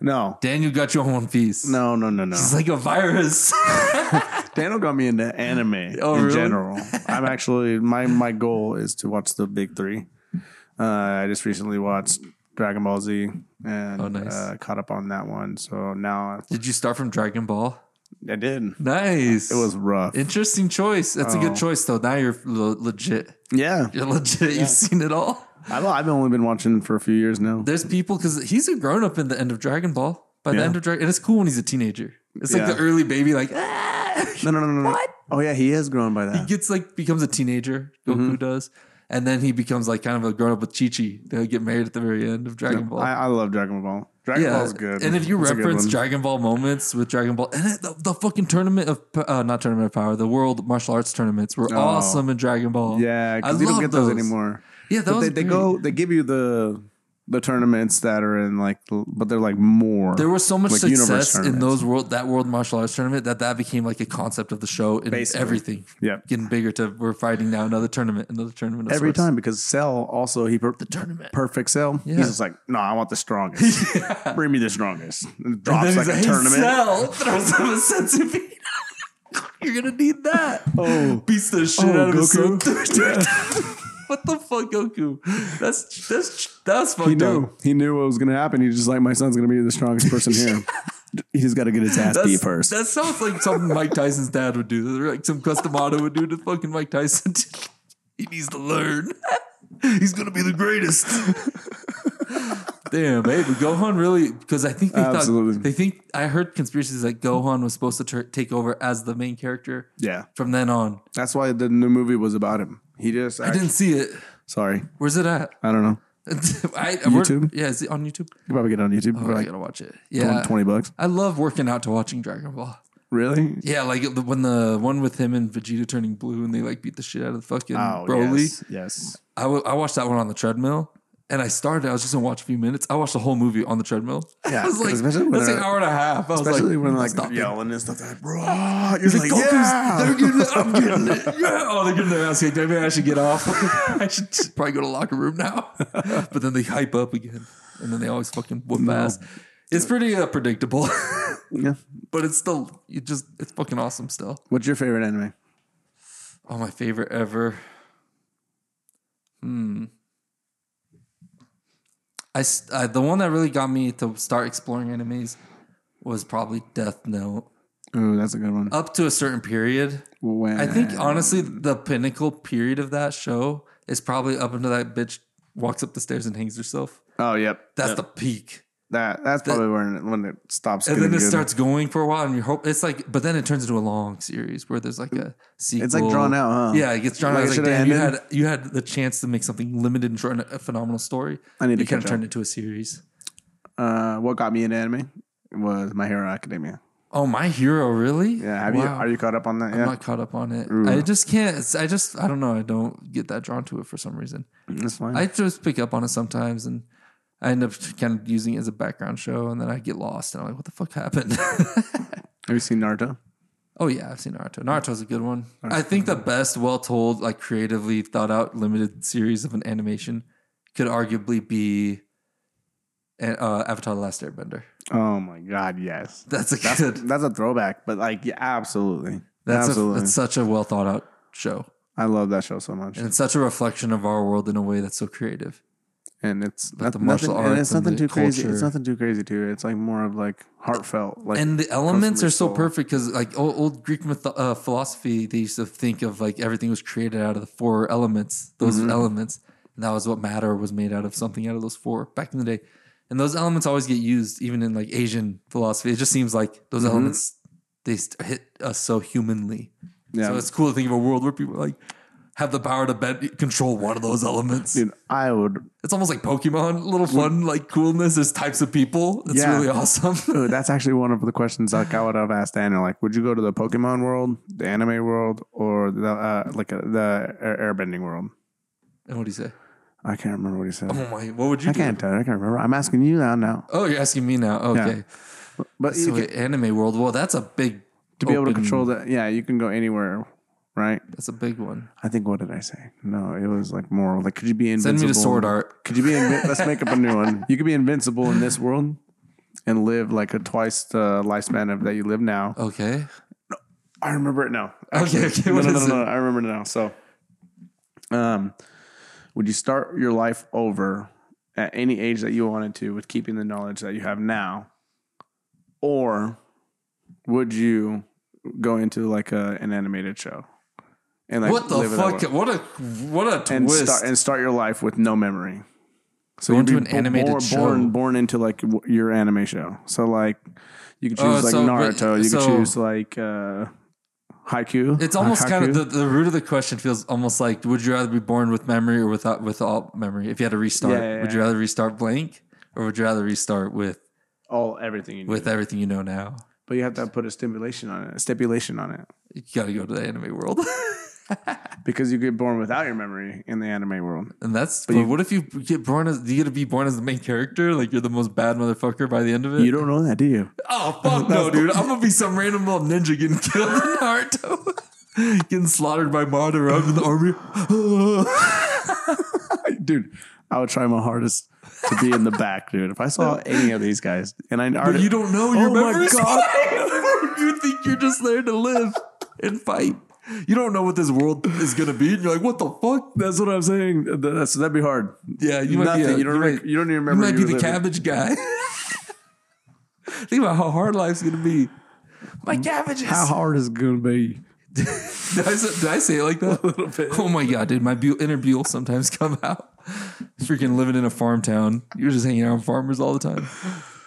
Speaker 1: No,
Speaker 2: Daniel got you on One Piece.
Speaker 1: no, no, no, no.
Speaker 2: It's like a virus.
Speaker 1: Daniel got me into anime
Speaker 2: Oh,
Speaker 1: in
Speaker 2: really?
Speaker 1: general. I'm actually my my goal is to watch the big three. Uh, I just recently watched Dragon Ball Z and
Speaker 2: Oh, nice.
Speaker 1: uh, caught up on that one. So now
Speaker 2: Did you start from Dragon Ball?
Speaker 1: I, I did.
Speaker 2: Nice.
Speaker 1: It was rough.
Speaker 2: interesting choice. That's a
Speaker 1: Oh.
Speaker 2: good choice though. Now you're le- legit.
Speaker 1: yeah,
Speaker 2: You're legit. You've seen it all.
Speaker 1: I've, I've only been watching for a few years now.
Speaker 2: there's people because he's a grown up in the end of Dragon Ball. By the
Speaker 1: Yeah.
Speaker 2: end of Dragon, and it's cool when he's a teenager. It's like
Speaker 1: Yeah.
Speaker 2: the early baby, like ah,
Speaker 1: No, no, no, no. no.
Speaker 2: What?
Speaker 1: Oh yeah, he has grown by that.
Speaker 2: gets like becomes a teenager. Goku
Speaker 1: Mm-hmm.
Speaker 2: does, and then he becomes like kind of a grown up with Chi Chi. They get married at the very end of Dragon Ball.
Speaker 1: I, I love Dragon Ball. Dragon
Speaker 2: yeah,
Speaker 1: Ball's good.
Speaker 2: and if you
Speaker 1: It's a good
Speaker 2: reference
Speaker 1: one.
Speaker 2: Dragon Ball moments with Dragon Ball, and it, the, the fucking tournament of p- uh, not tournament of power, the world martial arts tournaments were awesome in Dragon Ball.
Speaker 1: Oh. yeah,
Speaker 2: I
Speaker 1: because you don't
Speaker 2: love
Speaker 1: get those,
Speaker 2: those.
Speaker 1: anymore.
Speaker 2: yeah, that
Speaker 1: But
Speaker 2: was
Speaker 1: they, they
Speaker 2: great.
Speaker 1: go, they give you the the tournaments that are in like, l- but they're like more.
Speaker 2: There was so much
Speaker 1: like universe
Speaker 2: success in
Speaker 1: tournaments.
Speaker 2: those world that world martial arts tournament that that became like a concept of the show and
Speaker 1: Basically.
Speaker 2: everything.
Speaker 1: Yeah.
Speaker 2: getting bigger to we're fighting now another tournament, another tournament. Of
Speaker 1: every
Speaker 2: sorts.
Speaker 1: time because Cell also he per- the
Speaker 2: tournament.
Speaker 1: perfect Cell. He's just like, no, I want the strongest. Bring me the strongest. And drops
Speaker 2: Then
Speaker 1: like
Speaker 2: he's
Speaker 1: a
Speaker 2: like, "Hey,
Speaker 1: tournament.
Speaker 2: Cell, throws him a sensei. You're gonna need that.
Speaker 1: Oh.
Speaker 2: beats the shit
Speaker 1: Oh,
Speaker 2: out of his son.
Speaker 1: Goku.
Speaker 2: what the fuck, Goku? That's that's that's fucked
Speaker 1: He knew.
Speaker 2: up.
Speaker 1: He knew what was going to happen. He's just like, my son's going to be the strongest person here. He's got to get his ass
Speaker 2: That's,
Speaker 1: beat first.
Speaker 2: That sounds like something Mike Tyson's dad would do. They're Like some custom auto would do to fucking Mike Tyson. he needs to learn. He's gonna be the greatest. Damn, baby, Gohan really because I think they
Speaker 1: Absolutely.
Speaker 2: thought they think I heard conspiracies that Gohan was supposed to tur take over as the main character
Speaker 1: Yeah,
Speaker 2: from then on.
Speaker 1: that's why the new movie was about him. He just
Speaker 2: I
Speaker 1: act-
Speaker 2: didn't see it.
Speaker 1: sorry,
Speaker 2: Where's it at?
Speaker 1: I don't know.
Speaker 2: I,
Speaker 1: YouTube?
Speaker 2: Yeah, is it on YouTube?
Speaker 1: You probably get it on YouTube
Speaker 2: Oh,
Speaker 1: for
Speaker 2: I
Speaker 1: like
Speaker 2: gotta watch it. Yeah,
Speaker 1: 20 bucks.
Speaker 2: I love working out to watching Dragon Ball.
Speaker 1: Really?
Speaker 2: Yeah, like it- when the one with him and Vegeta turning blue and they like beat the shit out of the fucking
Speaker 1: Oh,
Speaker 2: Broly.
Speaker 1: yes, yes.
Speaker 2: I, w- I watched that one on the treadmill and I started, I was just gonna watch a few minutes. I watched the whole movie on the treadmill.
Speaker 1: Yeah,
Speaker 2: I was
Speaker 1: 'cause
Speaker 2: like, that's
Speaker 1: especially when
Speaker 2: an
Speaker 1: they're-
Speaker 2: hour and a half. I was
Speaker 1: Especially
Speaker 2: like,
Speaker 1: when like
Speaker 2: stop it.
Speaker 1: yelling and stuff. Like, Bro, you're
Speaker 2: It's
Speaker 1: like,
Speaker 2: like, Goku's, they're
Speaker 1: yeah.
Speaker 2: getting it, I'm getting it. Yeah. Oh, they're getting their ass kicked. Maybe I should get off. I should just probably go to the locker room now. but then they hype up again and then they always fucking whoop ass. It's pretty uh, predictable,
Speaker 1: yeah.
Speaker 2: but it's still, you just, it's fucking awesome still.
Speaker 1: What's your favorite anime?
Speaker 2: Oh, my favorite ever. Hmm. I s- uh, the one that really got me to start exploring enemies was probably Death Note.
Speaker 1: Oh, that's a good one.
Speaker 2: Up to a certain period,
Speaker 1: when
Speaker 2: Uh, I think honestly the pinnacle period of that show is probably up until that bitch walks up the stairs and hangs herself.
Speaker 1: Oh, yep.
Speaker 2: That's the peak.
Speaker 1: That that's probably when it, when it stops.
Speaker 2: And
Speaker 1: getting
Speaker 2: then it
Speaker 1: good.
Speaker 2: starts going for a while, and you hope it's like, but then it turns into a long series where there's like a sequel.
Speaker 1: It's like drawn out, huh?
Speaker 2: Yeah, it gets drawn
Speaker 1: Like,
Speaker 2: out.
Speaker 1: it
Speaker 2: It's like,
Speaker 1: should've
Speaker 2: damn, you
Speaker 1: ended.
Speaker 2: had you had the chance to make something limited and short, and a phenomenal story.
Speaker 1: I need to
Speaker 2: You kind
Speaker 1: catch
Speaker 2: of
Speaker 1: up.
Speaker 2: turned it into a series.
Speaker 1: Uh, what got me into anime was My Hero Academia.
Speaker 2: Oh, my hero, really?
Speaker 1: Yeah, have you
Speaker 2: Wow.
Speaker 1: are you caught up on that?
Speaker 2: I'm
Speaker 1: Yeah,
Speaker 2: not caught up on it. I just can't. I just I don't know. I don't get that drawn to it for some reason.
Speaker 1: that's fine.
Speaker 2: I just pick up on it sometimes, and I end up kind of using it as a background show, and then I get lost, and I'm like, what the fuck happened?
Speaker 1: have you seen Naruto?
Speaker 2: Oh yeah, I've seen Naruto. Naruto's a good one. I think the best well told, like creatively thought out limited series of an animation could arguably be uh, Avatar: The Last Airbender.
Speaker 1: Oh my god, yes.
Speaker 2: That's a
Speaker 1: That's
Speaker 2: good.
Speaker 1: that's a throwback, but like yeah, absolutely,
Speaker 2: That's, a,
Speaker 1: absolutely.
Speaker 2: that's such a well thought out show,
Speaker 1: I love that show so much,
Speaker 2: and it's such a reflection of our world in a way that's so creative.
Speaker 1: and it's
Speaker 2: But the
Speaker 1: noth- nothing,
Speaker 2: martial
Speaker 1: and
Speaker 2: arts
Speaker 1: it's
Speaker 2: and
Speaker 1: nothing
Speaker 2: the
Speaker 1: too crazy. It's
Speaker 2: culture.
Speaker 1: nothing too crazy too. It's like more of like heartfelt, like
Speaker 2: and the elements
Speaker 1: your
Speaker 2: are so
Speaker 1: soul.
Speaker 2: perfect because like old, old greek myth- uh, philosophy they used to think of like everything was created out of the four elements those
Speaker 1: Mm-hmm.
Speaker 2: elements and that was what matter was made out of something out of those four back in the day and those elements always get used even in like asian philosophy it just seems like
Speaker 1: Mm-hmm.
Speaker 2: those elements they st- hit us so humanly
Speaker 1: yeah.
Speaker 2: so it's cool to think of a world where people like have the power to bend, control one of those elements.
Speaker 1: Dude, I would.
Speaker 2: It's almost like Pokemon, a little fun, like coolness. There's types of people. It's
Speaker 1: Yeah.
Speaker 2: really awesome.
Speaker 1: Dude, that's actually one of the questions like I would have asked Daniel. Like, would you go to the Pokemon world, the anime world, or the uh, like uh, the air- airbending world?
Speaker 2: and what do you say?
Speaker 1: I can't remember what he said.
Speaker 2: Oh my! What would you
Speaker 1: I
Speaker 2: do?
Speaker 1: can't tell. I can't remember. I'm asking you now. Now,
Speaker 2: Oh, you're asking me now. Okay.
Speaker 1: but you
Speaker 2: So
Speaker 1: can,
Speaker 2: wait, anime world. Well, that's a big
Speaker 1: to be able to
Speaker 2: open-
Speaker 1: control that, yeah, you can go anywhere, right?
Speaker 2: That's a big one.
Speaker 1: I think. What did I say? No, it was like more like could you be
Speaker 2: Send
Speaker 1: invincible?
Speaker 2: me to sword art.
Speaker 1: Could you be? Invi- let's make up a new one. You could be invincible in this world and live like a twice the lifespan of that you live now.
Speaker 2: Okay.
Speaker 1: I remember it now.
Speaker 2: Okay, okay, what
Speaker 1: no, no,
Speaker 2: is
Speaker 1: no, no, no, I remember it now. So, um, would you start your life over at any age that you wanted to with keeping the knowledge that you have now, or would you go into like a, an animated show and like
Speaker 2: what the
Speaker 1: live it that
Speaker 2: fuck?
Speaker 1: way?
Speaker 2: What a what a twist.
Speaker 1: and start and start your life with no memory? So
Speaker 2: Go
Speaker 1: you'd
Speaker 2: into
Speaker 1: be
Speaker 2: an
Speaker 1: bo-
Speaker 2: animated
Speaker 1: born,
Speaker 2: show.
Speaker 1: born born into like w- your anime show. So like you could choose
Speaker 2: Oh,
Speaker 1: like
Speaker 2: so- but-
Speaker 1: Naruto. You
Speaker 2: so-
Speaker 1: could choose like uh, Haiku.
Speaker 2: it's almost kind of
Speaker 1: Haiku.
Speaker 2: the, the root of the question feels almost like would you rather be born with memory or without with all memory? If you had to restart,
Speaker 1: Yeah, yeah,
Speaker 2: would you rather restart blank or would you rather restart with
Speaker 1: all everything you
Speaker 2: with
Speaker 1: need.
Speaker 2: everything you know now?
Speaker 1: But you have to put a stimulation on it, a stipulation on it,
Speaker 2: You got to go to the anime world,
Speaker 1: because you get born without your memory in the anime world.
Speaker 2: and that's. But what if you get born as you get to be born as the main character? Like you're the most bad motherfucker by the end of it.
Speaker 1: You don't know that, do you?
Speaker 2: Oh fuck no, dude! I'm gonna be some random little ninja getting killed in Naruto, getting slaughtered by Madara out in the army.
Speaker 1: dude, I would try my hardest to be in the back, dude. If I saw any of these guys, and I already,
Speaker 2: but you don't know your
Speaker 1: Oh my
Speaker 2: memories.
Speaker 1: God.
Speaker 2: you think you're just there to live and fight. You don't know what this world is gonna be, and you're like, "What the fuck?"
Speaker 1: that's what I'm saying. Th- That's that'd be hard.
Speaker 2: Yeah, you might
Speaker 1: Nothing.
Speaker 2: be. A,
Speaker 1: you don't.
Speaker 2: you
Speaker 1: rec-
Speaker 2: might-
Speaker 1: you don't even
Speaker 2: you
Speaker 1: remember.
Speaker 2: might be
Speaker 1: you
Speaker 2: the
Speaker 1: were living.
Speaker 2: cabbage guy. Think about how hard life's gonna be. My cabbages.
Speaker 1: How hard is it gonna be?
Speaker 2: did, I, say- did I say it like that? A little bit. Oh my god, dude, my bu- inner Buell sometimes come out. Freaking living in a farm town, you're just hanging out with farmers all the time.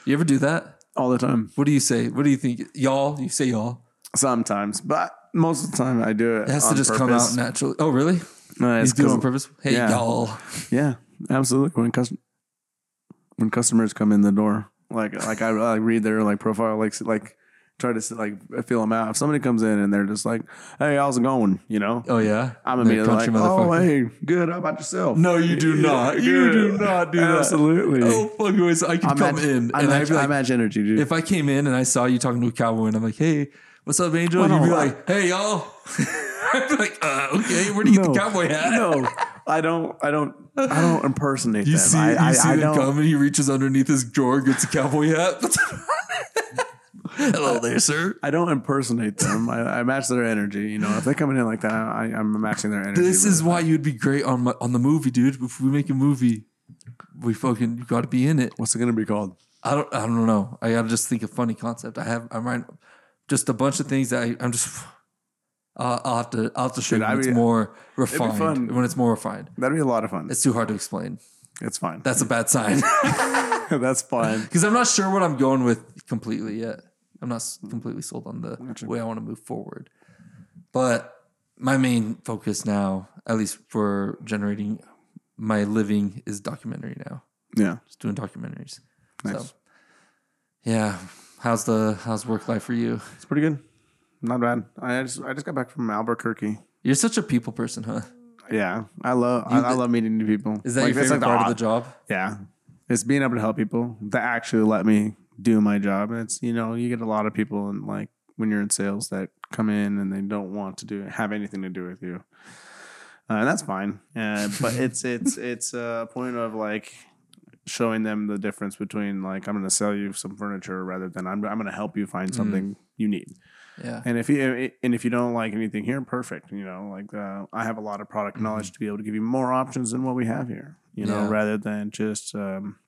Speaker 2: You ever do that?
Speaker 1: all the time.
Speaker 2: What do you say? What do you think? Y'all, you say y'all.
Speaker 1: Sometimes, but most of the time I do it.
Speaker 2: It has
Speaker 1: on
Speaker 2: to just come
Speaker 1: purpose.
Speaker 2: out naturally. Oh, really?
Speaker 1: No, it's
Speaker 2: He's doing it on
Speaker 1: 'cause-
Speaker 2: purpose. Hey,
Speaker 1: yeah.
Speaker 2: y'all.
Speaker 1: Yeah, absolutely. When custom when customers come in the door, like like I, I read their like profile, like like try to like feel them out. If somebody comes in and they're just like, "Hey, how's it going?" You know,
Speaker 2: Oh yeah.
Speaker 1: I'm
Speaker 2: The
Speaker 1: immediately like,
Speaker 2: country
Speaker 1: "Oh,
Speaker 2: motherfucker.
Speaker 1: hey, good. How about yourself?"
Speaker 2: No, you do
Speaker 1: Yeah,
Speaker 2: not. You do
Speaker 1: good.
Speaker 2: not do that.
Speaker 1: absolutely.
Speaker 2: Oh fuck, boys, I could
Speaker 1: I
Speaker 2: come
Speaker 1: match-
Speaker 2: in
Speaker 1: I
Speaker 2: and I'd
Speaker 1: match,
Speaker 2: be
Speaker 1: I
Speaker 2: like,
Speaker 1: match energy, dude.
Speaker 2: if I came in and I saw you talking to a cowboy and I'm like, hey, what's up, Angel?
Speaker 1: Well,
Speaker 2: You'd be
Speaker 1: no, I-
Speaker 2: like, hey, y'all. I'd be like, uh, okay, where do you get the cowboy hat?
Speaker 1: No, I don't. I don't. I don't impersonate
Speaker 2: You
Speaker 1: them.
Speaker 2: see,
Speaker 1: I,
Speaker 2: you
Speaker 1: I,
Speaker 2: see
Speaker 1: I
Speaker 2: them
Speaker 1: don't.
Speaker 2: come and he reaches underneath his drawer, gets a cowboy hat. Hello there, sir.
Speaker 1: I don't impersonate them. I, I match their energy. You know, if they come in like that, I, I'm matching their energy.
Speaker 2: This
Speaker 1: with
Speaker 2: is why you'd be great on my, on the movie, dude. If we make a movie, we fucking you got to be in it.
Speaker 1: What's it gonna be called?
Speaker 2: I don't. I don't know. I gotta just think a funny concept. I have. I'm writing just a bunch of things that I, I'm just. Uh, I'll have to. I'll have to show
Speaker 1: Dude,
Speaker 2: you
Speaker 1: I
Speaker 2: when it's
Speaker 1: mean,
Speaker 2: more refined.
Speaker 1: fun.
Speaker 2: When it's more refined,
Speaker 1: That'd be a lot of fun. It's,
Speaker 2: it's too hard to explain.
Speaker 1: fine.
Speaker 2: That's a bad sign
Speaker 1: That's fine.
Speaker 2: because I'm not sure what I'm going with completely yet. I'm not s- completely sold on the way I want to move forward. But my main focus now, at least for generating my living, is documentary now.
Speaker 1: Yeah.
Speaker 2: Just doing documentaries.
Speaker 1: Nice.
Speaker 2: So, yeah. How's the how's work life for you?
Speaker 1: It's pretty good. Not bad. I just I just got back from Albuquerque.
Speaker 2: You're such a people person, huh?
Speaker 1: Yeah. I love I, I love meeting new people.
Speaker 2: Is that
Speaker 1: Like,
Speaker 2: your
Speaker 1: that's
Speaker 2: favorite part
Speaker 1: odd-
Speaker 2: of the job?
Speaker 1: Yeah. It's being able to help people that actually let me do my job. And it's, you know, you get a lot of people and like when you're in sales that come in and they don't want to do have anything to do with you. Uh, and that's fine. Uh, but it's it's it's a point of like showing them the difference between like I'm going to sell you some furniture rather than I'm I'm going to help you find something you need.
Speaker 2: Yeah.
Speaker 1: And if you and if you don't like anything here, perfect. You know, like uh, I have a lot of product knowledge to be able to give you more options than what we have here. You know,
Speaker 2: Mm-hmm. Yeah.
Speaker 1: rather than just um,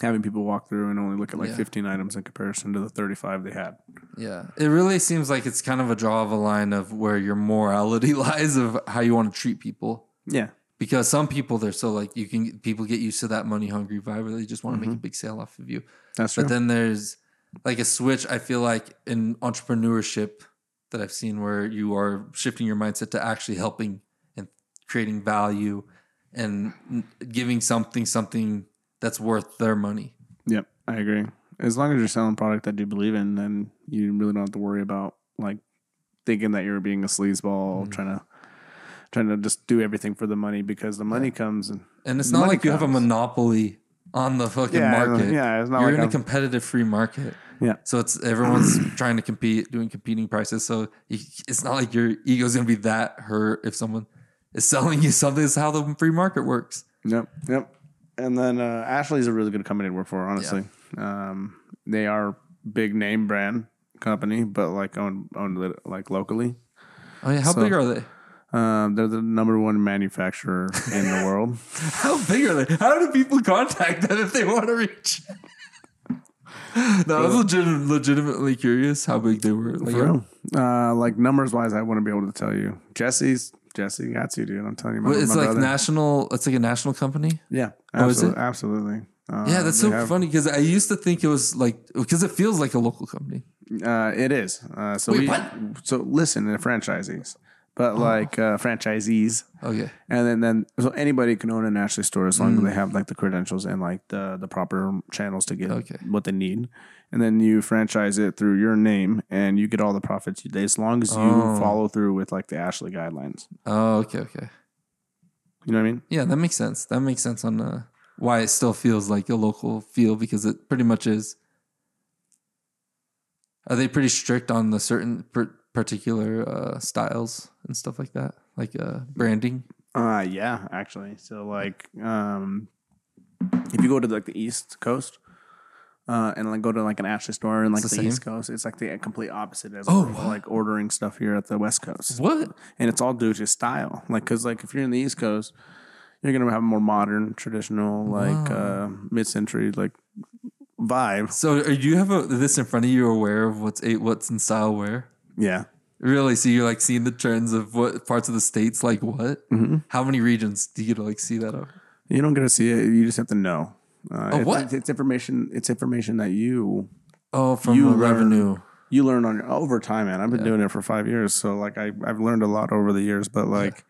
Speaker 1: having people walk through and only look at like
Speaker 2: Yeah.
Speaker 1: 15 items in comparison to the 35 they had.
Speaker 2: Yeah. It really seems like it's kind of a draw of a line of where your morality lies of how you want to treat people.
Speaker 1: Yeah,
Speaker 2: Because some people they're so like you can people get used to that money hungry vibe where they just want to
Speaker 1: Mm-hmm.
Speaker 2: make a big sale off of you.
Speaker 1: that's true.
Speaker 2: But then there's like a switch, I feel like in entrepreneurship that I've seen where you are shifting your mindset to actually helping and creating value and n- giving something something that's worth their money.
Speaker 1: yep, I agree. As long as you're selling product that you believe in, then you really don't have to worry about like thinking that you're being a
Speaker 2: Mm.
Speaker 1: sleazeball, trying to trying to just do everything for the money because the money comes and
Speaker 2: And it's not
Speaker 1: Money
Speaker 2: like you have a
Speaker 1: comes.
Speaker 2: monopoly on the fucking
Speaker 1: yeah,
Speaker 2: market.
Speaker 1: yeah, it's not
Speaker 2: You're
Speaker 1: like
Speaker 2: in a
Speaker 1: I'm-
Speaker 2: competitive free market.
Speaker 1: Yeah.
Speaker 2: So it's everyone's trying to compete, doing competing prices. So you, it's not like your ego's going to be that hurt if someone is selling you something. It's how the free market works.
Speaker 1: Yep, yep. And then uh, Ashley's a really good company to work for, honestly. Um, they are big name brand company, but like owned owned li- like locally.
Speaker 2: Oh, yeah. How
Speaker 1: So-
Speaker 2: big are they?
Speaker 1: Um, they're the number one manufacturer in the world.
Speaker 2: How big are they? How do people contact them if they want to reach? no, I was legit- legitimately curious how big they were. Like,
Speaker 1: For real. Uh, like numbers wise, I wouldn't be able to tell you. Jesse's Jesse got you, dude. I'm telling you, my,
Speaker 2: But it's
Speaker 1: my
Speaker 2: like
Speaker 1: brother.
Speaker 2: national. It's like a national company.
Speaker 1: yeah,
Speaker 2: Oh, is
Speaker 1: absolutely,
Speaker 2: it?
Speaker 1: absolutely. Uh,
Speaker 2: yeah, that's
Speaker 1: they
Speaker 2: so funny because I used to think it was like because it feels like a local company.
Speaker 1: Uh, it is. Uh, so
Speaker 2: Wait,
Speaker 1: we,
Speaker 2: what? Oh.
Speaker 1: so listen, the franchisees, but like uh, franchisees.
Speaker 2: Okay,
Speaker 1: And then, then so anybody can own an Ashley store as long as they have like the credentials and like the the proper channels to get
Speaker 2: Okay.
Speaker 1: what they need. And then you franchise it through your name and you get all the profits you as long as you
Speaker 2: Oh.
Speaker 1: follow through with like the Ashley guidelines.
Speaker 2: oh okay, okay.
Speaker 1: You know what I mean?
Speaker 2: Yeah, that makes sense. That makes sense on uh, why it still feels like a local feel because it pretty much is. Are they pretty strict on the certain per- particular uh, styles and stuff like that, like uh, branding?
Speaker 1: Uh yeah, actually. So like um if you go to like the East Coast uh, and like go to like an Ashley store and like
Speaker 2: the
Speaker 1: the,
Speaker 2: same?
Speaker 1: East Coast, it's like the complete opposite of
Speaker 2: Oh, wow.
Speaker 1: like ordering stuff here at the West Coast.
Speaker 2: What?
Speaker 1: and it's all due to style. Like, cause like if you're in the East Coast, you're gonna have more modern, traditional, like uh, mid-century like vibe.
Speaker 2: uh, So, are you have a, this in front of you? Aware of what's eight, what's in style where?
Speaker 1: Yeah,
Speaker 2: Really? So you're like seeing the trends of what parts of the states like what?
Speaker 1: hmm
Speaker 2: How many regions do you get to like see that of?
Speaker 1: You don't get to see it. You just have to know. Uh, it's-
Speaker 2: what?
Speaker 1: It's, it's information. It's information that you
Speaker 2: Oh, from
Speaker 1: You
Speaker 2: the
Speaker 1: learn-
Speaker 2: revenue.
Speaker 1: you learn on your over time, man. I've been
Speaker 2: Yeah.
Speaker 1: doing it for five years, so like I I've learned a lot over the years. But like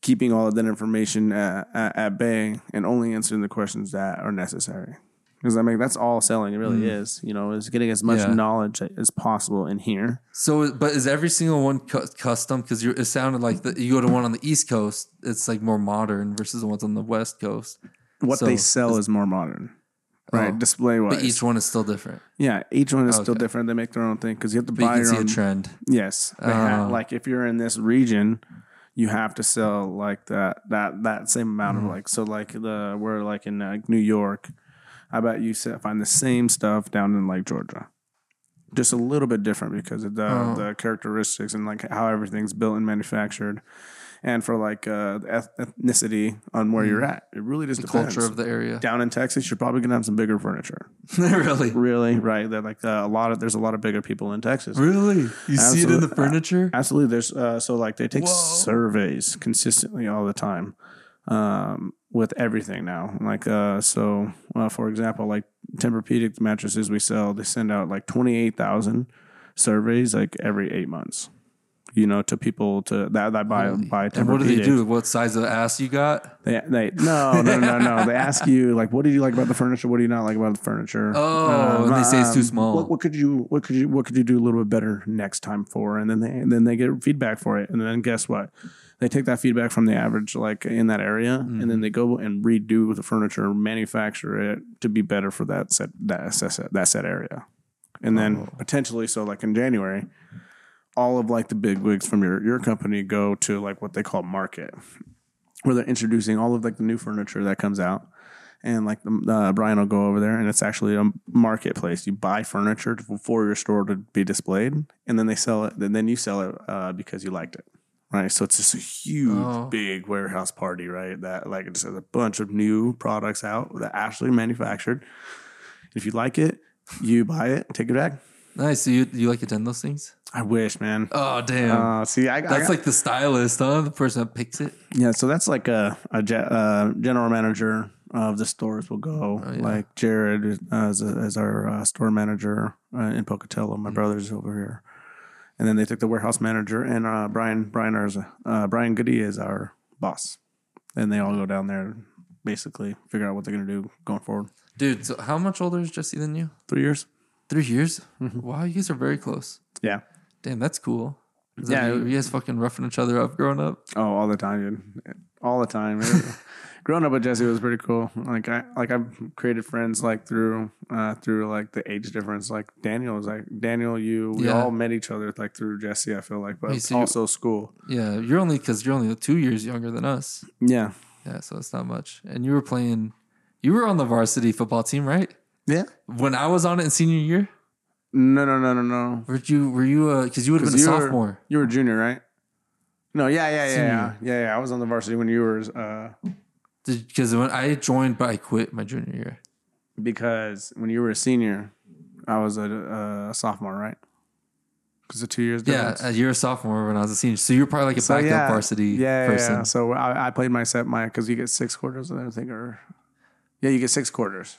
Speaker 1: keeping all of that information at, at, at bay and only answering the questions that are necessary. Because I mean, that's all selling. It really is. You know, is getting as much
Speaker 2: Mm. Yeah.
Speaker 1: knowledge as possible in here.
Speaker 2: So, but is every single one cu- custom? Because it sounded like the, you go to one on the East Coast, it's like more modern versus the ones on the West Coast.
Speaker 1: What
Speaker 2: So,
Speaker 1: they sell is more modern, right?
Speaker 2: Oh.
Speaker 1: Display wise,
Speaker 2: But each one is still different.
Speaker 1: yeah, each one is still
Speaker 2: Okay.
Speaker 1: different. They make their own thing because you have to
Speaker 2: But you
Speaker 1: buy
Speaker 2: can
Speaker 1: your
Speaker 2: see a
Speaker 1: own.
Speaker 2: trend.
Speaker 1: Yes, they ha-
Speaker 2: Oh.
Speaker 1: like if you're in this region, you have to sell like that that that same amount
Speaker 2: Mhm.
Speaker 1: of like so like the we're like in like New York. I bet you se- find the same stuff down in like Georgia, just a little bit different because of the
Speaker 2: Oh.
Speaker 1: the characteristics and like how everything's built and manufactured, and for like uh, the eth- ethnicity on where you're at. It really just
Speaker 2: Mm. The
Speaker 1: depends.
Speaker 2: culture of the area.
Speaker 1: down in Texas, you're probably gonna have some bigger furniture.
Speaker 2: really?
Speaker 1: Really, right? That like uh, a lot of there's a lot of bigger people in Texas.
Speaker 2: Really? You see it in the
Speaker 1: Absolute-
Speaker 2: furniture?
Speaker 1: Absolutely. There's uh, so like they take
Speaker 2: Whoa.
Speaker 1: surveys consistently all the time um, with everything now. Like uh, so, uh, for example, like Tempur-Pedic mattresses we sell, they send out like twenty eight thousand surveys like every eight months. You know, to people to that that buy
Speaker 2: Really?
Speaker 1: buy Tempur-Pedic.
Speaker 2: and what do they do? What size of ass you got?
Speaker 1: They, they no no no no. they ask you like, what do you like about the furniture? What do you not like about the furniture? Um,
Speaker 2: Oh, and they say it's too small.
Speaker 1: What, what could you what could you what could you do a little bit better next time for? And then they and then they get feedback for it. And then guess what? They take that feedback from the average like in that area, and
Speaker 2: Mm-hmm.
Speaker 1: then they go and redo the furniture, manufacture it to be better for that set that set, that set area, and then
Speaker 2: Oh.
Speaker 1: potentially so like in January. All of like the big wigs from your your company go to like what they call market, where they're introducing all of like the new furniture that comes out and like the, uh, brian will go over there and it's actually a marketplace you buy furniture to, for your store to be displayed and then they sell it and then you sell it uh, because you liked it right so it's just a huge
Speaker 2: Oh.
Speaker 1: big warehouse party right that like it just has a bunch of new products out that actually manufactured if you like it you buy it take it back
Speaker 2: Nice. So you, you like attend those things?
Speaker 1: i wish man
Speaker 2: Oh, damn.
Speaker 1: uh, see i, I
Speaker 2: That's like the stylist, huh? The person that picks it.
Speaker 1: Yeah, so that's like a, a ge- uh, general manager of the stores will go.
Speaker 2: Oh, yeah.
Speaker 1: Like Jared is, uh, is, is our uh, store manager uh, in Pocatello.
Speaker 2: Mm-hmm.
Speaker 1: My brother's over here, and then they took the warehouse manager and uh, Brian Brian is, uh, Brian Goody is our boss, and they all go down there and basically figure out what they're gonna do going forward.
Speaker 2: Dude, so how much older is Jesse than you?
Speaker 1: Three years.
Speaker 2: Three years? Wow, you guys are very close.
Speaker 1: Yeah.
Speaker 2: Damn, that's cool. Is
Speaker 1: Yeah,
Speaker 2: that,
Speaker 1: it-
Speaker 2: you, you guys fucking roughing each other up growing up?
Speaker 1: Oh, all the time, dude. All the time. Growing up with Jesse was pretty cool. Like I like I've created friends like through uh through like the age difference. Like Daniel is like Daniel, you we
Speaker 2: Yeah.
Speaker 1: all met each other like through Jesse, I feel like, but
Speaker 2: Wait, so you-
Speaker 1: also school.
Speaker 2: Yeah, you're only because you're only two years younger than us.
Speaker 1: Yeah.
Speaker 2: Yeah, so it's not much. And you were playing, you were on the varsity football team, right?
Speaker 1: Yeah.
Speaker 2: When I was on it in senior year,
Speaker 1: No, no, no, no, no.
Speaker 2: were you were you because you would have
Speaker 1: 'Cause
Speaker 2: been a
Speaker 1: you were-
Speaker 2: sophomore?
Speaker 1: You were a junior, right? No, yeah, yeah, yeah, yeah. Yeah, yeah. I was on the varsity when you were uh
Speaker 2: Because when I joined, but I quit my junior year.
Speaker 1: because when you were a senior, I was a, a sophomore, right? Because the two years
Speaker 2: Yeah,
Speaker 1: difference.
Speaker 2: uh, you're a sophomore when I was a senior, so you're probably like a
Speaker 1: So,
Speaker 2: backup
Speaker 1: Oh, yeah.
Speaker 2: varsity
Speaker 1: yeah, yeah,
Speaker 2: person.
Speaker 1: Yeah. So I, I played my set my because you get six quarters, I think, or yeah, you get six quarters,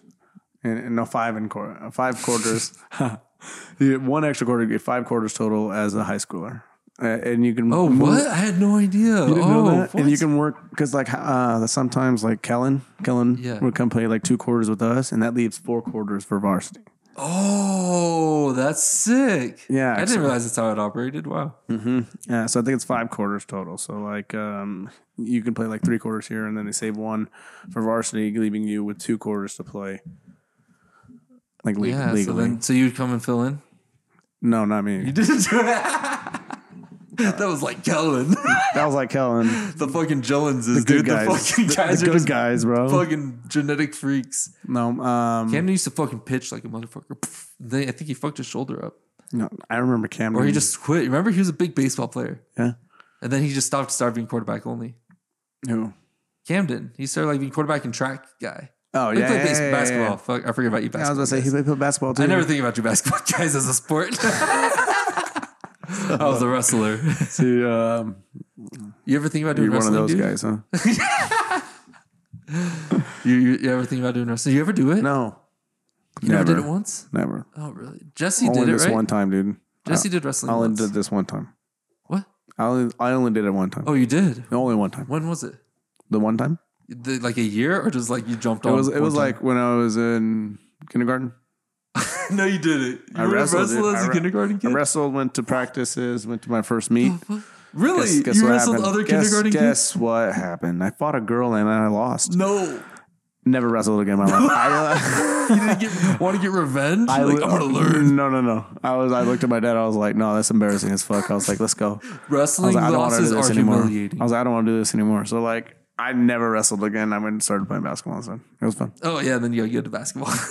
Speaker 1: and, and no five in quarter, five quarters. you get one extra quarter, you get five quarters total as a high schooler, uh, and you can
Speaker 2: Oh,
Speaker 1: move-
Speaker 2: what? I had no idea.
Speaker 1: You didn't
Speaker 2: oh,
Speaker 1: know that? and you
Speaker 2: what?
Speaker 1: can work because like uh, sometimes like Kellen, Kellen
Speaker 2: Yeah.
Speaker 1: would come play like two quarters with us, and that leaves four quarters for varsity.
Speaker 2: Oh, that's sick.
Speaker 1: Yeah,
Speaker 2: I
Speaker 1: so-
Speaker 2: didn't realize that's how it operated. Wow.
Speaker 1: hmm Yeah, so I think it's five quarters total. So like, um, you can play like three quarters here, and then they save one for varsity, leaving you with two quarters to play. Like le-
Speaker 2: yeah. So
Speaker 1: legally,
Speaker 2: then, so you'd come and fill in.
Speaker 1: no, not me.
Speaker 2: You didn't do that. that was like Kellen,
Speaker 1: That was like Kellen.
Speaker 2: the fucking Jellenses,
Speaker 1: Good
Speaker 2: dude.
Speaker 1: guys,
Speaker 2: The fucking
Speaker 1: The- the
Speaker 2: guys are
Speaker 1: good
Speaker 2: just
Speaker 1: guys, bro.
Speaker 2: fucking genetic freaks.
Speaker 1: No, um,
Speaker 2: Camden used to fucking pitch like a motherfucker. They, I think he fucked his shoulder up,
Speaker 1: no, I remember Camden.
Speaker 2: or he just quit. Remember, he was a big baseball player,
Speaker 1: yeah.
Speaker 2: and then he just stopped started being quarterback only.
Speaker 1: Who?
Speaker 2: Camden, he started like being quarterback and track guy.
Speaker 1: Oh
Speaker 2: He
Speaker 1: yeah,
Speaker 2: played
Speaker 1: yeah,
Speaker 2: base-
Speaker 1: yeah, yeah,
Speaker 2: basketball.
Speaker 1: yeah.
Speaker 2: Fuck, I forget about
Speaker 1: I
Speaker 2: you basketball.
Speaker 1: was gonna say
Speaker 2: guys.
Speaker 1: he played football too.
Speaker 2: I never think about you basketball guys as a sport. I was a wrestler.
Speaker 1: See, um,
Speaker 2: You ever think about doing
Speaker 1: you're one of
Speaker 2: wrestling?
Speaker 1: those
Speaker 2: dude?
Speaker 1: guys, huh?
Speaker 2: You, you, you ever think about doing wrestling? You ever do it?
Speaker 1: No,
Speaker 2: you never.
Speaker 1: never.
Speaker 2: did it once.
Speaker 1: never.
Speaker 2: Oh, really? Jesse
Speaker 1: only
Speaker 2: did it
Speaker 1: this
Speaker 2: right.
Speaker 1: one time, dude.
Speaker 2: Jesse did wrestling.
Speaker 1: I only
Speaker 2: once.
Speaker 1: did this one time.
Speaker 2: What?
Speaker 1: I only, I only did it one time.
Speaker 2: Oh, you did.
Speaker 1: The only one time.
Speaker 2: When was it?
Speaker 1: The one time.
Speaker 2: The, like a year, or just like you jumped
Speaker 1: It
Speaker 2: on?
Speaker 1: was. It
Speaker 2: Oh, one
Speaker 1: was
Speaker 2: time?
Speaker 1: like when I was in kindergarten.
Speaker 2: no, you did it. You
Speaker 1: I
Speaker 2: were a
Speaker 1: wrestled, dude.
Speaker 2: wrestler as
Speaker 1: I
Speaker 2: a
Speaker 1: re-
Speaker 2: kindergarten
Speaker 1: I
Speaker 2: kid.
Speaker 1: wrestled. Went to practices. Went to my first meet.
Speaker 2: really?
Speaker 1: Guess- guess
Speaker 2: you
Speaker 1: what
Speaker 2: wrestled
Speaker 1: happened?
Speaker 2: other
Speaker 1: Guess-
Speaker 2: kindergarten kids?
Speaker 1: Guess what happened? I fought a girl and I lost.
Speaker 2: No,
Speaker 1: Never wrestled again in my life. I,
Speaker 2: you didn't get, want to get revenge.
Speaker 1: I
Speaker 2: like,
Speaker 1: li-
Speaker 2: I'm gonna learn
Speaker 1: No, no, no. I was. I looked at my dad. I was like, "No, that's embarrassing as fuck." I was like, "Let's go." I was
Speaker 2: wrestling
Speaker 1: like, "I don't want to do
Speaker 2: losses
Speaker 1: this
Speaker 2: are
Speaker 1: anymore."
Speaker 2: humiliating.
Speaker 1: I was like, "I don't want to do this anymore." So like, I never wrestled again. I went and started playing basketball. So it was fun.
Speaker 2: Oh yeah, then you you go to basketball.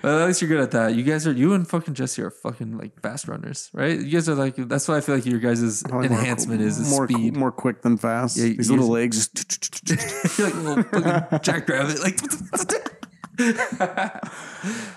Speaker 2: Well, at least you're good at that. You guys are you and fucking Jesse are fucking like fast runners, right? You guys are like that's why I feel like your guys'
Speaker 1: Probably more-
Speaker 2: enhancement is, is
Speaker 1: more
Speaker 2: speed.
Speaker 1: more quick than fast.
Speaker 2: Yeah,
Speaker 1: These
Speaker 2: you-
Speaker 1: little legs just.
Speaker 2: you're like a little fucking jackrabbit. Like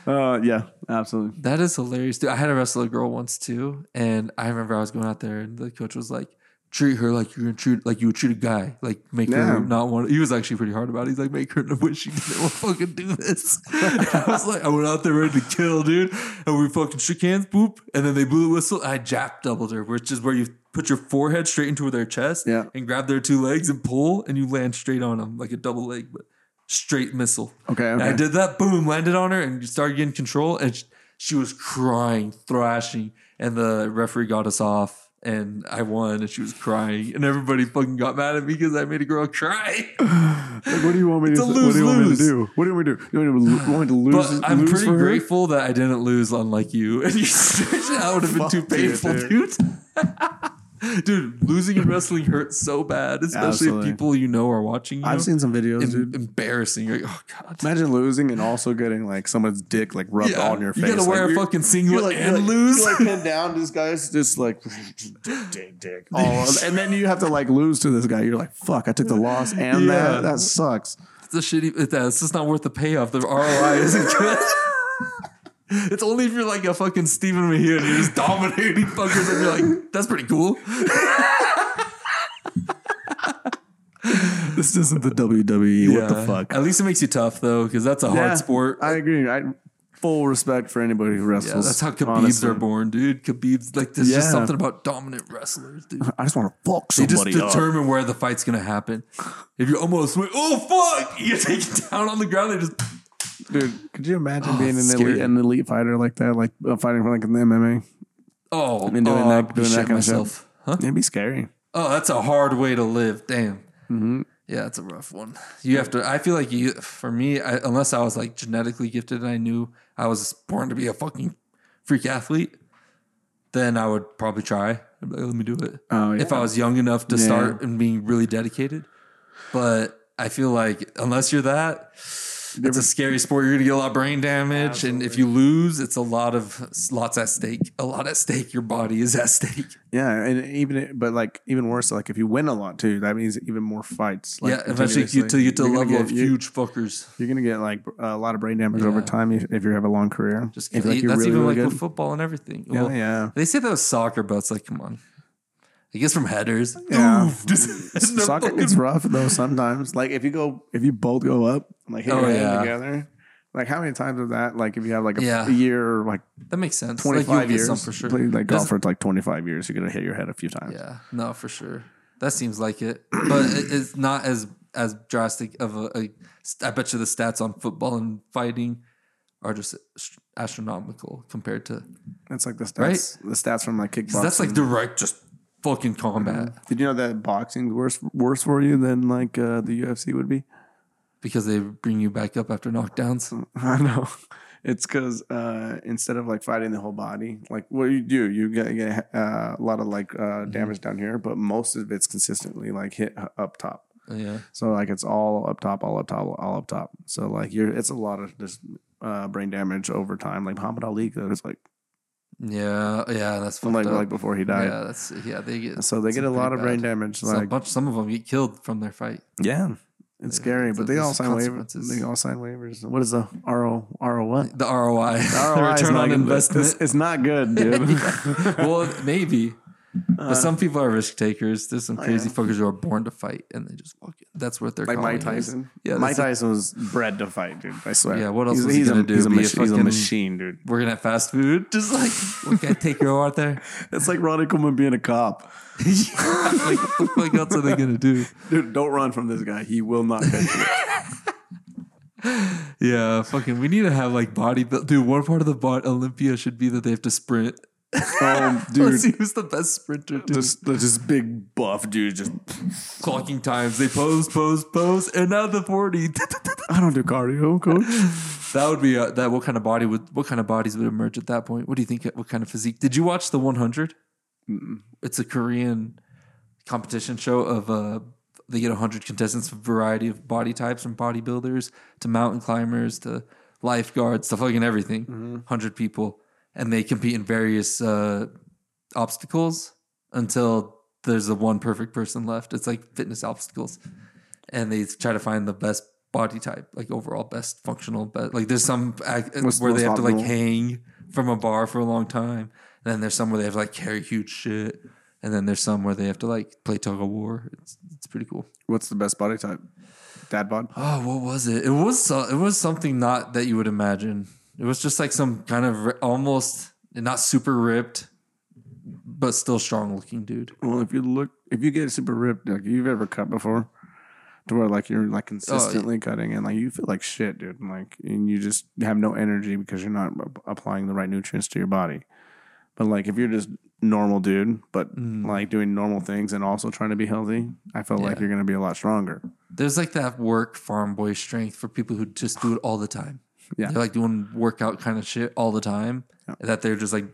Speaker 1: uh, yeah, absolutely.
Speaker 2: that is hilarious, dude. I had a wrestler girl once too, and I remember I was going out there and the coach was like, treat her like you're gonna treat like you would treat a guy. Like make
Speaker 1: Yeah.
Speaker 2: her not want he was actually pretty hard about it. He's like, make her wish she didn't want to fucking do this. And I was like, I went out there ready to kill, dude. And we fucking shook hands, boop, and then they blew the whistle and I jap doubled her, which is where you put your forehead straight into their chest
Speaker 1: Yeah.
Speaker 2: and grab their two legs and pull and you land straight on them like a double leg, but straight missile.
Speaker 1: Okay,
Speaker 2: And I
Speaker 1: okay.
Speaker 2: did that, boom, landed on her and started getting control. And she, she was crying, thrashing. And the referee got us off. And I won, and she was crying, and everybody fucking got mad at me because I made a girl cry.
Speaker 1: Like, what do you want me to?
Speaker 2: It's a
Speaker 1: what do you want me
Speaker 2: lose-lose.
Speaker 1: to do? What do you want me to do? You want me to, lo- want me to
Speaker 2: But
Speaker 1: lose?
Speaker 2: I'm
Speaker 1: lose
Speaker 2: pretty
Speaker 1: for her?
Speaker 2: grateful that I didn't lose, unlike you. And you stretched it out would have been
Speaker 1: Fuck
Speaker 2: too
Speaker 1: you,
Speaker 2: painful, dude. dude, losing in wrestling hurts so bad, especially
Speaker 1: Absolutely.
Speaker 2: if people you know are watching you.
Speaker 1: I've seen some videos,
Speaker 2: Em-
Speaker 1: dude.
Speaker 2: embarrassing. You're like, oh god.
Speaker 1: Imagine losing and also getting like someone's dick like rubbed on your face.
Speaker 2: You gotta
Speaker 1: Like,
Speaker 2: wear
Speaker 1: you're-
Speaker 2: a fucking singlet and lose.
Speaker 1: You're like pinned down. This guy's just like dick, dick, dick. All of- and then you have to like lose to this guy. You're like, fuck, I took the loss and
Speaker 2: Yeah.
Speaker 1: that. That sucks.
Speaker 2: it's a shitty. It, uh, it's just not worth the payoff. The ROI isn't good. It's only if you're like a fucking Stephen Mahia and you're just dominating fuckers and you're like, that's pretty cool.
Speaker 1: This isn't the WWE. What the
Speaker 2: Yeah.
Speaker 1: fuck?
Speaker 2: At least it makes you tough though, because that's a
Speaker 1: Yeah,
Speaker 2: hard sport.
Speaker 1: I agree. I full respect for anybody who
Speaker 2: Yeah,
Speaker 1: wrestles.
Speaker 2: that's how Khabibs
Speaker 1: honestly.
Speaker 2: are born, dude. Khabibs, like, there's just
Speaker 1: Yeah.
Speaker 2: something about dominant wrestlers, dude.
Speaker 1: I just want to fuck
Speaker 2: They just
Speaker 1: somebody up.
Speaker 2: determine where the fight's gonna happen. If you almost went, oh fuck, you take it down on the ground. They just
Speaker 1: Dude, could you imagine
Speaker 2: Oh,
Speaker 1: being an
Speaker 2: it's
Speaker 1: elite,
Speaker 2: scary.
Speaker 1: an elite fighter like that, like uh, fighting for like in the MMA?
Speaker 2: oh,
Speaker 1: And doing
Speaker 2: oh,
Speaker 1: that-
Speaker 2: I'd
Speaker 1: doing that
Speaker 2: shit
Speaker 1: kind of shit.
Speaker 2: myself. Huh?
Speaker 1: It'd be scary.
Speaker 2: Oh, that's a hard way to live. Damn.
Speaker 1: Mm-hmm.
Speaker 2: Yeah, it's a rough one. You have to. I feel like you. For me, I, unless I was like genetically gifted and I knew I was born to be a fucking freak athlete, then I would probably try. I'd be like, let me do it.
Speaker 1: Oh, yeah.
Speaker 2: If I was young enough to
Speaker 1: Yeah.
Speaker 2: start and being really dedicated, but I feel like unless you're that, it's a scary sport. You're gonna get a lot of brain damage, and if you lose, it's a lot of lots at stake. A lot at stake. Your body is at stake.
Speaker 1: Yeah, and even but like even worse, like if you win a lot too, that means even more fights. Like
Speaker 2: yeah, eventually you, till you get to a
Speaker 1: continuously.
Speaker 2: level
Speaker 1: You're gonna
Speaker 2: of
Speaker 1: get- you-
Speaker 2: huge fuckers.
Speaker 1: You're gonna get like a lot of brain damage
Speaker 2: Yeah.
Speaker 1: over time if, if you have a long career.
Speaker 2: Just
Speaker 1: if,
Speaker 2: get,
Speaker 1: like, you're
Speaker 2: that's
Speaker 1: really,
Speaker 2: even
Speaker 1: really
Speaker 2: like
Speaker 1: good.
Speaker 2: with football and everything.
Speaker 1: Yeah,
Speaker 2: Well,
Speaker 1: yeah.
Speaker 2: They say that with soccer, but it's like, come on. I guess from headers.
Speaker 1: Yeah.
Speaker 2: Oof, just- and they're
Speaker 1: Soccer
Speaker 2: fucking-
Speaker 1: gets rough though sometimes. Like if you go, if you both go up, like hit
Speaker 2: Oh,
Speaker 1: your head
Speaker 2: yeah.
Speaker 1: together. Like how many times is that? Like if you have like a,
Speaker 2: Yeah.
Speaker 1: a year or like
Speaker 2: that makes sense. Like,
Speaker 1: twenty
Speaker 2: you'll
Speaker 1: five
Speaker 2: get some
Speaker 1: years,
Speaker 2: for sure.
Speaker 1: play, like golf
Speaker 2: That's-
Speaker 1: for like twenty five years, you're gonna hit your head a few times.
Speaker 2: Yeah, no, for sure. That seems like it, but it, it's not as as drastic of a, a. I bet you the stats on football and fighting are just astronomical compared to.
Speaker 1: That's like the stats.
Speaker 2: Right?
Speaker 1: The stats from like kickboxing.
Speaker 2: 'cause That's like direct, just fucking combat
Speaker 1: Did you know that boxing's worse worse for you than like uh, the UFC would be?
Speaker 2: because they bring you back up after knockdowns.
Speaker 1: I know. It's because uh, instead of like fighting the whole body, like what you do, you get, get uh, a lot of like
Speaker 2: Mm-hmm.
Speaker 1: uh, damage down here, but most of it's consistently like hit h- up top.
Speaker 2: Yeah.
Speaker 1: So like it's all up top, all up top, all up top. So like you're, it's a lot of just uh, brain damage over time. Like Muhammad Ali, that was like
Speaker 2: Yeah, yeah, that's fucked
Speaker 1: like
Speaker 2: up.
Speaker 1: like before he died.
Speaker 2: yeah, that's yeah. They get
Speaker 1: So they
Speaker 2: it's
Speaker 1: get a lot of
Speaker 2: pretty
Speaker 1: brain
Speaker 2: bad.
Speaker 1: damage.
Speaker 2: So
Speaker 1: Like
Speaker 2: much. Some of them get killed from their fight.
Speaker 1: yeah, It's
Speaker 2: There's-
Speaker 1: scary, but they
Speaker 2: there's
Speaker 1: all sign waivers.
Speaker 2: consequences.
Speaker 1: They all sign waivers. What is the RO RO what?
Speaker 2: The ROI,
Speaker 1: The
Speaker 2: the,
Speaker 1: ROI is
Speaker 2: return
Speaker 1: not
Speaker 2: on
Speaker 1: good.
Speaker 2: investment.
Speaker 1: It's, it's not good, dude.
Speaker 2: well, maybe.
Speaker 1: Uh,
Speaker 2: But some people are risk takers. There's some
Speaker 1: oh,
Speaker 2: crazy
Speaker 1: yeah.
Speaker 2: fuckers who are born to fight and they just fuck it. That's what they're
Speaker 1: like
Speaker 2: calling
Speaker 1: Mike
Speaker 2: Oh, it.
Speaker 1: Tyson.
Speaker 2: Yeah,
Speaker 1: Mike
Speaker 2: that's a-
Speaker 1: Tyson was bred to fight, dude. I swear.
Speaker 2: Yeah, what else
Speaker 1: he's,
Speaker 2: was he
Speaker 1: he's
Speaker 2: gonna
Speaker 1: a,
Speaker 2: do?
Speaker 1: He's a,
Speaker 2: Be a
Speaker 1: machi- he's a
Speaker 2: fucking-
Speaker 1: machine, dude.
Speaker 2: We're gonna have fast food. Just like, what can I take you out there?
Speaker 1: It's like Ronnie Coleman being a cop.
Speaker 2: like, what the fuck else are they gonna do?
Speaker 1: Dude, don't run from this guy. He will not catch you.
Speaker 2: Yeah, fucking. We need to have like body. build- Dude, one part of the bot Olympia should be that they have to sprint.
Speaker 1: Um,
Speaker 2: Let's
Speaker 1: dude,
Speaker 2: see who's the best sprinter. Dude.
Speaker 1: this, this big buff dude just.
Speaker 2: clocking times. They pose, pose, pose, and now the forty.
Speaker 1: I don't do cardio, coach.
Speaker 2: that would be uh that. What kind of body would? What kind of bodies would emerge at that point? What do you think? What kind of physique? Did you watch the one hundred?
Speaker 1: Mm-mm.
Speaker 2: It's a Korean competition show of uh, they get hundred contestants from a variety of body types, from bodybuilders to mountain climbers to lifeguards to fucking everything. 100 people and they compete in various uh, obstacles until there's the one perfect person left. It's like fitness obstacles. And they try to find the best body type, like overall best functional. But like there's some act,
Speaker 1: What's the
Speaker 2: where they
Speaker 1: most
Speaker 2: have to like
Speaker 1: optimal?
Speaker 2: hang from a bar for a long time. And then there's some where they have to like carry huge shit. And then there's some where they have to like play tug of war. It's, it's pretty cool.
Speaker 1: What's the best body type? Dad bod?
Speaker 2: Oh, what was it? It was so- it was something not that you would imagine. It was just like some kind of ri- almost not super ripped, but still strong looking dude.
Speaker 1: Well, if you look, if you get super ripped, like you've ever cut before, to where like you're like consistently cutting and like you feel like shit, dude. And like, and you just have no energy because you're not a- applying the right nutrients to your body. But like, if you're just normal, dude, but
Speaker 2: Mm.
Speaker 1: like doing normal things and also trying to be healthy, I feel like
Speaker 2: Yeah.
Speaker 1: you're gonna be a lot stronger.
Speaker 2: There's like that work farm boy strength for people who just do it all the time.
Speaker 1: Yeah.
Speaker 2: They're like doing workout kind of shit all the time.
Speaker 1: Yeah.
Speaker 2: That they're just like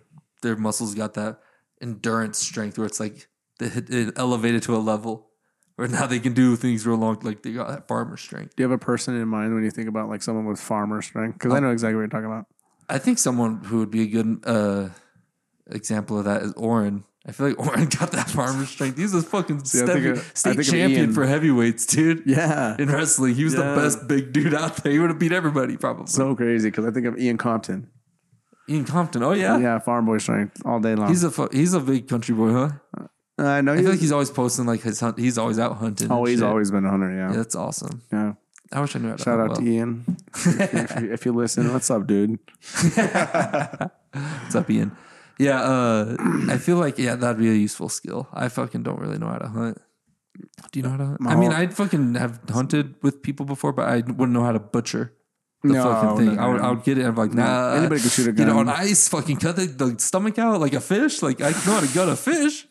Speaker 2: their muscles got that endurance strength where it's like they hit, it elevated to a level where now they can do things real long like they got that farmer strength.
Speaker 1: Do you have a person in mind when you think about like someone with farmer strength? Because I
Speaker 2: Um,
Speaker 1: know exactly what you're talking about.
Speaker 2: I think someone who would be a good uh, example of that is Oren. I feel like Oren got that farmer strength. He's a fucking
Speaker 1: I
Speaker 2: step-
Speaker 1: think of- I
Speaker 2: state
Speaker 1: think of
Speaker 2: champion
Speaker 1: Ian.
Speaker 2: for heavyweights, dude.
Speaker 1: Yeah,
Speaker 2: In wrestling, he was
Speaker 1: Yeah.
Speaker 2: the best big dude out there. He would have beat everybody, probably.
Speaker 1: so crazy because I think of Ian Compton.
Speaker 2: Ian Compton. Oh yeah,
Speaker 1: Yeah, farm boy strength all day long.
Speaker 2: he's a fu- he's a big country boy, huh?
Speaker 1: I know
Speaker 2: I feel like
Speaker 1: he's
Speaker 2: he's always posting like his hunt. He's always out hunting. and
Speaker 1: Oh, always
Speaker 2: shit.
Speaker 1: always been a hunter. Yeah.
Speaker 2: Yeah, that's awesome.
Speaker 1: yeah.
Speaker 2: I wish I knew how to
Speaker 1: Shout out
Speaker 2: hunt
Speaker 1: to
Speaker 2: well.
Speaker 1: Ian. if, you, if you listen, what's up, dude?
Speaker 2: What's up, Ian? Yeah, uh, I feel like yeah, that'd be a useful skill. I fucking don't really know how to hunt. Do you know how to hunt?
Speaker 1: My
Speaker 2: I mean,
Speaker 1: whole-
Speaker 2: I'd fucking have hunted with people before, but I wouldn't know how to butcher the
Speaker 1: No,
Speaker 2: fucking thing.
Speaker 1: no,
Speaker 2: I, would,
Speaker 1: no.
Speaker 2: I would get it. I'm like, nah.
Speaker 1: Anybody can shoot a
Speaker 2: Get it
Speaker 1: gun.
Speaker 2: on ice, fucking cut the, the stomach out like a fish. Like I know how to gut a fish.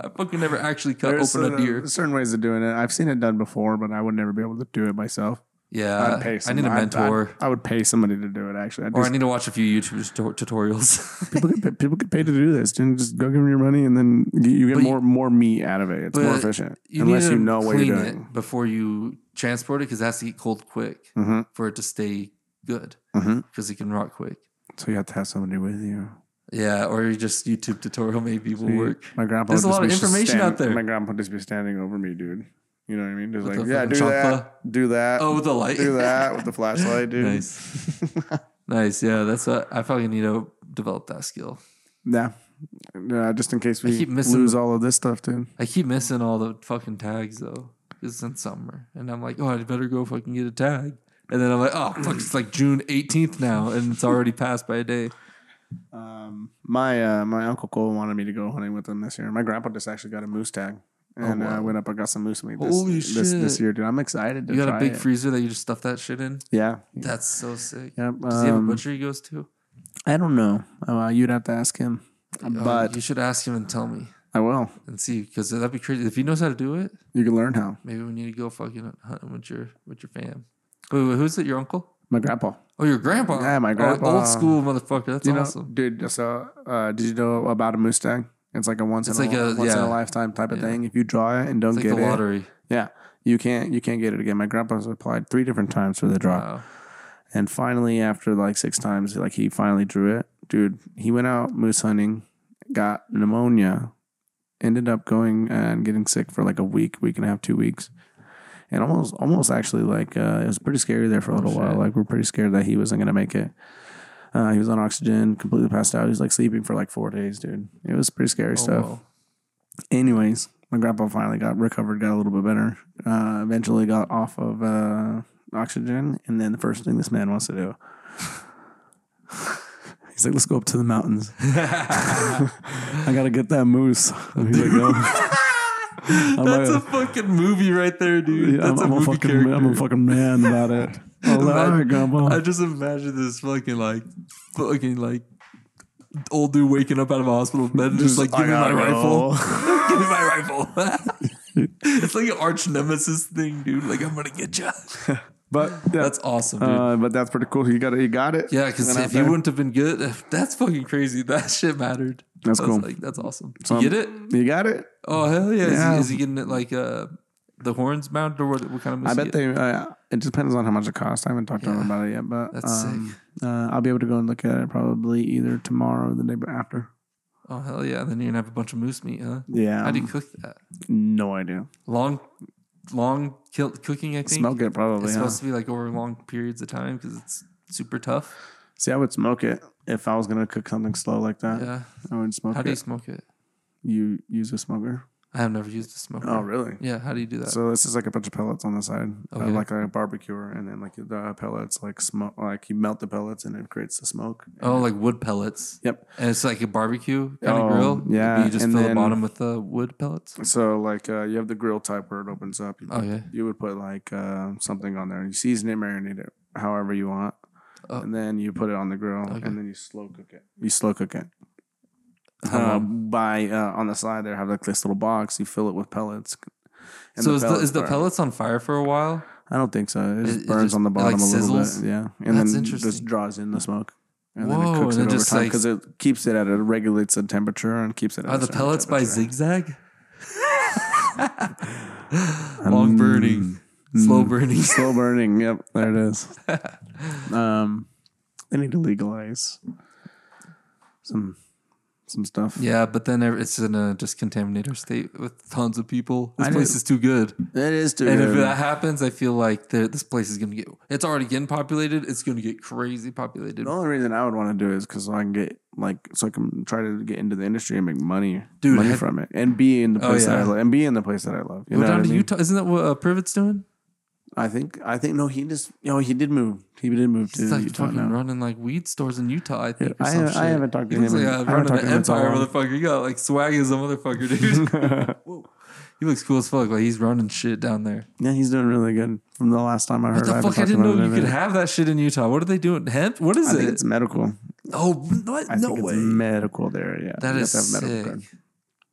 Speaker 2: I fucking never actually cut
Speaker 1: There's
Speaker 2: open a
Speaker 1: certain-
Speaker 2: deer.
Speaker 1: certain ways of doing it. I've seen it done before, but I would never be able to do it myself.
Speaker 2: Yeah,
Speaker 1: I'd pay
Speaker 2: Uh, I
Speaker 1: some-
Speaker 2: need a
Speaker 1: I'd- I'd-
Speaker 2: mentor,
Speaker 1: I would pay somebody to do it, actually. I'd
Speaker 2: or I
Speaker 1: just-
Speaker 2: need to watch a few YouTube tut- tutorials.
Speaker 1: people, get, people get paid to do this. Dude. Just go give them your money and then you, you get
Speaker 2: But you-
Speaker 1: more, more meat out of it. It's
Speaker 2: but
Speaker 1: more efficient.
Speaker 2: you
Speaker 1: unless
Speaker 2: need
Speaker 1: you
Speaker 2: to
Speaker 1: know what you're
Speaker 2: clean
Speaker 1: doing.
Speaker 2: it before you transport it because it has to get cold quick
Speaker 1: Mhm.
Speaker 2: for it to stay good
Speaker 1: Mhm.
Speaker 2: because it can rot quick.
Speaker 1: So you have to have somebody with you.
Speaker 2: Yeah, or you just YouTube tutorial maybe will
Speaker 1: See,
Speaker 2: work.
Speaker 1: My grandpa.
Speaker 2: There's
Speaker 1: would
Speaker 2: a lot
Speaker 1: just
Speaker 2: of
Speaker 1: be
Speaker 2: information
Speaker 1: stand-
Speaker 2: out there.
Speaker 1: My grandpa would just be standing over me, dude. You know what I mean? Just
Speaker 2: With
Speaker 1: like,
Speaker 2: the
Speaker 1: yeah,
Speaker 2: fucking
Speaker 1: do
Speaker 2: chopper.
Speaker 1: that, do that,
Speaker 2: Oh, with the light.
Speaker 1: do that with the flashlight, dude.
Speaker 2: nice, nice. Yeah, that's what I probably need to develop that skill.
Speaker 1: Nah, nah, just in case we
Speaker 2: keep missing-
Speaker 1: lose all of this stuff, dude.
Speaker 2: I keep missing all the fucking tags though. It's in summer, and I'm like, oh, I better go fucking get a tag. And then I'm like, oh fuck, it's like June 18th now, and it's already passed by a day.
Speaker 1: Um, my uh, my uncle Cole wanted me to go hunting with him this year. My grandpa just actually got a moose tag, and I
Speaker 2: Oh, wow.
Speaker 1: went up. I got some moose meat this,
Speaker 2: Holy
Speaker 1: this, this
Speaker 2: shit.
Speaker 1: year, dude. I'm excited. To
Speaker 2: You got
Speaker 1: try
Speaker 2: a big
Speaker 1: it.
Speaker 2: freezer that you just stuff that shit in.
Speaker 1: yeah.
Speaker 2: That's so sick.
Speaker 1: Yep.
Speaker 2: Does he have a
Speaker 1: um,
Speaker 2: butcher he goes to?
Speaker 1: I don't know. Uh, you'd have to ask him,
Speaker 2: Uh,
Speaker 1: but
Speaker 2: you should ask him and tell me
Speaker 1: I will.
Speaker 2: and see because that'd be crazy. If he knows how to do it,
Speaker 1: You can learn how.
Speaker 2: maybe we need to go fucking hunting with your with your fam. Wait, wait, who's it? Your uncle?
Speaker 1: My grandpa.
Speaker 2: Oh, your grandpa?
Speaker 1: Yeah, my
Speaker 2: Oh,
Speaker 1: grandpa.
Speaker 2: old school motherfucker. That's
Speaker 1: you know,
Speaker 2: awesome.
Speaker 1: dude. So, uh, did you know about a moose tag? It's like a once
Speaker 2: It's
Speaker 1: in
Speaker 2: like
Speaker 1: a,
Speaker 2: a-
Speaker 1: once in
Speaker 2: yeah.
Speaker 1: a lifetime type of
Speaker 2: Yeah.
Speaker 1: thing. If you draw it and don't
Speaker 2: It's like
Speaker 1: get
Speaker 2: the
Speaker 1: it,
Speaker 2: lottery.
Speaker 1: yeah, you can't you can't get it again. My grandpa's applied three different times for the draw,
Speaker 2: Wow.
Speaker 1: and finally after like six times, like he finally drew it. Dude, he went out moose hunting, got pneumonia, ended up going and getting sick for like a week, week and a half, two weeks. and almost almost actually like uh, it was pretty scary there for a
Speaker 2: Oh,
Speaker 1: little while.
Speaker 2: shit.
Speaker 1: Like we're pretty scared that he wasn't gonna make it. Uh, he was on oxygen, completely passed out. He was like sleeping for like four days, dude. It was pretty
Speaker 2: Oh,
Speaker 1: scary stuff.
Speaker 2: well.
Speaker 1: Anyways, my grandpa finally got recovered, got a little bit better. Uh, eventually got off of uh, oxygen, and then the first thing this man wants to do, he's like, "Let's go up to the mountains. I gotta get that moose." And he's like, "No."
Speaker 2: That's a fucking movie right there, dude.
Speaker 1: Yeah, I'm,
Speaker 2: That's
Speaker 1: I'm
Speaker 2: a
Speaker 1: a
Speaker 2: movie
Speaker 1: fucking,
Speaker 2: character.
Speaker 1: I'm a fucking man about it. I was like,
Speaker 2: Imagine-
Speaker 1: all right, Grandpa.
Speaker 2: I just imagine this fucking like fucking like old dude waking up out of a hospital bed and just, like give me my rifle. give me my rifle. it's like an arch nemesis thing, dude. Like I'm gonna get you.
Speaker 1: But yeah,
Speaker 2: That's awesome, dude.
Speaker 1: uh, but that's pretty cool. You got it. You got it.
Speaker 2: yeah, because
Speaker 1: Went out
Speaker 2: if you
Speaker 1: there.
Speaker 2: wouldn't have been good, that's fucking crazy. That shit mattered.
Speaker 1: That's
Speaker 2: I was
Speaker 1: cool.
Speaker 2: Like, that's awesome.
Speaker 1: So I'm-
Speaker 2: you get it?
Speaker 1: Um, you got it.
Speaker 2: Oh hell
Speaker 1: Yeah.
Speaker 2: yeah! Is, he, is he getting it like uh, the horns mounted or what? What kind of?
Speaker 1: I
Speaker 2: is he
Speaker 1: bet
Speaker 2: getting?
Speaker 1: they. Uh, it depends on how much it costs. I haven't talked to
Speaker 2: Yeah.
Speaker 1: them about it yet, but
Speaker 2: That's
Speaker 1: um, Uh, I'll be able to go and look at it probably either tomorrow or the day after.
Speaker 2: Oh hell yeah! Then you're gonna have a bunch of moose meat, huh?
Speaker 1: Yeah,
Speaker 2: How do you cook that?
Speaker 1: no idea.
Speaker 2: Long, long kill, cooking. I think
Speaker 1: Smoke it probably.
Speaker 2: it's
Speaker 1: huh?
Speaker 2: supposed to be like over long periods of time because it's super tough.
Speaker 1: See, I would smoke it if I was gonna cook something slow like that.
Speaker 2: Yeah.
Speaker 1: I would smoke
Speaker 2: How
Speaker 1: it.
Speaker 2: do you smoke it?
Speaker 1: you use a smoker?
Speaker 2: I have never used a smoker.
Speaker 1: Oh, really?
Speaker 2: Yeah. How do you do that?
Speaker 1: So this is like a bunch of pellets on the side, uh,
Speaker 2: Okay.
Speaker 1: like a barbecue, and then like the pellets, like smoke, like you melt the pellets and it creates the smoke.
Speaker 2: oh, like wood pellets.
Speaker 1: Yep.
Speaker 2: And it's like a barbecue kind
Speaker 1: Oh,
Speaker 2: of grill.
Speaker 1: yeah,
Speaker 2: You just
Speaker 1: and
Speaker 2: fill the
Speaker 1: then-
Speaker 2: bottom with the wood pellets.
Speaker 1: So like uh, you have the grill type where it opens up. You,
Speaker 2: Oh yeah.
Speaker 1: you would put like uh, something on there. You season it, marinate it however you want,
Speaker 2: Oh.
Speaker 1: and then you put it on the grill,
Speaker 2: Okay.
Speaker 1: and then you slow cook it. You slow cook it.
Speaker 2: How
Speaker 1: Uh,
Speaker 2: long?
Speaker 1: by uh, on the side there have like this little box. You fill it with pellets. And
Speaker 2: so is the, is the
Speaker 1: burn.
Speaker 2: pellets on fire for a while?
Speaker 1: I don't think so. It just
Speaker 2: It- it
Speaker 1: burns
Speaker 2: just-
Speaker 1: on the
Speaker 2: it,
Speaker 1: bottom
Speaker 2: like,
Speaker 1: a little
Speaker 2: sizzles?
Speaker 1: bit. Yeah. And
Speaker 2: That's
Speaker 1: then
Speaker 2: interesting.
Speaker 1: just draws in the smoke. And
Speaker 2: Whoa,
Speaker 1: then it cooks
Speaker 2: and
Speaker 1: it
Speaker 2: then
Speaker 1: over
Speaker 2: just,
Speaker 1: time
Speaker 2: like-
Speaker 1: because it keeps it at it regulates the temperature and keeps it. At
Speaker 2: Are
Speaker 1: a
Speaker 2: the
Speaker 1: certain
Speaker 2: pellets by
Speaker 1: temperature.
Speaker 2: zigzag? Long burning,
Speaker 1: Mm.
Speaker 2: slow burning.
Speaker 1: Slow burning. Yep, there it is. um, they need to legalize some some stuff.
Speaker 2: Yeah, but then there- it's in a just contaminator state with tons of people. This
Speaker 1: I
Speaker 2: place
Speaker 1: didn't-
Speaker 2: is too good.
Speaker 1: It is too.
Speaker 2: And if
Speaker 1: good.
Speaker 2: that happens, I feel like there- this place is going to get, it's already getting populated. It's going to get crazy populated.
Speaker 1: the only reason I would want to do it is because I can get like so I can try to get into the industry and make money,
Speaker 2: Dude,
Speaker 1: money
Speaker 2: have-
Speaker 1: from it, and be in the
Speaker 2: Oh,
Speaker 1: place that I
Speaker 2: yeah.
Speaker 1: love, and be in the place that I love. You
Speaker 2: Go
Speaker 1: know what
Speaker 2: down
Speaker 1: I
Speaker 2: to
Speaker 1: mean?
Speaker 2: Utah. Isn't that what uh, Privet's doing?
Speaker 1: I think I think no, he just you know he did move. He did move to
Speaker 2: He's like
Speaker 1: Utah
Speaker 2: fucking
Speaker 1: now.
Speaker 2: running like weed stores in Utah, I think.
Speaker 1: Yeah,
Speaker 2: or
Speaker 1: I
Speaker 2: some
Speaker 1: haven't- I
Speaker 2: shit.
Speaker 1: haven't talked to
Speaker 2: He looks
Speaker 1: him in-
Speaker 2: Like,
Speaker 1: I
Speaker 2: I
Speaker 1: haven't
Speaker 2: running
Speaker 1: talked
Speaker 2: an
Speaker 1: to him in so
Speaker 2: empire,
Speaker 1: long.
Speaker 2: motherfucker. You got like swag as a motherfucker, dude. Whoa. He looks cool as fuck. Like he's running shit down there.
Speaker 1: Yeah, he's doing really good. From the last time I heard,
Speaker 2: What the
Speaker 1: haven't
Speaker 2: fuck? I
Speaker 1: talked
Speaker 2: didn't
Speaker 1: about
Speaker 2: know
Speaker 1: it
Speaker 2: you
Speaker 1: in
Speaker 2: could
Speaker 1: a-
Speaker 2: have that shit in Utah. What are they doing? Hemp? What is
Speaker 1: I think
Speaker 2: it?
Speaker 1: it's medical.
Speaker 2: Oh, what?
Speaker 1: I
Speaker 2: no
Speaker 1: think
Speaker 2: way.
Speaker 1: it's medical there. Yeah,
Speaker 2: That
Speaker 1: You
Speaker 2: is
Speaker 1: have to have
Speaker 2: sick.
Speaker 1: card.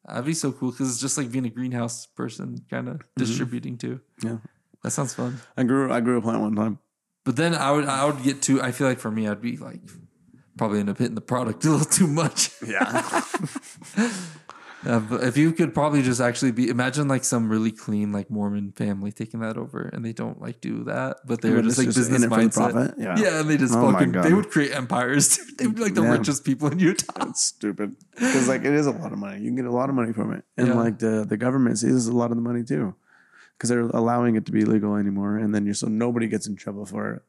Speaker 2: That'd be so cool because it's just like being a greenhouse person, kind of distributing too.
Speaker 1: Mm-hmm. Yeah.
Speaker 2: that sounds fun.
Speaker 1: I grew I grew a plant one time.
Speaker 2: But then I would I would get too. I feel like for me, I'd be like probably end up hitting the product a little too much.
Speaker 1: Yeah,
Speaker 2: Uh, but if you could probably just actually be imagine like some really clean like Mormon family taking that over, and they don't like do that, but they're
Speaker 1: But
Speaker 2: just
Speaker 1: it's
Speaker 2: like
Speaker 1: just in
Speaker 2: business
Speaker 1: it for the
Speaker 2: mindset.
Speaker 1: profit? Yeah.
Speaker 2: yeah, and they just
Speaker 1: Oh my
Speaker 2: fucking
Speaker 1: God.
Speaker 2: they would create empires. dude. They'd be like the
Speaker 1: Yeah.
Speaker 2: richest people in Utah.
Speaker 1: it's stupid because like it is a lot of money. You can get a lot of money from it, and
Speaker 2: Yeah.
Speaker 1: like the the government sees a lot of the money too, because they're allowing it to be legal anymore, and then you're so nobody gets in trouble for it.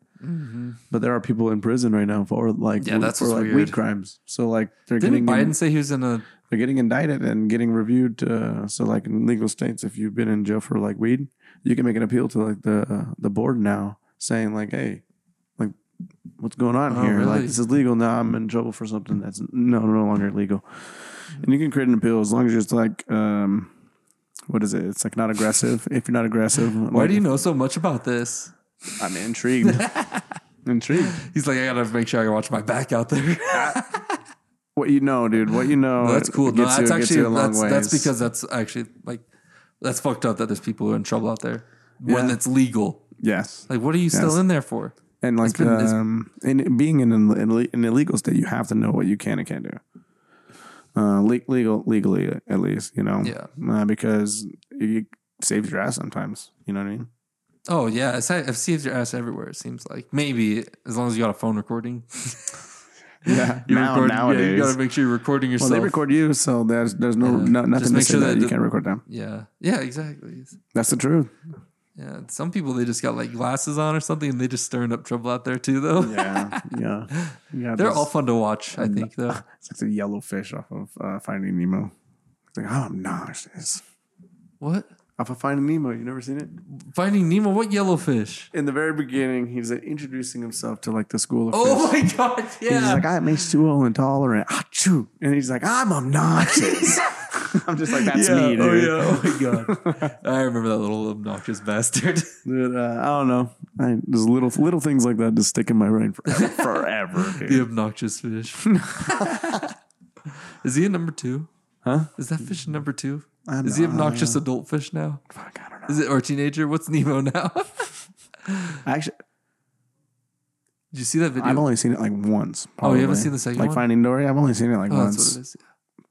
Speaker 1: But there are people in prison right now for like
Speaker 2: Mm-hmm. Yeah,
Speaker 1: w-
Speaker 2: that's
Speaker 1: for
Speaker 2: what's
Speaker 1: like
Speaker 2: weird.
Speaker 1: weed crimes. So like they're
Speaker 2: Didn't
Speaker 1: getting
Speaker 2: Biden
Speaker 1: in-
Speaker 2: say he was in a?
Speaker 1: they're getting indicted and getting reviewed. Uh, so like in legal states, if you've been in jail for like weed, you can make an appeal to like the uh, the board now, saying like, hey, like what's going on
Speaker 2: Oh,
Speaker 1: here?
Speaker 2: really?
Speaker 1: Like this is legal now. I'm in trouble for something that's no no longer legal, and you can create an appeal as long as it's like um, what is it? It's like not aggressive. if you're not aggressive,
Speaker 2: Why do you know so much about this?
Speaker 1: I'm intrigued. intrigued.
Speaker 2: He's like, I gotta make sure I watch my back out there.
Speaker 1: What you know, dude? What you know?
Speaker 2: that's
Speaker 1: it
Speaker 2: cool. No,
Speaker 1: gets you-
Speaker 2: that's
Speaker 1: it gets you a
Speaker 2: actually
Speaker 1: long
Speaker 2: that's, that's
Speaker 1: ways.
Speaker 2: because that's actually like that's fucked up that there's people who are in trouble out there when
Speaker 1: Yeah.
Speaker 2: it's legal.
Speaker 1: yes.
Speaker 2: Like, what are you still
Speaker 1: Yes.
Speaker 2: in there for?
Speaker 1: And like,
Speaker 2: been- it's-
Speaker 1: um, in being in an, in an illegal state, you have to know what you can and can't do. Uh, le- legal, legally, at least, you know.
Speaker 2: Yeah.
Speaker 1: Uh, because it saves your ass sometimes. You know what I mean?
Speaker 2: Oh yeah, it's, it saves your ass everywhere. It seems like maybe as long as you got a phone recording.
Speaker 1: Yeah.
Speaker 2: You're
Speaker 1: now,
Speaker 2: recording-
Speaker 1: nowadays,
Speaker 2: yeah, you gotta make sure you're recording
Speaker 1: well,
Speaker 2: yourself.
Speaker 1: they record you, so there's there's no, no nothing
Speaker 2: Just
Speaker 1: to
Speaker 2: make
Speaker 1: say
Speaker 2: sure
Speaker 1: that,
Speaker 2: that
Speaker 1: you
Speaker 2: the-
Speaker 1: can't record them.
Speaker 2: yeah, yeah, exactly.
Speaker 1: That's the truth.
Speaker 2: Yeah, some people they just got like glasses on or something, and they just stirring up trouble out there too, though.
Speaker 1: Yeah, yeah, yeah.
Speaker 2: They're
Speaker 1: those-
Speaker 2: all fun to watch, I think, though.
Speaker 1: It's like the yellow fish off of uh, Finding Nemo. It's like "Oh, I'm nauseous.
Speaker 2: What?
Speaker 1: Off of Finding Nemo, you never seen it?
Speaker 2: Finding Nemo? What yellowfish?
Speaker 1: In the very beginning, he's like, introducing himself to like the school of
Speaker 2: Oh
Speaker 1: fish.
Speaker 2: my god!
Speaker 1: He's
Speaker 2: Yeah.
Speaker 1: like, I'm H2O intolerant. Achoo. And he's like, I'm obnoxious. I'm just like, that's
Speaker 2: yeah.
Speaker 1: me,
Speaker 2: Oh
Speaker 1: dude.
Speaker 2: yeah. Oh my god. I remember that little obnoxious bastard.
Speaker 1: Dude, uh, I don't know. I, there's little little things like that just stick in my brain forever. forever dude.
Speaker 2: the obnoxious fish. Is he a number two?
Speaker 1: Huh?
Speaker 2: Is that fish a number two?
Speaker 1: I'm
Speaker 2: Is he
Speaker 1: not-
Speaker 2: obnoxious adult fish now?
Speaker 1: Fuck, I don't know.
Speaker 2: Is it or teenager? What's Nemo now? Did
Speaker 1: Actually,
Speaker 2: you see that video?
Speaker 1: I've only seen it like once.
Speaker 2: Oh, you haven't
Speaker 1: probably.
Speaker 2: seen the second
Speaker 1: like
Speaker 2: one?
Speaker 1: Finding Dory. I've only seen it like
Speaker 2: oh,
Speaker 1: once,
Speaker 2: that's what it is.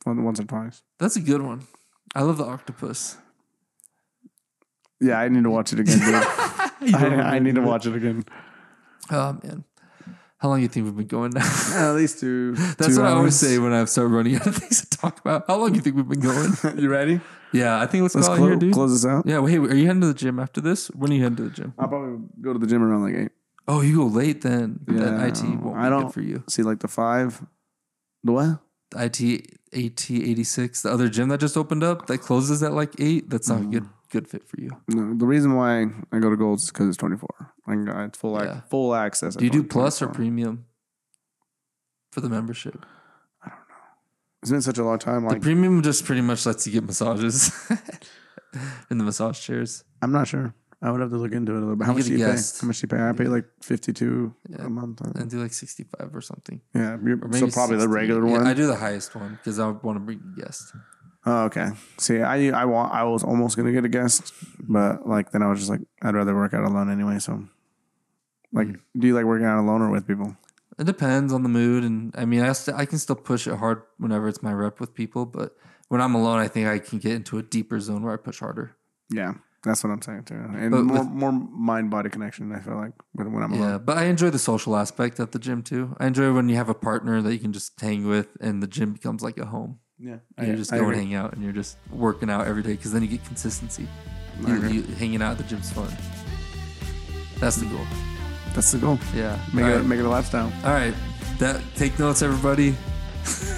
Speaker 1: One- once or twice.
Speaker 2: That's a good one. I love the octopus.
Speaker 1: Yeah, I need to watch it again. Dude.
Speaker 2: You
Speaker 1: I,
Speaker 2: don't
Speaker 1: I need to watch it again.
Speaker 2: Oh man, how long you think we've been going now?
Speaker 1: At least two.
Speaker 2: That's what I always say when I start running out of things to talk about. How long you think we've been going?
Speaker 1: you ready?
Speaker 2: yeah, I think let's,
Speaker 1: Let's
Speaker 2: go out here,
Speaker 1: clo-
Speaker 2: dude.
Speaker 1: close this out.
Speaker 2: Yeah, wait, are you heading to the gym after this? When are you heading to the gym?
Speaker 1: I'll probably go to the gym around like eight.
Speaker 2: Oh, you go late then.
Speaker 1: Yeah,
Speaker 2: that IT won't
Speaker 1: I
Speaker 2: be
Speaker 1: don't-
Speaker 2: good for you.
Speaker 1: See, like the five. The what?
Speaker 2: IT AT eighty six, the other gym that just opened up that closes at like eight. That's
Speaker 1: Mm-hmm.
Speaker 2: not a good good fit for you.
Speaker 1: No, the reason why I go to Gold's is because it's 24. Like, I- it's full, ac-
Speaker 2: Yeah.
Speaker 1: full access. at
Speaker 2: Do you do
Speaker 1: 24.
Speaker 2: plus or premium for the membership?
Speaker 1: It's been such a long time.
Speaker 2: the
Speaker 1: Like,
Speaker 2: premium just pretty much lets you get massages in the massage chairs.
Speaker 1: I'm not sure. I would have to look into it a little bit. How
Speaker 2: You
Speaker 1: much
Speaker 2: could
Speaker 1: do you
Speaker 2: guess.
Speaker 1: pay? How much do you pay? I pay like 52
Speaker 2: Yeah.
Speaker 1: a month.
Speaker 2: and do like 65 or something.
Speaker 1: Yeah. you're-
Speaker 2: Or
Speaker 1: so probably the
Speaker 2: 60.
Speaker 1: regular
Speaker 2: Yeah,
Speaker 1: one.
Speaker 2: I do the highest one because I want to bring a guest.
Speaker 1: oh, okay. See, I I want I was almost gonna get a guest, but like then I was just like I'd rather work out alone anyway. So,
Speaker 2: Hmm.
Speaker 1: like, do you like working out alone or with people?
Speaker 2: It depends on the mood. And I mean, I, st- I can still push it hard whenever it's my rep with people. But when I'm alone, I think I can get into a deeper zone where I push harder.
Speaker 1: Yeah, that's what I'm saying too. And
Speaker 2: But
Speaker 1: more
Speaker 2: with-
Speaker 1: more mind body connection. I feel like with when I'm alone.
Speaker 2: Yeah. But I enjoy the social aspect at the gym too. I enjoy when you have a partner that you can just hang with and the gym becomes like a home.
Speaker 1: Yeah,
Speaker 2: And
Speaker 1: I-
Speaker 2: you just
Speaker 1: I
Speaker 2: go and
Speaker 1: agree.
Speaker 2: hang out and you're just working out every day because then you get consistency.
Speaker 1: I
Speaker 2: You,
Speaker 1: agree.
Speaker 2: you, hanging out at the gym's fun. That's the goal.
Speaker 1: That's the goal.
Speaker 2: Yeah.
Speaker 1: Make
Speaker 2: All
Speaker 1: it
Speaker 2: right.
Speaker 1: make it a lifestyle.
Speaker 2: All right, that take notes, everybody.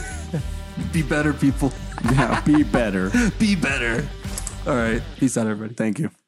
Speaker 2: Be better, people.
Speaker 1: Yeah, be better.
Speaker 2: Be better. All right, peace out, everybody.
Speaker 1: Thank you.